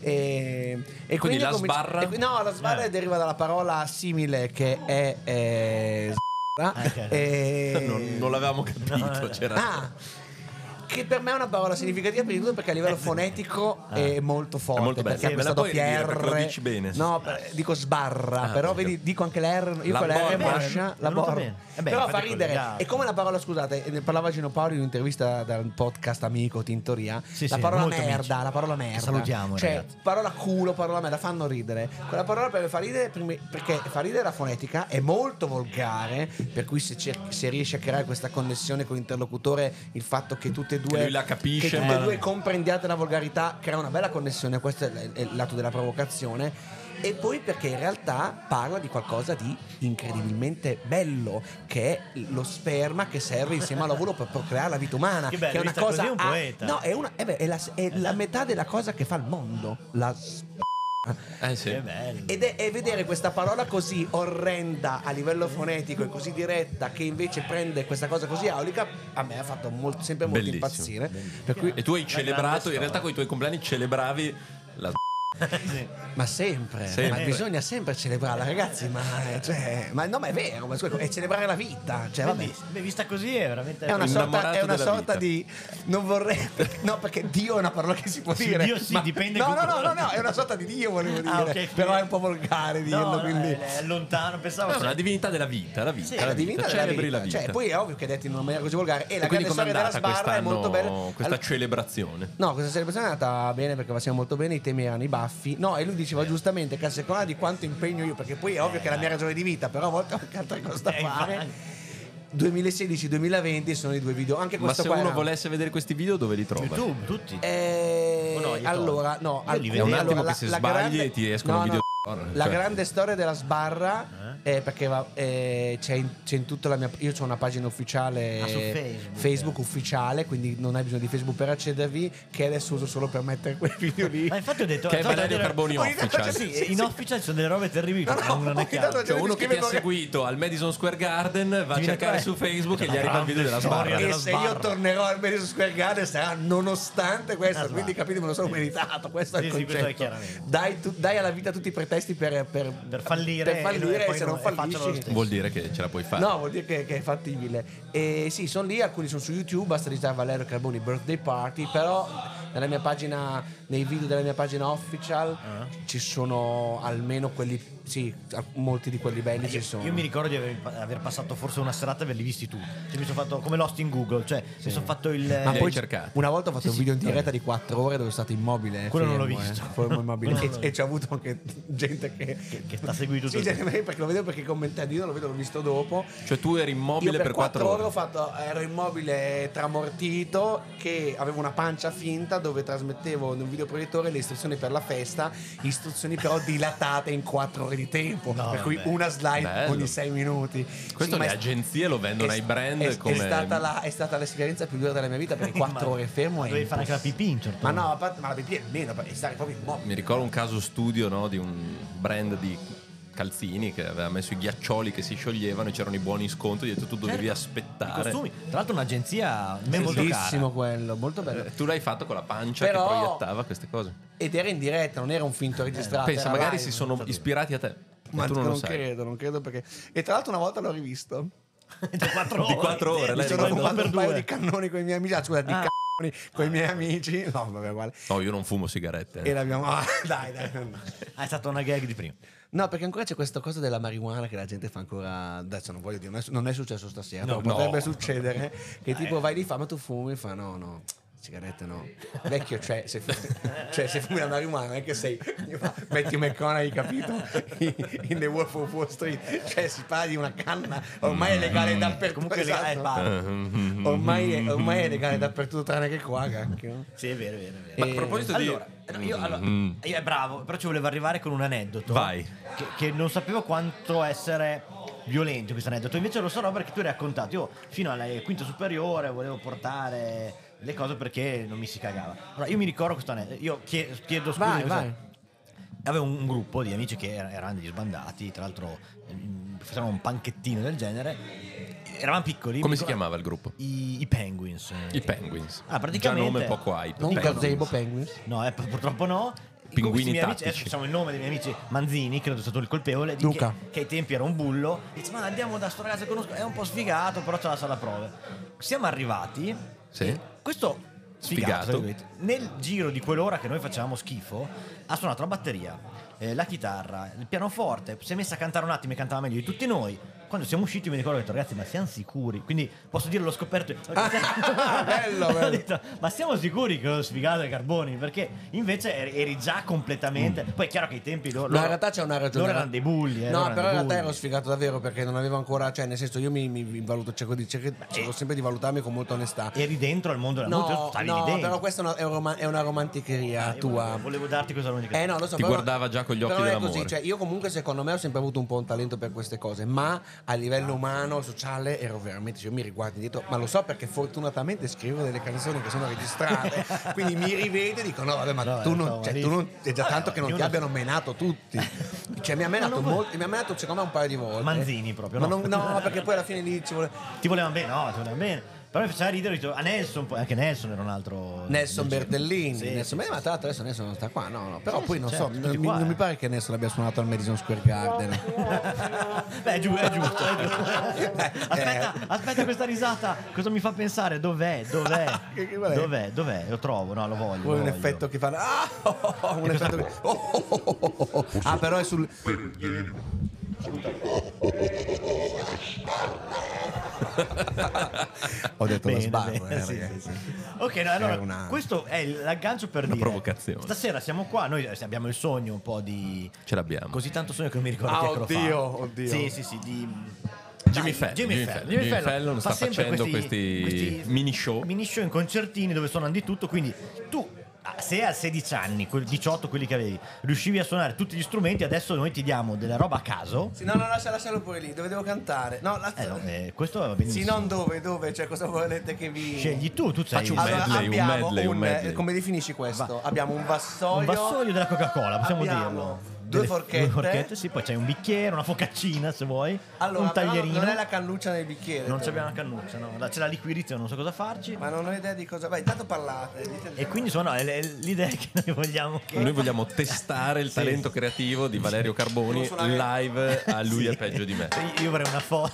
[SPEAKER 6] e, e
[SPEAKER 3] Quindi la
[SPEAKER 6] ho cominci-
[SPEAKER 3] sbarra? Eh.
[SPEAKER 6] e qui- no la sbarra deriva dalla parola simile che è eh, sbarra,
[SPEAKER 5] ok.
[SPEAKER 6] e-
[SPEAKER 3] Non, non l'avevamo capito, c'era
[SPEAKER 6] Ah, che per me è una parola significativa prima di tutto perché a livello fonetico è molto forte.
[SPEAKER 3] molto bella.
[SPEAKER 6] perché
[SPEAKER 3] Sì,
[SPEAKER 6] ha
[SPEAKER 3] me la
[SPEAKER 6] questa
[SPEAKER 3] puoi
[SPEAKER 6] doppia
[SPEAKER 3] ridire
[SPEAKER 6] R.
[SPEAKER 3] perché lo dici bene.
[SPEAKER 6] No, per- dico sbarra, però
[SPEAKER 3] ok.
[SPEAKER 6] vedi, dico anche la R. Io
[SPEAKER 3] La
[SPEAKER 6] con la R
[SPEAKER 3] borra.
[SPEAKER 6] moscia,
[SPEAKER 5] È
[SPEAKER 6] la
[SPEAKER 5] venuto
[SPEAKER 6] borra.
[SPEAKER 5] bene. Eh beh,
[SPEAKER 6] però fa
[SPEAKER 5] infatti
[SPEAKER 6] ridere.
[SPEAKER 5] collegato.
[SPEAKER 6] È come la parola, scusate, ne parlava Gino Paoli in un'intervista dal podcast Amico Tintoria.
[SPEAKER 5] Sì,
[SPEAKER 6] la
[SPEAKER 5] sì,
[SPEAKER 6] parola
[SPEAKER 5] molto
[SPEAKER 6] merda,
[SPEAKER 5] amici.
[SPEAKER 6] la parola merda.
[SPEAKER 5] Salutiamo,
[SPEAKER 6] Cioè,
[SPEAKER 5] ragazzi.
[SPEAKER 6] parola culo, parola merda, fanno ridere. Quella parola per far ridere, primi- perché fa ridere la fonetica è molto volgare, per cui se, cer- se riesci a creare questa connessione con l'interlocutore, il fatto che tutte e due,
[SPEAKER 3] Che lui la capisce,
[SPEAKER 6] che tutte
[SPEAKER 3] ma-
[SPEAKER 6] e due comprendiate la volgarità, crea una bella connessione, questo è l- è il lato della provocazione. E poi perché in realtà parla di qualcosa di incredibilmente bello, che è lo sperma che serve insieme all'ovulo per procreare la vita umana.
[SPEAKER 5] Che bello,
[SPEAKER 6] è una
[SPEAKER 5] vista
[SPEAKER 6] cosa
[SPEAKER 5] così è un
[SPEAKER 6] a-
[SPEAKER 5] poeta.
[SPEAKER 6] no, è, una- eh beh, è la, è la metà della cosa che fa il mondo. La s-
[SPEAKER 3] Eh sì.
[SPEAKER 5] Che bello.
[SPEAKER 6] ed è, è vedere questa parola così orrenda a livello fonetico e così diretta che invece prende questa cosa così aulica, a me ha fatto molto- sempre molto
[SPEAKER 3] Bellissimo,
[SPEAKER 6] impazzire. Per cui-
[SPEAKER 3] E tu hai celebrato, in
[SPEAKER 5] storia.
[SPEAKER 3] realtà con i tuoi compleanni celebravi la
[SPEAKER 6] ma sempre,
[SPEAKER 3] Sempre.
[SPEAKER 6] ma bisogna sempre celebrarla, ragazzi. Ma, eh, cioè, ma no, ma è vero, ma scusa, è celebrare la vita. Cioè, vabbè.
[SPEAKER 5] Bellissimo. Beh, Eh, vista così è veramente
[SPEAKER 6] È una sorta,
[SPEAKER 3] Innamorato
[SPEAKER 6] è una
[SPEAKER 3] della vita.
[SPEAKER 6] sorta di. Non vorrei. No, perché Dio è una parola che si può
[SPEAKER 5] Sì,
[SPEAKER 6] dire.
[SPEAKER 5] Dio sì, dipende
[SPEAKER 6] No,
[SPEAKER 5] con-
[SPEAKER 6] no, no, no, no, è una sorta di Dio, volevo dire.
[SPEAKER 5] Ah, ok.
[SPEAKER 6] Però è un po' volgare dirlo.
[SPEAKER 5] No, no,
[SPEAKER 6] quindi.
[SPEAKER 5] è, è lontano, pensavo
[SPEAKER 3] È una
[SPEAKER 5] se-
[SPEAKER 3] divinità della vita, la vita,
[SPEAKER 5] Sì,
[SPEAKER 3] la
[SPEAKER 6] è la
[SPEAKER 3] vita,
[SPEAKER 6] divinità della
[SPEAKER 3] celebri
[SPEAKER 6] vita.
[SPEAKER 3] la vita.
[SPEAKER 6] Cioè, poi è ovvio che è detto in una maniera così volgare. E,
[SPEAKER 3] e
[SPEAKER 6] la
[SPEAKER 3] quindi
[SPEAKER 6] grande
[SPEAKER 3] com'è
[SPEAKER 6] storia della
[SPEAKER 3] andata
[SPEAKER 6] sbarra è molto bella.
[SPEAKER 3] quest'anno questa
[SPEAKER 6] Allora-
[SPEAKER 3] celebrazione?
[SPEAKER 6] No, questa celebrazione è andata bene perché passiamo molto bene, i temi erano i baffi. No, e lui diceva giustamente che a seconda di quanto impegno io, perché poi è ovvio che è la mia ragione di vita, però a volte ho anche altre cose da
[SPEAKER 5] Eh,
[SPEAKER 6] fare.
[SPEAKER 5] infatti.
[SPEAKER 6] 2016-2020 sono i due video, anche
[SPEAKER 3] Ma
[SPEAKER 6] questo
[SPEAKER 3] se
[SPEAKER 6] qua
[SPEAKER 3] uno
[SPEAKER 6] era-
[SPEAKER 3] volesse vedere questi video dove li trova?
[SPEAKER 5] YouTube, tutti.
[SPEAKER 6] Eh,
[SPEAKER 5] Oh no, io
[SPEAKER 6] allora,
[SPEAKER 5] Io
[SPEAKER 6] no,
[SPEAKER 5] li
[SPEAKER 6] alcuni-
[SPEAKER 5] vedo. È un
[SPEAKER 3] attimo
[SPEAKER 6] allora,
[SPEAKER 3] che se sbagli e ti escono video di porno,
[SPEAKER 6] La
[SPEAKER 3] cioè.
[SPEAKER 6] grande storia della sbarra, eh, perché va- eh, c'è, in, c'è in tutta la mia. Io ho una pagina ufficiale
[SPEAKER 5] Ah, su Facebook.
[SPEAKER 6] Facebook ufficiale, quindi non hai bisogno di Facebook per accedervi, che adesso uso solo per mettere quei video lì.
[SPEAKER 5] Ma infatti ho detto...
[SPEAKER 3] Che è
[SPEAKER 5] ho detto-
[SPEAKER 3] Valerio Carboni
[SPEAKER 6] Ogni tanto
[SPEAKER 3] Official.
[SPEAKER 6] c'è-
[SPEAKER 5] Sì,
[SPEAKER 6] Sì,
[SPEAKER 5] in
[SPEAKER 6] sì.
[SPEAKER 5] official ci sono delle robe terribili.
[SPEAKER 6] No, no,
[SPEAKER 5] non- non è
[SPEAKER 6] ogni
[SPEAKER 5] chiaro.
[SPEAKER 6] tanto c'è
[SPEAKER 3] Cioè uno che ti ha
[SPEAKER 6] scrive-
[SPEAKER 3] seguito al Madison Square Garden va a
[SPEAKER 5] Vieni
[SPEAKER 3] cercare
[SPEAKER 5] qua.
[SPEAKER 3] su Facebook e gli
[SPEAKER 5] La
[SPEAKER 3] arriva il
[SPEAKER 5] grande
[SPEAKER 3] video della
[SPEAKER 5] storia
[SPEAKER 3] sbarra.
[SPEAKER 5] della
[SPEAKER 6] E se io
[SPEAKER 5] sbarra.
[SPEAKER 6] tornerò al Madison Square Garden sarà nonostante questo,
[SPEAKER 5] Ah,
[SPEAKER 6] quindi
[SPEAKER 5] sbarra.
[SPEAKER 6] capite me lo sono meritato, questo è
[SPEAKER 5] Sì,
[SPEAKER 6] il
[SPEAKER 5] sì, questo è
[SPEAKER 6] concetto.
[SPEAKER 5] chiaramente.
[SPEAKER 6] Dai, tu- dai alla vita tutti i pretesti per, per-
[SPEAKER 5] Per fallire
[SPEAKER 6] per fallire,
[SPEAKER 5] e poi
[SPEAKER 6] se
[SPEAKER 5] non-
[SPEAKER 6] non
[SPEAKER 5] e facciano lo
[SPEAKER 6] fallisci.
[SPEAKER 5] stesso.
[SPEAKER 3] Vuol dire che ce la puoi fare.
[SPEAKER 6] No, vuol dire che, che è fattibile. E sì, sono lì, alcuni sono su YouTube, basta digitare Valerio Carboni Birthday Party, però nella mia pagina, nei video della mia pagina official
[SPEAKER 5] Ah.
[SPEAKER 6] ci sono almeno quelli, sì, al- molti di quelli belli ci sono.
[SPEAKER 5] Io mi ricordo di aver, aver passato forse una serata e averli visti tutti. Cioè, mi sono fatto come Lost in Google, cioè mi sono fatto il.
[SPEAKER 6] Ma
[SPEAKER 3] Li hai
[SPEAKER 6] poi
[SPEAKER 3] cercati?
[SPEAKER 6] una volta ho fatto un video in diretta di 4 ore dove sono stato immobile. eh,
[SPEAKER 5] Quello non l'ho
[SPEAKER 6] fermo,
[SPEAKER 5] visto.
[SPEAKER 6] eh, fermo immobile.
[SPEAKER 5] Quello non l'ho
[SPEAKER 6] e, e c'è avuto anche gente che.
[SPEAKER 5] che sta seguendo
[SPEAKER 6] Sì,
[SPEAKER 5] tutto.
[SPEAKER 6] gente, perché lo vedo perché commentando, io non lo vedo, l'ho visto dopo.
[SPEAKER 3] Cioè tu eri immobile
[SPEAKER 6] Io
[SPEAKER 3] per
[SPEAKER 6] quattro
[SPEAKER 3] quattro ore.
[SPEAKER 6] ho fatto, ero immobile tramortito, che avevo una pancia finta dove trasmettevo in un videoproiettore le istruzioni per la festa, istruzioni però dilatate in quattro ore di tempo,
[SPEAKER 5] No,
[SPEAKER 6] per cui
[SPEAKER 5] vabbè.
[SPEAKER 6] una slide
[SPEAKER 3] Bello.
[SPEAKER 6] ogni sei minuti.
[SPEAKER 3] Questo
[SPEAKER 6] Sì, ma
[SPEAKER 3] le
[SPEAKER 6] è-
[SPEAKER 3] agenzie lo vendono
[SPEAKER 6] è-
[SPEAKER 3] ai brand
[SPEAKER 6] è, è
[SPEAKER 3] come...
[SPEAKER 6] stata la- è stata l'esperienza più dura della mia vita perché quattro
[SPEAKER 5] Ma
[SPEAKER 6] ore fermo è
[SPEAKER 5] Dovevi fare anche la pipì in un certo
[SPEAKER 6] ma
[SPEAKER 5] punto.
[SPEAKER 6] no, a parte- ma la pipì è meno, perché stare proprio immobile.
[SPEAKER 3] Mi ricordo un caso studio no, di un brand di calzini che aveva messo i ghiaccioli che si scioglievano e c'erano i buoni sconti, dietro tu dovevi
[SPEAKER 5] Certo. I
[SPEAKER 3] aspettare.
[SPEAKER 5] costumi. Tra l'altro, un'agenzia a me molto cara.
[SPEAKER 6] Bellissimo quello, molto bello.
[SPEAKER 3] Eh, Tu l'hai fatto con la pancia
[SPEAKER 6] Però-
[SPEAKER 3] che proiettava queste cose.
[SPEAKER 6] Ed era in diretta, non era un finto registrato.
[SPEAKER 3] Pensa,
[SPEAKER 6] era
[SPEAKER 3] magari
[SPEAKER 6] live.
[SPEAKER 3] si sono ispirati a te.
[SPEAKER 6] Ma
[SPEAKER 3] Ma tu non lo sai.
[SPEAKER 6] credo, non credo perché. E tra l'altro una volta l'ho rivisto.
[SPEAKER 5] di Cioè, quattro ore. Cioè,
[SPEAKER 3] Di quattro ore,
[SPEAKER 5] Mi
[SPEAKER 3] lei
[SPEAKER 6] Mi
[SPEAKER 3] Eh,
[SPEAKER 6] sono
[SPEAKER 5] fatto
[SPEAKER 3] ricordo.
[SPEAKER 6] fumato
[SPEAKER 5] per
[SPEAKER 6] un paio
[SPEAKER 5] due.
[SPEAKER 6] di cannoni con i miei amici. Ah, scusa, di
[SPEAKER 5] Ah.
[SPEAKER 6] cannoni con i miei amici. No, vabbè, vale.
[SPEAKER 3] No, io non fumo sigarette. eh.
[SPEAKER 6] E l'abbiamo. Ah, dai, dai.
[SPEAKER 5] Ah, è stata una gag di prima.
[SPEAKER 6] No, perché ancora c'è questa cosa della marijuana che la gente fa ancora. Adesso non voglio dire, non è, non è successo stasera.
[SPEAKER 5] No,
[SPEAKER 6] però potrebbe
[SPEAKER 3] no.
[SPEAKER 6] succedere che tipo vai lì, fa ma tu fumi? Fa no, no. Sigarette no, vecchio, cioè se, fumi- cioè, se fumi la marijuana non è che sei Matthew McConaughey, capito? In The Wolf of Wall Street, cioè si parla di una canna, ormai è legale dappertutto.
[SPEAKER 5] Comunque è legale,
[SPEAKER 6] esatto.
[SPEAKER 3] pare.
[SPEAKER 6] ormai, è, ormai è legale dappertutto, tranne che qua, cacchio.
[SPEAKER 5] Sì, è vero, è vero. È vero.
[SPEAKER 3] Ma a proposito di... Mm.
[SPEAKER 5] Allora, no, io, allora, io- è bravo, però ci volevo arrivare con un aneddoto.
[SPEAKER 3] Vai.
[SPEAKER 5] Che, che non sapevo quanto essere violento questo aneddoto, invece lo sarò perché tu hai raccontato, io fino alla quinta superiore volevo portare le cose perché non mi si cagava. Allora io mi ricordo questo aneddoto, io chie- chiedo scusa.
[SPEAKER 6] Vai,
[SPEAKER 5] di questa-
[SPEAKER 6] vai.
[SPEAKER 5] Avevo un, un gruppo di amici che er- erano degli sbandati, tra l'altro ehm, facevano un panchettino del genere, eravamo piccoli.
[SPEAKER 3] Come
[SPEAKER 5] mi ricordo-
[SPEAKER 3] si chiamava il gruppo?
[SPEAKER 5] I, i Penguins.
[SPEAKER 3] I Penguins.
[SPEAKER 5] Ah, praticamente-
[SPEAKER 3] Già nome poco hype.
[SPEAKER 6] Non
[SPEAKER 3] Penguins.
[SPEAKER 6] Gazebo Penguins.
[SPEAKER 5] No, eh, pur- purtroppo no.
[SPEAKER 3] Pinguini
[SPEAKER 5] Questi miei amici-
[SPEAKER 3] tattici.
[SPEAKER 5] adesso facciamo il nome dei miei amici Manzini, credo sia stato il colpevole, di
[SPEAKER 6] Luca.
[SPEAKER 5] Che, che ai tempi era un bullo. Dice, ma andiamo da sto ragazzo che conosco, è un po' sfigato, però c'è la sala prove. Siamo arrivati.
[SPEAKER 3] Sì.
[SPEAKER 5] e Questo sfigato,
[SPEAKER 3] Sfigato.
[SPEAKER 5] tra virgolette, nel giro di quell'ora che noi facciamo schifo, ha suonato la batteria, eh, la chitarra, il pianoforte, si è messa a cantare un attimo e cantava meglio di tutti noi. Quando siamo usciti mi ricordo che ho detto ragazzi ma siamo sicuri? Quindi posso dire l'ho scoperto.
[SPEAKER 6] Ah, bello,
[SPEAKER 5] Ho
[SPEAKER 6] bello.
[SPEAKER 5] detto, ma siamo sicuri che l'ho sfigato ai carboni? Perché invece eri, eri già completamente. Poi è chiaro che ai tempi loro.
[SPEAKER 6] Mm. No, in realtà c'è una ragione.
[SPEAKER 5] Loro erano dei bulli. eh, loro
[SPEAKER 6] no,
[SPEAKER 5] erano
[SPEAKER 6] però
[SPEAKER 5] dei
[SPEAKER 6] in realtà
[SPEAKER 5] bulli.
[SPEAKER 6] ero sfigato davvero perché non avevo ancora. Cioè, nel senso, io mi, mi- mi valuto, cerco, di, cerco, cerco sempre di valutarmi con molta onestà.
[SPEAKER 5] Eri dentro al mondo della musica,
[SPEAKER 6] No,
[SPEAKER 5] stavi lì
[SPEAKER 6] no,
[SPEAKER 5] dentro.
[SPEAKER 6] però questa è una, è una- è una romanticheria
[SPEAKER 5] Io
[SPEAKER 6] tua.
[SPEAKER 5] Volevo, volevo darti questa romantica.
[SPEAKER 6] Eh no, lo so,
[SPEAKER 3] Ti
[SPEAKER 6] però-
[SPEAKER 3] guardava già con gli occhi
[SPEAKER 6] però non è
[SPEAKER 3] dell'amore.
[SPEAKER 6] Così, cioè, io comunque secondo me ho sempre avuto un po' un talento per queste cose, ma a livello umano, sociale, ero veramente, cioè, io mi riguardo indietro, ma lo so perché fortunatamente scrivo delle canzoni che sono registrate, quindi mi rivedo e dico no vabbè ma
[SPEAKER 5] No,
[SPEAKER 6] tu, non,
[SPEAKER 5] insomma,
[SPEAKER 6] cioè,
[SPEAKER 5] lì-
[SPEAKER 6] tu non, è già tanto che non ti
[SPEAKER 5] ognuno-
[SPEAKER 6] abbiano menato tutti, cioè mi ha menato,
[SPEAKER 5] non vuol-
[SPEAKER 6] molto- mi ha menato secondo me un paio di volte.
[SPEAKER 5] Manzini proprio,
[SPEAKER 6] Ma
[SPEAKER 5] no?
[SPEAKER 6] non- no perché poi alla fine lì ci vuole...
[SPEAKER 5] Ti volevano bene, no, ti volevano bene. Però mi faceva ridere, dicevo, a Nelson, poi anche Nelson era un altro.
[SPEAKER 6] Nelson
[SPEAKER 5] del-
[SPEAKER 6] Bertellini,
[SPEAKER 5] Sì,
[SPEAKER 6] Nelson,
[SPEAKER 5] sì,
[SPEAKER 6] ma tra l'altro adesso Nelson non sta qua, no, no, però
[SPEAKER 5] Sì,
[SPEAKER 6] poi
[SPEAKER 5] sì,
[SPEAKER 6] non
[SPEAKER 5] certo,
[SPEAKER 6] so,
[SPEAKER 5] tutti
[SPEAKER 6] mi-
[SPEAKER 5] qua,
[SPEAKER 6] non
[SPEAKER 5] eh.
[SPEAKER 6] mi pare che Nelson abbia suonato al Madison Square Garden.
[SPEAKER 5] sì. Beh, è, giu- è giusto. è giusto. aspetta,
[SPEAKER 6] eh.
[SPEAKER 5] aspetta questa risata, cosa mi fa pensare? Dov'è? Dov'è?
[SPEAKER 6] Che- che cos'è?
[SPEAKER 5] Dov'è? Dov'è? Lo trovo, no, lo voglio.
[SPEAKER 6] Vuoi
[SPEAKER 5] lo
[SPEAKER 6] un
[SPEAKER 5] voglio.
[SPEAKER 6] effetto che fa. Ah, oh, oh, oh, un effetto che. Oh, oh, oh, oh, oh, oh. Ah, però è sul. Ho detto lo
[SPEAKER 5] Bene,
[SPEAKER 6] sbarro,
[SPEAKER 5] bene,
[SPEAKER 6] eh,
[SPEAKER 5] sì,
[SPEAKER 6] ragazzi.
[SPEAKER 5] sì, sì. Ok, no, allora,
[SPEAKER 6] Era una-
[SPEAKER 5] questo è l'aggancio per
[SPEAKER 3] Una
[SPEAKER 5] dire
[SPEAKER 3] provocazione.
[SPEAKER 5] Stasera siamo qua, noi eh, abbiamo il sogno un po' di
[SPEAKER 3] Ce l'abbiamo.
[SPEAKER 5] così tanto sogno che non mi ricordo
[SPEAKER 6] Ah,
[SPEAKER 5] chi è che lo fa.
[SPEAKER 6] oddio, oddio.
[SPEAKER 5] Sì, sì, sì, di
[SPEAKER 3] Jimmy
[SPEAKER 5] Dai, Jimmy
[SPEAKER 3] Fallon. Jimmy
[SPEAKER 5] Fallon.
[SPEAKER 3] Fallon.
[SPEAKER 5] Jimmy
[SPEAKER 3] Jimmy
[SPEAKER 5] Fallon
[SPEAKER 3] Fallon
[SPEAKER 5] fa
[SPEAKER 3] sta
[SPEAKER 5] sempre
[SPEAKER 3] facendo questi mini show.
[SPEAKER 5] Mini show in concertini dove suonano di tutto, quindi tu ah, se a 16 anni, quel- 18 quelli che avevi, riuscivi a suonare tutti gli strumenti, adesso noi ti diamo della roba a caso.
[SPEAKER 6] Sì, no, no, lascia, lascialo pure lì, dove devo cantare. No, la...
[SPEAKER 5] Eh, no, eh, questo va benissimo.
[SPEAKER 6] Sì, non dove, dove, cioè cosa volete che vi.
[SPEAKER 5] Scegli tu, tu sei
[SPEAKER 3] Faccio un
[SPEAKER 5] allora,
[SPEAKER 3] medley, un
[SPEAKER 6] abbiamo
[SPEAKER 3] medley, un
[SPEAKER 6] eh,
[SPEAKER 3] medley.
[SPEAKER 6] Come definisci questo? Abbiamo un vassoio.
[SPEAKER 5] un vassoio della Coca-Cola, possiamo
[SPEAKER 6] Abbiamo
[SPEAKER 5] dirlo.
[SPEAKER 6] due
[SPEAKER 5] Delle-
[SPEAKER 6] forchette.
[SPEAKER 5] Due forchette, sì, poi c'hai un bicchiere, una focaccina se vuoi,
[SPEAKER 6] Allora,
[SPEAKER 5] un
[SPEAKER 6] però
[SPEAKER 5] taglierino.
[SPEAKER 6] Non è la cannuccia nel bicchiere.
[SPEAKER 5] Non
[SPEAKER 6] però.
[SPEAKER 5] c'abbiamo la cannuccia, no. Là C'è la liquirizia, non so cosa farci.
[SPEAKER 6] Ma non ho idea di cosa. Vai, intanto parlate. dite-
[SPEAKER 5] E quindi sono l'idea è che noi vogliamo che
[SPEAKER 3] Noi vogliamo testare il
[SPEAKER 5] Sì.
[SPEAKER 3] talento creativo di Valerio Carboni
[SPEAKER 6] Devo suonare-
[SPEAKER 3] live a Ah, lui
[SPEAKER 5] Sì.
[SPEAKER 3] è peggio di me.
[SPEAKER 5] Io avrei una foto.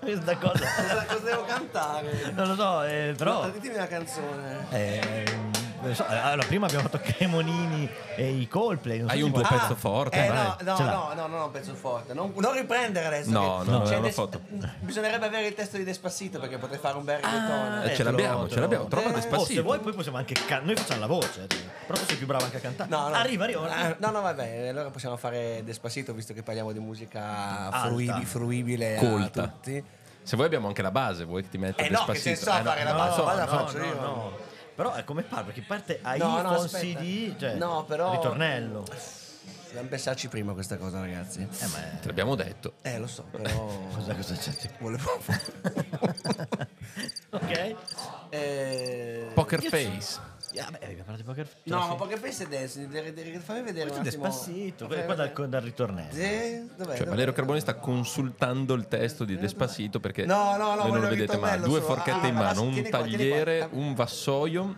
[SPEAKER 5] Questa cosa.
[SPEAKER 6] Allora, cosa devo cantare?
[SPEAKER 5] Non lo so, eh, però.
[SPEAKER 6] No, ditemi una canzone.
[SPEAKER 5] eh, non so, allora, prima abbiamo fatto Cremonini e i Coldplay. Non so
[SPEAKER 3] Hai
[SPEAKER 5] se
[SPEAKER 3] un
[SPEAKER 5] vuoi-
[SPEAKER 3] tuo pezzo forte,
[SPEAKER 6] eh,
[SPEAKER 3] vai.
[SPEAKER 6] no, no,
[SPEAKER 5] Ce l'ha.
[SPEAKER 6] no, no, no, no, pezzo forte. Non, non riprendere adesso.
[SPEAKER 3] No,
[SPEAKER 6] che-
[SPEAKER 3] no, no, è una
[SPEAKER 6] nel-
[SPEAKER 3] foto.
[SPEAKER 6] Bisognerebbe avere il testo di Despassito perché potrei fare un bel
[SPEAKER 5] Ah,
[SPEAKER 3] Eh,
[SPEAKER 6] reggaeton.
[SPEAKER 3] ce
[SPEAKER 5] te lo-
[SPEAKER 3] l'abbiamo,
[SPEAKER 5] te
[SPEAKER 3] ce
[SPEAKER 5] lo-
[SPEAKER 3] l'abbiamo. Trova
[SPEAKER 6] Eh,
[SPEAKER 5] Oh, se
[SPEAKER 3] Despacito.
[SPEAKER 5] vuoi, poi possiamo anche. can- noi facciamo la voce. eh, Però tu sei più bravo anche a cantare.
[SPEAKER 6] No, no.
[SPEAKER 5] Arriva, arriva. ora.
[SPEAKER 6] Ah, No, no, vabbè, allora possiamo fare Despacito visto che parliamo di musica
[SPEAKER 5] Alta.
[SPEAKER 6] fruibi- fruibile
[SPEAKER 3] Colta.
[SPEAKER 6] a tutti.
[SPEAKER 3] Se vuoi abbiamo anche la base, vuoi che ti metta
[SPEAKER 6] Eh, no, che
[SPEAKER 3] Despacito?
[SPEAKER 6] senso ha fare la
[SPEAKER 3] lo
[SPEAKER 6] base?
[SPEAKER 3] so, no.
[SPEAKER 6] Vada- eh, la faccio io.
[SPEAKER 5] Però è come fa? Perché parte a
[SPEAKER 6] No, no,
[SPEAKER 5] iPhone
[SPEAKER 6] aspetta.
[SPEAKER 5] CD, cioè
[SPEAKER 6] No, però-
[SPEAKER 5] ritornello.
[SPEAKER 6] Dobbiamo pensarci prima a questa cosa, ragazzi.
[SPEAKER 5] Eh, ma è-
[SPEAKER 3] Te l'abbiamo detto.
[SPEAKER 6] Eh, lo so, però.
[SPEAKER 5] cosa, cosa c'è?
[SPEAKER 6] Volevo
[SPEAKER 5] ok.
[SPEAKER 6] Eh,
[SPEAKER 3] Poker Face.
[SPEAKER 5] Ah, beh, abbiamo parlato di poker.
[SPEAKER 3] Cioè,
[SPEAKER 6] No, ma
[SPEAKER 5] Sì.
[SPEAKER 6] Poker Face è dance. de- de- de- Fammi vedere
[SPEAKER 5] Questo
[SPEAKER 6] un
[SPEAKER 5] è
[SPEAKER 6] attimo.
[SPEAKER 5] Despacito,
[SPEAKER 6] Fammi
[SPEAKER 5] quello
[SPEAKER 3] eh,
[SPEAKER 5] qua dal,
[SPEAKER 6] vedere.
[SPEAKER 5] dal ritornello.
[SPEAKER 6] De-
[SPEAKER 3] Cioè,
[SPEAKER 6] Dov'è? dov'è?
[SPEAKER 3] Valerio Carboni sta consultando il testo di Despacito perché
[SPEAKER 6] Eh, No, no,
[SPEAKER 3] voi non
[SPEAKER 6] no, voglio
[SPEAKER 3] lo
[SPEAKER 6] il
[SPEAKER 3] vedete, ma ha
[SPEAKER 6] ritornello
[SPEAKER 3] due
[SPEAKER 6] solo.
[SPEAKER 3] forchette
[SPEAKER 6] Ah,
[SPEAKER 3] in
[SPEAKER 6] ma
[SPEAKER 3] mano, un
[SPEAKER 6] tieni qua, tieni
[SPEAKER 3] tagliere,
[SPEAKER 6] qua.
[SPEAKER 3] un vassoio.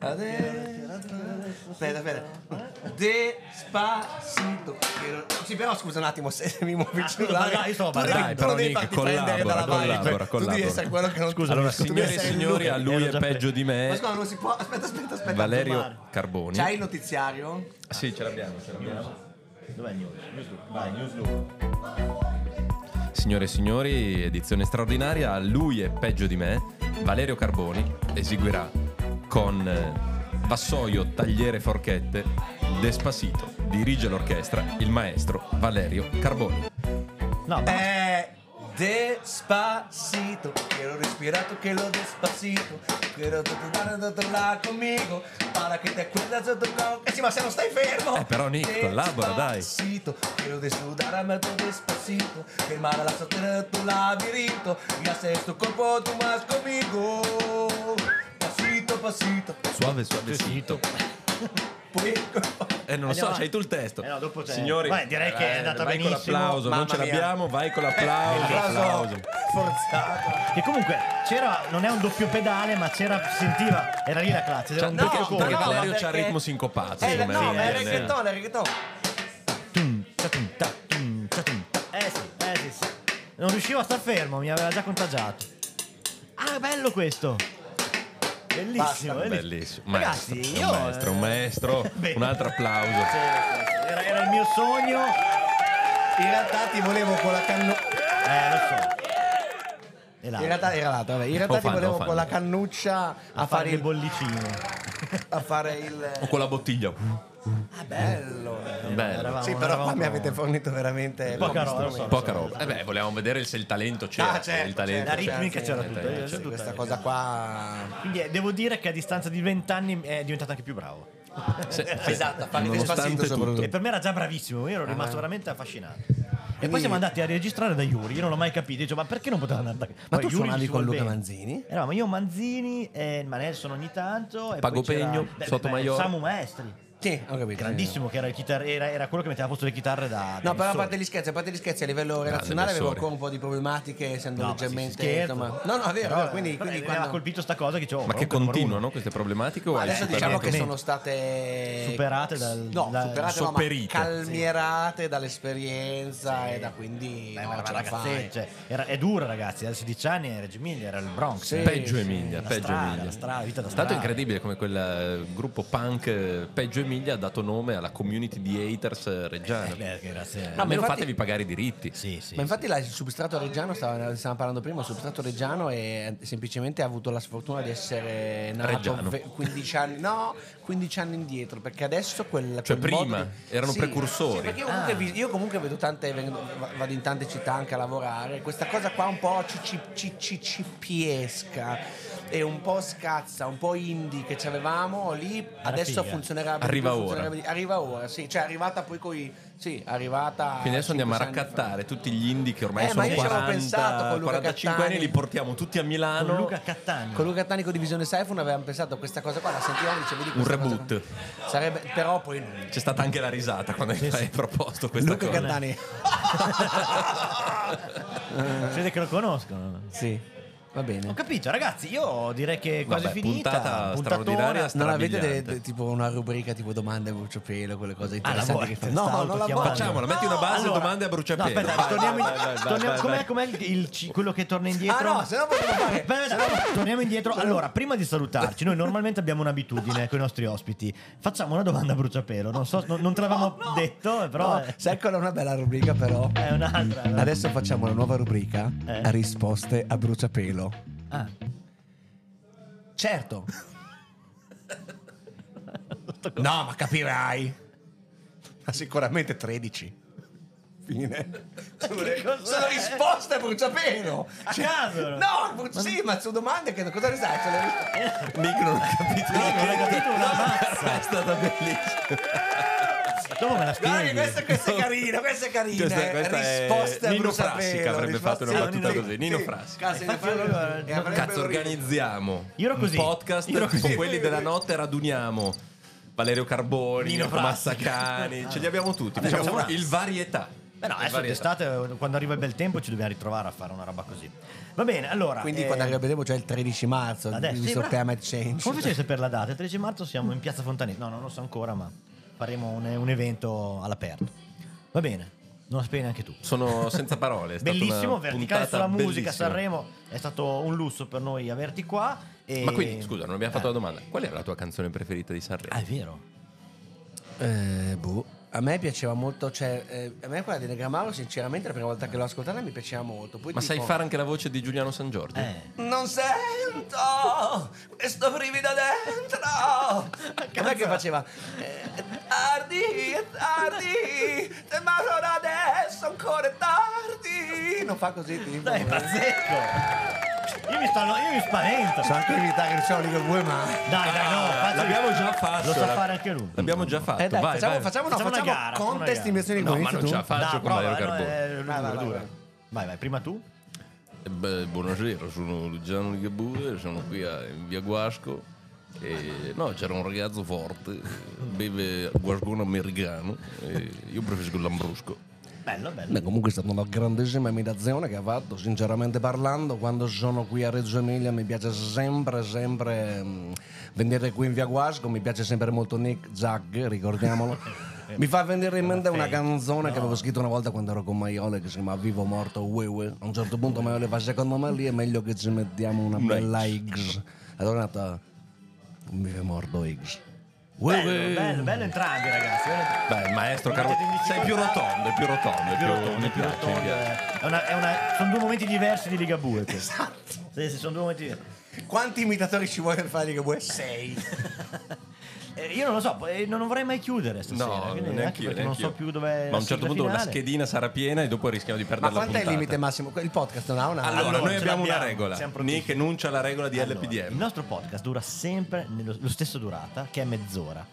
[SPEAKER 6] Ade- Aspetta, aspetta. Despacito. Che non- Sì, però scusa un attimo se mi
[SPEAKER 5] Ah,
[SPEAKER 6] muovi il
[SPEAKER 5] scusa,
[SPEAKER 6] cellulare.
[SPEAKER 5] dai, io stavo
[SPEAKER 6] Tu devi-
[SPEAKER 5] parlando.
[SPEAKER 6] tu
[SPEAKER 3] Però,
[SPEAKER 6] non devi
[SPEAKER 3] Nick,
[SPEAKER 6] farti prendere
[SPEAKER 3] collabora,
[SPEAKER 6] dalla vibe.
[SPEAKER 3] collabora,
[SPEAKER 6] Tu devi
[SPEAKER 3] collabora.
[SPEAKER 6] essere quello che non
[SPEAKER 5] Scusa,
[SPEAKER 3] Allora,
[SPEAKER 5] scusa,
[SPEAKER 6] tu devi
[SPEAKER 3] signore e
[SPEAKER 6] essere il
[SPEAKER 3] signori, a lui
[SPEAKER 5] ero
[SPEAKER 3] è
[SPEAKER 5] già
[SPEAKER 3] peggio
[SPEAKER 5] pre-
[SPEAKER 3] di
[SPEAKER 6] Ma
[SPEAKER 3] me.
[SPEAKER 6] scusa, non si può. Aspetta, aspetta, aspetta.
[SPEAKER 3] Valerio
[SPEAKER 5] Mare.
[SPEAKER 3] Carboni. Ah,
[SPEAKER 6] C'hai il notiziario?
[SPEAKER 3] Sì, ce l'abbiamo, ce l'abbiamo.
[SPEAKER 5] Dov'è il news? Newsloop. Vai, newsloop.
[SPEAKER 3] Signore e signori, edizione straordinaria, a lui è peggio di me. Valerio Carboni eseguirà con eh, vassoio, tagliere, forchette, Despacito. Dirige l'orchestra il maestro Valerio Carboni.
[SPEAKER 5] No, ma-
[SPEAKER 6] Eh.
[SPEAKER 8] Despacito, quiero respirar tu lo despacito. Quiero tornare a tornare conmigo. Para che te acuerdas de tu con- Eh sì, ma se non stai fermo.
[SPEAKER 3] Eh, però, Nick, collabora, dai.
[SPEAKER 8] Despacito, quiero desnudarme a tu despacito. Quemar la sotera de tu labirinto. Y hacer tu cuerpo tú más conmigo. Pasito, pasito.
[SPEAKER 3] Suave, suavecito.
[SPEAKER 8] Poi.
[SPEAKER 3] Eh, non lo so,
[SPEAKER 5] Andiamo
[SPEAKER 3] c'hai tu il testo.
[SPEAKER 5] Eh no, dopo c'è-
[SPEAKER 3] Signori, eh,
[SPEAKER 5] Beh, direi che è andata
[SPEAKER 3] vai Con
[SPEAKER 5] benissimo.
[SPEAKER 3] l'applauso, non
[SPEAKER 8] Mamma
[SPEAKER 3] ce
[SPEAKER 8] mia.
[SPEAKER 3] l'abbiamo, vai con l'applauso.
[SPEAKER 6] Eh,
[SPEAKER 8] Applauso
[SPEAKER 3] applauso.
[SPEAKER 8] forzato.
[SPEAKER 5] Che comunque c'era, non è un doppio pedale, ma c'era, sentiva, era lì la classe. C'era
[SPEAKER 3] Cioè,
[SPEAKER 5] un
[SPEAKER 3] perché,
[SPEAKER 5] doppio
[SPEAKER 3] perché
[SPEAKER 8] no, ma
[SPEAKER 3] Valerio c'ha il
[SPEAKER 8] perché-
[SPEAKER 3] ritmo sincopato.
[SPEAKER 8] Eh,
[SPEAKER 3] secondo
[SPEAKER 8] no,
[SPEAKER 3] me,
[SPEAKER 8] ma è
[SPEAKER 3] nel-
[SPEAKER 8] reggaeton, è reggaeton.
[SPEAKER 5] Tum, ta tum, ta tum, ta tum. Eh sì, eh sì, sì. Non riuscivo a star fermo, mi aveva già contagiato. Ah, bello questo. Bellissimo, bellissimo.
[SPEAKER 3] Bellissimo,
[SPEAKER 5] Ragazzi,
[SPEAKER 3] maestro, è
[SPEAKER 5] io,
[SPEAKER 3] un maestro, un
[SPEAKER 5] eh,
[SPEAKER 3] maestro.
[SPEAKER 5] Bene.
[SPEAKER 3] un altro applauso.
[SPEAKER 5] eh, Era, era il mio sogno.
[SPEAKER 8] In realtà ti volevo con la cannuccia.
[SPEAKER 5] Eh, lo so. E là,
[SPEAKER 8] In realtà, in realtà, vabbè, in realtà ti
[SPEAKER 3] fanno,
[SPEAKER 8] volevo
[SPEAKER 3] fanno.
[SPEAKER 8] con la cannuccia a,
[SPEAKER 5] a
[SPEAKER 8] fare il.
[SPEAKER 5] bollicino.
[SPEAKER 8] a fare il. Ah,
[SPEAKER 3] O con la bottiglia.
[SPEAKER 5] Ah,
[SPEAKER 8] Bello!
[SPEAKER 3] Bello.
[SPEAKER 8] Sì, però qua mi avete fornito veramente.
[SPEAKER 5] Poca roba, Cioè, lo so.
[SPEAKER 3] Poca roba. Eh beh, volevamo vedere se il talento c'era.
[SPEAKER 8] Ah, certo,
[SPEAKER 3] il talento.
[SPEAKER 5] La
[SPEAKER 8] certo.
[SPEAKER 5] ritmica
[SPEAKER 8] sì,
[SPEAKER 5] c'era
[SPEAKER 8] sì,
[SPEAKER 5] tutta.
[SPEAKER 3] sì,
[SPEAKER 5] eh,
[SPEAKER 8] Sì,
[SPEAKER 5] tutta.
[SPEAKER 8] questa cosa qua.
[SPEAKER 5] Quindi eh, devo dire che a distanza di vent'anni eh, è diventato anche più bravo.
[SPEAKER 3] Se-
[SPEAKER 8] Esatto, fare
[SPEAKER 3] Nonostante
[SPEAKER 8] despacito soprattutto.
[SPEAKER 5] E per me era già bravissimo, io ero
[SPEAKER 6] Ah.
[SPEAKER 5] rimasto veramente affascinato. E poi siamo andati a registrare da Yuri, io non l'ho mai capito, dicevo, ma perché non poteva andare da...
[SPEAKER 8] Ma
[SPEAKER 5] Poi
[SPEAKER 8] tu
[SPEAKER 5] Yuri
[SPEAKER 8] suonavi
[SPEAKER 5] ci
[SPEAKER 8] con
[SPEAKER 5] vuol
[SPEAKER 8] Luca
[SPEAKER 5] bene.
[SPEAKER 8] Manzini?
[SPEAKER 5] Eravamo io Manzini, e ma Nelson ogni tanto. e
[SPEAKER 3] Pago
[SPEAKER 5] poi c'era-
[SPEAKER 3] Pegno,
[SPEAKER 5] beh, beh,
[SPEAKER 3] Sotomayor.
[SPEAKER 5] Samu Maestri,
[SPEAKER 8] Sì, ho capito.
[SPEAKER 5] grandissimo, che era, il chitar- era, era quello che metteva a posto le chitarre da.
[SPEAKER 6] No, però a parte
[SPEAKER 5] di
[SPEAKER 6] gli scherzi, a parte gli scherzi a livello relazionale avevo
[SPEAKER 3] Bessori.
[SPEAKER 6] ancora un po' di problematiche, essendo
[SPEAKER 5] No, ma eh, sì,
[SPEAKER 6] leggermente.
[SPEAKER 5] si scherza.
[SPEAKER 6] insomma- no, no, è vero, è vero, quindi, quindi
[SPEAKER 5] mi aveva
[SPEAKER 6] quando-
[SPEAKER 5] colpito sta cosa che dicevo,
[SPEAKER 3] Ma che
[SPEAKER 5] comunque, numero
[SPEAKER 3] continuano queste problematiche? O hai
[SPEAKER 6] adesso
[SPEAKER 3] superato?
[SPEAKER 6] diciamo che
[SPEAKER 5] Superate.
[SPEAKER 6] sono state
[SPEAKER 5] Superate dal-
[SPEAKER 6] no,
[SPEAKER 5] dal-
[SPEAKER 6] superate, no, ma
[SPEAKER 3] sopperite.
[SPEAKER 6] calmierate dall'esperienza e da quindi
[SPEAKER 5] uno. Eh,
[SPEAKER 6] no,
[SPEAKER 5] ma
[SPEAKER 6] ce la
[SPEAKER 5] ragazzi,
[SPEAKER 6] fai.
[SPEAKER 5] cioè, era- è dura, ragazzi. A 16 anni era Reggio Emilia, era il Bronx.
[SPEAKER 6] Sì,
[SPEAKER 3] Peggio
[SPEAKER 6] sì,
[SPEAKER 3] Emilia,
[SPEAKER 5] la
[SPEAKER 3] peggio
[SPEAKER 5] strada,
[SPEAKER 3] Emilia.
[SPEAKER 5] la strada, vita da
[SPEAKER 3] Tanto è
[SPEAKER 5] strada.
[SPEAKER 3] incredibile come quel eh, gruppo punk eh, Peggio Emilia ha dato nome alla community di haters eh, reggiana.
[SPEAKER 5] Eh, che grazie.
[SPEAKER 6] ma
[SPEAKER 3] Almeno
[SPEAKER 6] infatti-
[SPEAKER 3] fatevi pagare i diritti.
[SPEAKER 5] Sì, sì.
[SPEAKER 6] Ma infatti là il substrato reggiano, stava- stavamo parlando prima, il substrato reggiano è, semplicemente ha avuto la sfortuna di essere nato
[SPEAKER 3] Reggiano.
[SPEAKER 6] ve- 15 anni, no, 15 anni indietro, perché adesso quel...
[SPEAKER 3] Cioè,
[SPEAKER 6] quel modo
[SPEAKER 3] prima,
[SPEAKER 6] di-
[SPEAKER 3] erano
[SPEAKER 6] Sì,
[SPEAKER 3] precursori.
[SPEAKER 6] sì, perché io comunque, vi- io comunque vedo tante, vengo- va- vado in tante città anche a lavorare, questa cosa qua un po' ccpesca e un po' scazza, un po' indie che ci avevamo lì, adesso
[SPEAKER 5] figa.
[SPEAKER 6] funzionerà
[SPEAKER 3] Arriva ora.
[SPEAKER 6] funzionerà- Arriva ora, sì, cioè è arrivata poi coi... Sì, è arrivata...
[SPEAKER 3] Quindi adesso andiamo a
[SPEAKER 6] 5-6 anni fa.
[SPEAKER 3] raccattare tutti gli indie che ormai
[SPEAKER 6] Eh, ma
[SPEAKER 3] sono
[SPEAKER 6] io ci avevo
[SPEAKER 3] 40,
[SPEAKER 6] pensato con Luca
[SPEAKER 3] 45 anni,
[SPEAKER 6] Cattani.
[SPEAKER 3] li portiamo tutti a
[SPEAKER 5] con
[SPEAKER 3] Milano.
[SPEAKER 5] Luca Cattani.
[SPEAKER 6] Con Luca Tanico di Visione Siphon avevamo pensato a questa cosa qua, la sentivamo e dicevo di questa cosa
[SPEAKER 3] reboot.
[SPEAKER 6] qua. Sarebbe, però poi non.
[SPEAKER 3] C'è stata anche la risata quando hai hai proposto questa
[SPEAKER 6] Luca
[SPEAKER 3] cosa.
[SPEAKER 6] Cattani.
[SPEAKER 5] Si vede Eh. che lo conoscono.
[SPEAKER 6] Sì, va
[SPEAKER 5] Ho
[SPEAKER 6] bene.
[SPEAKER 5] capito, ragazzi, io direi che è quasi
[SPEAKER 3] Vabbè,
[SPEAKER 5] finita.
[SPEAKER 3] puntata
[SPEAKER 5] Puntatona.
[SPEAKER 3] straordinaria.
[SPEAKER 6] Non avete delle-
[SPEAKER 3] strabiliante.
[SPEAKER 6] de- tipo una rubrica tipo domande a bruciapelo, quelle
[SPEAKER 5] Ah, la
[SPEAKER 6] cose interessanti
[SPEAKER 5] vuoi?
[SPEAKER 6] che
[SPEAKER 5] Sta
[SPEAKER 6] fanno? No, non la
[SPEAKER 5] autochiamando.
[SPEAKER 6] voglio.
[SPEAKER 3] Facciamola, metti una base,
[SPEAKER 5] Allora,
[SPEAKER 3] domande a
[SPEAKER 5] No,
[SPEAKER 3] bruciapelo.
[SPEAKER 5] aspetta,
[SPEAKER 3] Vai,
[SPEAKER 5] torniamo,
[SPEAKER 3] vai,
[SPEAKER 5] in-
[SPEAKER 3] vai, vai,
[SPEAKER 5] torniamo-
[SPEAKER 3] vai,
[SPEAKER 5] com'è,
[SPEAKER 3] vai.
[SPEAKER 5] com'è il, il ci- quello che torna
[SPEAKER 6] Ah
[SPEAKER 5] indietro?
[SPEAKER 6] no, se no voglio fare.
[SPEAKER 5] Aspetta, aspetta, torniamo indietro. Allora, prima di salutarci, noi normalmente abbiamo un'abitudine con i nostri ospiti. Facciamo una domanda a bruciapelo. Non, so, non, non te l'avevamo detto, eh, però Eh,
[SPEAKER 6] No,
[SPEAKER 5] è,
[SPEAKER 6] sai quella è una bella rubrica però.
[SPEAKER 5] è un'altra.
[SPEAKER 6] Adesso facciamo la nuova rubrica
[SPEAKER 5] Eh.
[SPEAKER 6] risposte a bruciapelo.
[SPEAKER 5] Ah,
[SPEAKER 6] Certo. No, ma capirai. Ma sicuramente 13. Fine. Sono risposte a bruciapelo. Cioè,
[SPEAKER 5] A caso?
[SPEAKER 6] No, bru- sì, ma sono domande che cosa ne sai? Ce le-
[SPEAKER 3] Nick non ha capito
[SPEAKER 5] non ho capito una mazza.
[SPEAKER 3] È stata bellissima.
[SPEAKER 5] Dopo me la
[SPEAKER 6] Guarda che
[SPEAKER 5] spieghi.
[SPEAKER 6] questa, questa è carina, questa è carina.
[SPEAKER 3] Questa-
[SPEAKER 6] eh.
[SPEAKER 3] questa è-
[SPEAKER 6] risposte a
[SPEAKER 3] Nino
[SPEAKER 6] bruciapelo.
[SPEAKER 3] Frasca avrebbe fatto
[SPEAKER 6] risposte-
[SPEAKER 3] una
[SPEAKER 6] sì,
[SPEAKER 3] battuta
[SPEAKER 6] Nino-
[SPEAKER 3] così, Nino
[SPEAKER 6] sì,
[SPEAKER 3] Frasca.
[SPEAKER 6] cazzo,
[SPEAKER 5] Infatti
[SPEAKER 6] Nino
[SPEAKER 5] io-
[SPEAKER 6] Frasca-
[SPEAKER 5] no,
[SPEAKER 6] e avrebbero-
[SPEAKER 3] Cazzo, organizziamo
[SPEAKER 5] Io ero così.
[SPEAKER 3] un podcast
[SPEAKER 5] Io ero
[SPEAKER 3] tipo
[SPEAKER 5] così.
[SPEAKER 3] quelli della notte, raduniamo Valerio Carboni,
[SPEAKER 5] Nino Ah.
[SPEAKER 3] Marco
[SPEAKER 5] Frasca.
[SPEAKER 3] Massacani, ce li abbiamo tutti.
[SPEAKER 5] Vabbè,
[SPEAKER 3] Facciamo
[SPEAKER 5] facciamo
[SPEAKER 3] il varietà.
[SPEAKER 5] Beh, Eh no,
[SPEAKER 3] Il
[SPEAKER 5] adesso
[SPEAKER 3] varietà.
[SPEAKER 5] d'estate, quando arriva il bel tempo, ci dobbiamo ritrovare a fare una roba così. Va bene, allora.
[SPEAKER 6] Quindi
[SPEAKER 5] eh,
[SPEAKER 6] quando arriveremo cioè il 13 marzo,
[SPEAKER 5] Adesso,
[SPEAKER 6] il
[SPEAKER 5] sì,
[SPEAKER 6] sorteo
[SPEAKER 5] bravo.
[SPEAKER 6] Climate Change.
[SPEAKER 5] Come facevi a sapere la data? Il 13 marzo siamo in piazza Fontanese. No, non lo so ancora, ma faremo un, un evento all'aperto. Va bene, non la spieghi neanche tu.
[SPEAKER 3] Sono senza parole. È stata
[SPEAKER 5] Bellissimo,
[SPEAKER 3] una
[SPEAKER 5] verticale
[SPEAKER 3] puntata
[SPEAKER 5] sulla musica,
[SPEAKER 3] bellissima.
[SPEAKER 5] Sanremo è stato un lusso per noi averti qua. e-
[SPEAKER 3] Ma quindi, scusa, non abbiamo fatto
[SPEAKER 5] Ah, Eh,
[SPEAKER 3] la domanda. Qual è la tua canzone preferita di Sanremo?
[SPEAKER 5] Ah, è vero.
[SPEAKER 6] Eh, boh. A me piaceva molto, cioè, eh, a me quella di Negramaro, sinceramente, la prima volta che l'ho ascoltata mi piaceva molto. Poi
[SPEAKER 3] Ma
[SPEAKER 6] ti
[SPEAKER 3] sai
[SPEAKER 6] dico-
[SPEAKER 3] fare anche la voce di Giuliano San Giorgi?
[SPEAKER 5] Eh.
[SPEAKER 8] Non sento questo brivido dentro.
[SPEAKER 6] Com'è che faceva? Eh,
[SPEAKER 8] Tardi, è tardi, te ma non adesso ancora è tardi.
[SPEAKER 6] Non fa così, tipo.
[SPEAKER 5] Dai, pazzesco! Io mi, sto- io mi spavento.
[SPEAKER 6] So anche evitare che sono lì con due ma.
[SPEAKER 5] Dai, dai, no, faccio-
[SPEAKER 3] Ah, l'abbiamo già fatto.
[SPEAKER 5] Lo sa
[SPEAKER 3] la-
[SPEAKER 5] fare anche lui.
[SPEAKER 3] L'abbiamo già fatto.
[SPEAKER 6] Eh dai,
[SPEAKER 3] vai,
[SPEAKER 6] facciamo,
[SPEAKER 3] vai.
[SPEAKER 6] facciamo, no,
[SPEAKER 5] Facciamo una
[SPEAKER 6] facciamo
[SPEAKER 5] gara, facciamo una
[SPEAKER 6] contest
[SPEAKER 5] gara.
[SPEAKER 6] inversione di
[SPEAKER 3] No, ma
[SPEAKER 6] guizzi,
[SPEAKER 3] non
[SPEAKER 6] tu?
[SPEAKER 3] ce la faccio
[SPEAKER 5] Dai,
[SPEAKER 3] con Valerio
[SPEAKER 5] no,
[SPEAKER 3] Carboni.
[SPEAKER 5] eh,
[SPEAKER 6] Vai, vai,
[SPEAKER 5] due,
[SPEAKER 6] vai.
[SPEAKER 5] due. Vai, vai, prima tu.
[SPEAKER 3] Beh, buonasera, sono Luciano Ligabue, sono qui a, in via Guasco. E, no, c'era un ragazzo forte, beve guascone americano. E io preferisco il lambrusco.
[SPEAKER 5] Bello, bello.
[SPEAKER 6] Beh, comunque è stata una grandissima imitazione che ha fatto, sinceramente parlando, quando sono qui a Reggio Emilia mi piace sempre, sempre mm, venire qui in via Guasco, mi piace sempre molto Nick Jagg, ricordiamolo. Mi fa venire in mente una canzone che avevo scritto una volta quando ero con Maiole che si chiama Vivo Morto Ue Ue. A un certo punto Maiole fa secondo me lì è meglio che ci mettiamo una bella X. Allora è nata Vivo Morto X. Ue
[SPEAKER 5] Bello,
[SPEAKER 6] Ue.
[SPEAKER 5] bello, bello entrambi, ragazzi. veramente.
[SPEAKER 3] Beh, maestro
[SPEAKER 5] Siete
[SPEAKER 3] Carboni,
[SPEAKER 5] in difficoltà?
[SPEAKER 3] sei più rotondo, è più rotondo, è più rotondo. Mi piace, mi piace.
[SPEAKER 5] eh. È una- è una- sono due momenti diversi di Ligabue. questi. Sì, sì, sono due momenti diversi.
[SPEAKER 6] Quanti imitatori ci vuole fare che vuoi? Sei.
[SPEAKER 5] Eh, io non lo so, eh, non vorrei mai chiudere stasera.
[SPEAKER 3] No,
[SPEAKER 5] quindi
[SPEAKER 3] neanche io.
[SPEAKER 5] perché non so più dove.
[SPEAKER 3] Ma a un certo punto
[SPEAKER 5] la
[SPEAKER 3] la
[SPEAKER 5] schedina
[SPEAKER 3] schedina sarà piena e dopo rischiamo di
[SPEAKER 6] Ma
[SPEAKER 3] perdere la
[SPEAKER 6] quant'è il
[SPEAKER 3] puntata.
[SPEAKER 6] limite massimo? Il podcast non ha una...
[SPEAKER 3] Allora,
[SPEAKER 5] Allora,
[SPEAKER 3] noi
[SPEAKER 5] ce
[SPEAKER 3] abbiamo una
[SPEAKER 5] l'abbiamo,
[SPEAKER 3] regola.
[SPEAKER 5] siamo pronti.
[SPEAKER 3] Nick enuncia la regola di
[SPEAKER 5] Allora,
[SPEAKER 3] LPDM.
[SPEAKER 5] Il nostro podcast dura sempre nello, lo stesso durata, che è mezz'ora.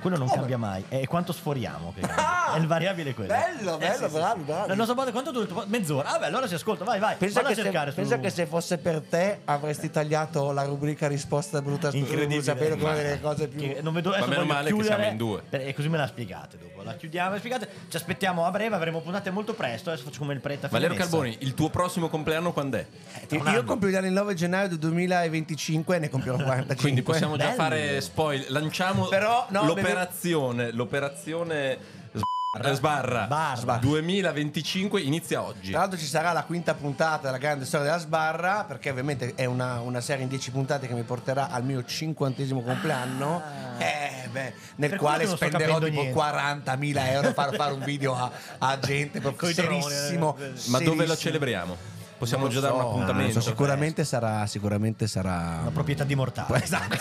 [SPEAKER 5] Quello non cambia mai. È quanto sforiamo. Che cambia. è il variabile quello. Eh,
[SPEAKER 6] Bello, bello, bravi, bravi.
[SPEAKER 5] Il nostro podcast quanto dura? il tuo podcast? Mezz'ora. Ah, beh, allora si ascolta. Vai, vai.
[SPEAKER 6] Pensa,
[SPEAKER 5] Vado
[SPEAKER 6] che
[SPEAKER 5] a cercare.
[SPEAKER 6] se, pensa che se fosse per te avresti tagliato la rubrica risposta brutta
[SPEAKER 5] Incredibile.
[SPEAKER 6] Sapevo che è una delle cose più...
[SPEAKER 5] Che non vedo
[SPEAKER 3] Ma
[SPEAKER 5] adesso
[SPEAKER 3] meno
[SPEAKER 5] voglio
[SPEAKER 3] male che
[SPEAKER 5] chiudere,
[SPEAKER 3] siamo in due.
[SPEAKER 5] per- e così me la spiegate dopo la chiudiamo e spiegate ci aspettiamo a breve avremo puntate molto presto adesso faccio come il prete a fine
[SPEAKER 3] Valerio
[SPEAKER 5] messa.
[SPEAKER 3] Carboni, il tuo prossimo compleanno quando è?
[SPEAKER 5] un
[SPEAKER 6] io
[SPEAKER 5] anno.
[SPEAKER 6] compio gli anni il 9 gennaio del 2025 e ne compirò 45.
[SPEAKER 3] Quindi possiamo già
[SPEAKER 5] bello.
[SPEAKER 3] fare spoiler. Lanciamo
[SPEAKER 6] Però, no,
[SPEAKER 3] l'operazione. L'operazione sbarra, sbarra.
[SPEAKER 5] Barra.
[SPEAKER 3] 2025 inizia oggi.
[SPEAKER 5] Ah,
[SPEAKER 6] Tra l'altro ci sarà la quinta puntata della grande storia della sbarra, perché ovviamente è una, una serie in 10 puntate che mi porterà al mio cinquantesimo compleanno, eh, beh, nel
[SPEAKER 5] Ah. Per
[SPEAKER 6] quale
[SPEAKER 5] quello che non sto
[SPEAKER 6] spenderò
[SPEAKER 5] capendo
[SPEAKER 6] tipo
[SPEAKER 5] niente.
[SPEAKER 6] 40.000 euro per fare un video a, a gente proprio
[SPEAKER 5] Coi droni,
[SPEAKER 6] serissimo.
[SPEAKER 5] eh.
[SPEAKER 3] Ma dove
[SPEAKER 6] serissimo.
[SPEAKER 3] lo celebriamo? Possiamo
[SPEAKER 6] Non
[SPEAKER 3] già
[SPEAKER 6] lo
[SPEAKER 3] dare Cioè, un
[SPEAKER 6] so,
[SPEAKER 3] appuntamento.
[SPEAKER 6] non so, sicuramente sarà, sicuramente sarà...
[SPEAKER 5] una proprietà di mortale
[SPEAKER 6] Esatto.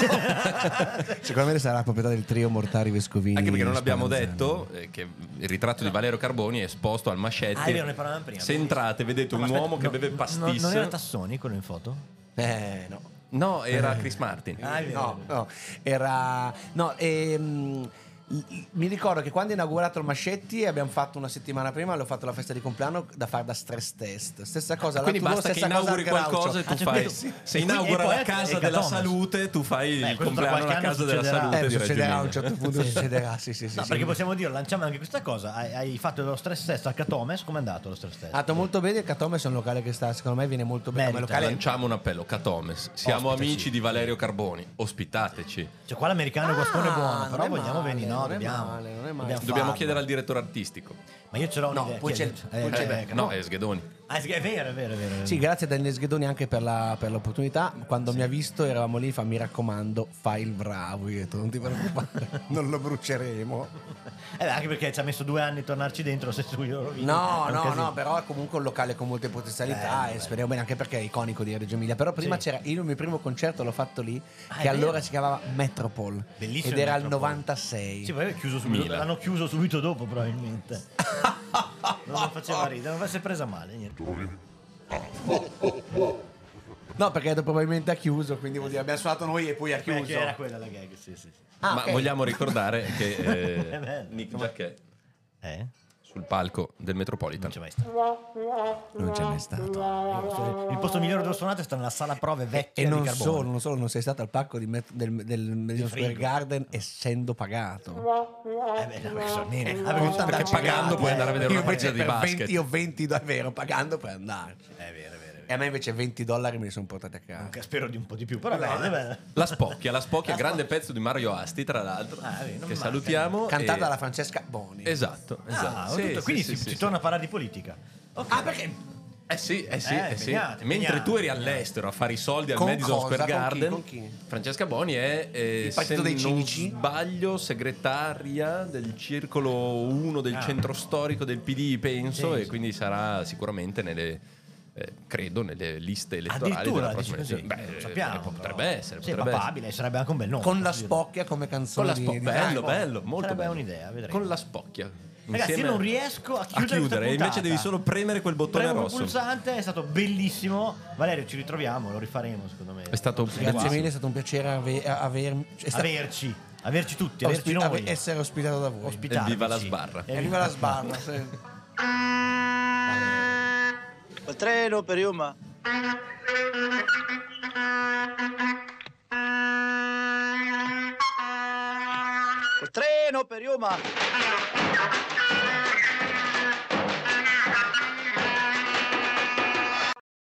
[SPEAKER 6] sicuramente sarà la proprietà del trio Mortari Vescovini.
[SPEAKER 3] Anche perché non abbiamo
[SPEAKER 6] Speranzani.
[SPEAKER 3] detto eh, che il ritratto di Valerio Carboni è esposto al mascetti.
[SPEAKER 5] Ah, è vero, ne parlavamo prima.
[SPEAKER 3] Se entrate, vedete un
[SPEAKER 5] Ma aspetta,
[SPEAKER 3] uomo che
[SPEAKER 5] no,
[SPEAKER 3] beve
[SPEAKER 5] no,
[SPEAKER 3] pastis.
[SPEAKER 5] non era Tassoni quello in foto?
[SPEAKER 6] Eh, no.
[SPEAKER 3] no, era Chris Martin.
[SPEAKER 5] Ah, è vero.
[SPEAKER 6] No, no, era... No, ehm, l- l- mi ricordo che quando è inaugurato il Mascetti abbiamo fatto una settimana prima, l'ho fatto la festa di compleanno da fare da stress test. Stessa cosa,
[SPEAKER 3] Ah, Quindi
[SPEAKER 6] la Tudor,
[SPEAKER 3] basta che
[SPEAKER 6] stessa cosa
[SPEAKER 3] inauguri
[SPEAKER 6] al Groucho.
[SPEAKER 3] qualcosa e tu
[SPEAKER 5] Ah, c'è
[SPEAKER 3] fai.
[SPEAKER 5] quello, sì.
[SPEAKER 3] Se
[SPEAKER 5] E quindi-
[SPEAKER 3] inaugura
[SPEAKER 5] e poi
[SPEAKER 3] la
[SPEAKER 5] è-
[SPEAKER 3] casa
[SPEAKER 5] è
[SPEAKER 3] della
[SPEAKER 5] Catomas.
[SPEAKER 3] salute, tu fai
[SPEAKER 5] Beh,
[SPEAKER 3] il
[SPEAKER 5] questo tra
[SPEAKER 3] compleanno
[SPEAKER 5] qualche
[SPEAKER 3] alla
[SPEAKER 5] anno
[SPEAKER 3] casa della
[SPEAKER 5] succederà.
[SPEAKER 3] salute.
[SPEAKER 6] Eh,
[SPEAKER 3] di Reggio
[SPEAKER 6] succederà a un
[SPEAKER 3] Emilia.
[SPEAKER 6] certo punto, succederà, sì, sì, sì.
[SPEAKER 5] No,
[SPEAKER 6] sì.
[SPEAKER 5] perché possiamo dire, lanciamo anche questa cosa. Hai, hai fatto lo stress test a Catomes, com'è andato lo stress test?
[SPEAKER 6] Ha fatto molto bene, il Catome è un locale che sta, secondo me viene molto bene Ah, come
[SPEAKER 5] Merita.
[SPEAKER 6] locale.
[SPEAKER 3] Cioè, Lanciamo un appello, Catomes. Siamo
[SPEAKER 5] Ospitaci.
[SPEAKER 3] amici di Valerio Carboni, ospittateci.
[SPEAKER 5] Cioè, qua l'americano
[SPEAKER 6] Ah,
[SPEAKER 5] guascone è buono,
[SPEAKER 6] non
[SPEAKER 5] però
[SPEAKER 6] è
[SPEAKER 5] vogliamo
[SPEAKER 6] male,
[SPEAKER 5] venire, no,
[SPEAKER 6] non è
[SPEAKER 5] dobbiamo.
[SPEAKER 6] male, non è male.
[SPEAKER 5] Dobbiamo
[SPEAKER 3] Dobbiamo
[SPEAKER 5] farlo.
[SPEAKER 3] chiedere al direttore artistico.
[SPEAKER 5] Ma io ce l'ho
[SPEAKER 6] No,
[SPEAKER 5] un'idea.
[SPEAKER 6] poi c'è il-
[SPEAKER 5] chiedi.
[SPEAKER 6] poi c'è il-
[SPEAKER 5] eh,
[SPEAKER 3] No, è Sghedoni.
[SPEAKER 5] Ah, è vero, è vero, è vero.
[SPEAKER 6] Sì, grazie a Daniele Sghedoni anche per, la- per l'opportunità. Quando mi ha visto eravamo lì, fa mi raccomando, fai il bravo. Io ho detto, non ti preoccupare, non lo bruceremo.
[SPEAKER 5] Eh, beh, anche perché ci ha messo due anni a tornarci dentro, se tu glielo rovini.
[SPEAKER 6] No,
[SPEAKER 5] Eh, è un
[SPEAKER 6] no,
[SPEAKER 5] casino. Eh,
[SPEAKER 6] no, però è comunque un locale con molte potenzialità e speriamo bene anche perché è iconico di Reggio Emilia. Però prima
[SPEAKER 5] Sì.
[SPEAKER 6] c'era il mio primo concerto, l'ho fatto lì,
[SPEAKER 5] Ah,
[SPEAKER 6] che
[SPEAKER 5] è vero?
[SPEAKER 6] allora si chiamava Metropol.
[SPEAKER 5] Bellissimo
[SPEAKER 6] Ed era il
[SPEAKER 5] Metropol.
[SPEAKER 6] 96.
[SPEAKER 5] Sì, poi è chiuso subito-
[SPEAKER 3] Mila.
[SPEAKER 5] l'hanno chiuso subito dopo, probabilmente. non lo faceva ridere, non si è presa male, niente.
[SPEAKER 6] No, perché dopo probabilmente ha chiuso, quindi vuol dire abbiamo suonato noi e poi ha
[SPEAKER 5] Beh,
[SPEAKER 6] chiuso.
[SPEAKER 5] Eh, che era quella la gag, sì, sì. sì.
[SPEAKER 6] Ah,
[SPEAKER 3] Ma
[SPEAKER 6] ok.
[SPEAKER 3] vogliamo ricordare che eh,
[SPEAKER 5] È bello.
[SPEAKER 3] Nick Jacquet
[SPEAKER 5] Eh?
[SPEAKER 3] sul palco del
[SPEAKER 5] Non
[SPEAKER 3] Metropolitan.
[SPEAKER 5] c'è mai stato.
[SPEAKER 6] Non c'è mai stato.
[SPEAKER 5] Il posto migliore dove suonate sta nella sala prove vecchia
[SPEAKER 6] E
[SPEAKER 5] di
[SPEAKER 6] non
[SPEAKER 5] Carbone.
[SPEAKER 6] solo, non solo, non sei stato al pacco di Met- del, del Madison Square
[SPEAKER 5] frigo.
[SPEAKER 6] Garden essendo pagato.
[SPEAKER 5] Eh beh, no, perché sono neri. Ah, perché sono tanti
[SPEAKER 6] Perché
[SPEAKER 3] Esatto.
[SPEAKER 5] pirati,
[SPEAKER 3] pagando puoi
[SPEAKER 5] eh.
[SPEAKER 3] andare a vedere
[SPEAKER 6] io
[SPEAKER 3] una partita
[SPEAKER 6] invece
[SPEAKER 3] di
[SPEAKER 6] per
[SPEAKER 3] basket.
[SPEAKER 6] 20, io 20 do- è vero, pagando puoi andarci.
[SPEAKER 5] È vero, è vero. è
[SPEAKER 6] E a me invece 20 dollari me li sono portati a casa.
[SPEAKER 5] vero. Spero di un po' di più, però bene, bene.
[SPEAKER 3] La Spocchia, la Spocchia, grande pezzo di Mario Asti, tra l'altro,
[SPEAKER 5] Ah, vedi, non
[SPEAKER 3] che
[SPEAKER 5] manca.
[SPEAKER 3] salutiamo.
[SPEAKER 6] Cantata
[SPEAKER 3] e-
[SPEAKER 6] dalla Francesca Boni.
[SPEAKER 3] Esatto, esatto.
[SPEAKER 5] Ah, ho
[SPEAKER 3] Sì,
[SPEAKER 5] tutto-
[SPEAKER 3] sì,
[SPEAKER 5] quindi
[SPEAKER 3] sì,
[SPEAKER 5] si,
[SPEAKER 3] sì,
[SPEAKER 5] si
[SPEAKER 3] sì.
[SPEAKER 5] torna a parlare di politica.
[SPEAKER 6] Ah, perché?
[SPEAKER 3] Eh sì, eh sì,
[SPEAKER 5] Eh,
[SPEAKER 3] eh sì.
[SPEAKER 5] impegnati,
[SPEAKER 3] Mentre
[SPEAKER 5] impegnati.
[SPEAKER 3] tu eri all'estero a fare i soldi al
[SPEAKER 6] Con
[SPEAKER 3] Madison
[SPEAKER 6] cosa?
[SPEAKER 3] Square
[SPEAKER 6] Con chi?
[SPEAKER 3] Garden,
[SPEAKER 6] Con chi?
[SPEAKER 3] Francesca Boni è, eh,
[SPEAKER 6] Il
[SPEAKER 3] se
[SPEAKER 6] partito dei
[SPEAKER 3] non
[SPEAKER 6] cinici?
[SPEAKER 3] sbaglio, segretaria del circolo 1 del
[SPEAKER 5] Ah.
[SPEAKER 3] centro storico del PD, penso,
[SPEAKER 5] Sì,
[SPEAKER 3] e
[SPEAKER 5] sì.
[SPEAKER 3] quindi sarà sicuramente nelle... eh, credo nelle liste elettorali
[SPEAKER 5] Addirittura
[SPEAKER 3] della
[SPEAKER 5] dici
[SPEAKER 3] prossima
[SPEAKER 5] così.
[SPEAKER 3] Beh, eh,
[SPEAKER 5] Lo sappiamo.
[SPEAKER 3] potrebbe
[SPEAKER 5] però.
[SPEAKER 3] essere,
[SPEAKER 5] Sì,
[SPEAKER 3] potrebbe essere.
[SPEAKER 5] papabile, sarebbe anche un bel nome.
[SPEAKER 6] Con la
[SPEAKER 5] posso dire.
[SPEAKER 6] spocchia come
[SPEAKER 3] Con
[SPEAKER 6] canzone
[SPEAKER 3] la
[SPEAKER 6] di-
[SPEAKER 3] spocchia,
[SPEAKER 6] di
[SPEAKER 3] bello,
[SPEAKER 6] Franco.
[SPEAKER 3] bello, molto
[SPEAKER 5] boh, Sarebbe
[SPEAKER 3] bello.
[SPEAKER 5] un'idea, vedremo.
[SPEAKER 3] Con la spocchia.
[SPEAKER 5] Ragazzi, io
[SPEAKER 3] Insieme
[SPEAKER 5] non riesco a chiudere. questa
[SPEAKER 3] chiudere, invece
[SPEAKER 5] puntata.
[SPEAKER 3] devi solo premere quel bottone
[SPEAKER 5] Premo
[SPEAKER 3] rosso.
[SPEAKER 5] il pulsante, è stato bellissimo. Valerio, ci ritroviamo, lo rifaremo secondo me.
[SPEAKER 3] È stato
[SPEAKER 6] Grazie
[SPEAKER 3] bellissimo.
[SPEAKER 6] mille, è stato un piacere ave- a- avermi- è stato-
[SPEAKER 5] Averci, averci tutti, averci
[SPEAKER 6] ospi-
[SPEAKER 5] noi.
[SPEAKER 6] ave- essere ospitato da voi.
[SPEAKER 5] ospitarci.
[SPEAKER 3] E viva la sbarra.
[SPEAKER 5] E
[SPEAKER 6] E arriva la sbarra. se-
[SPEAKER 9] Il treno per Yuma. Col treno per Yuma.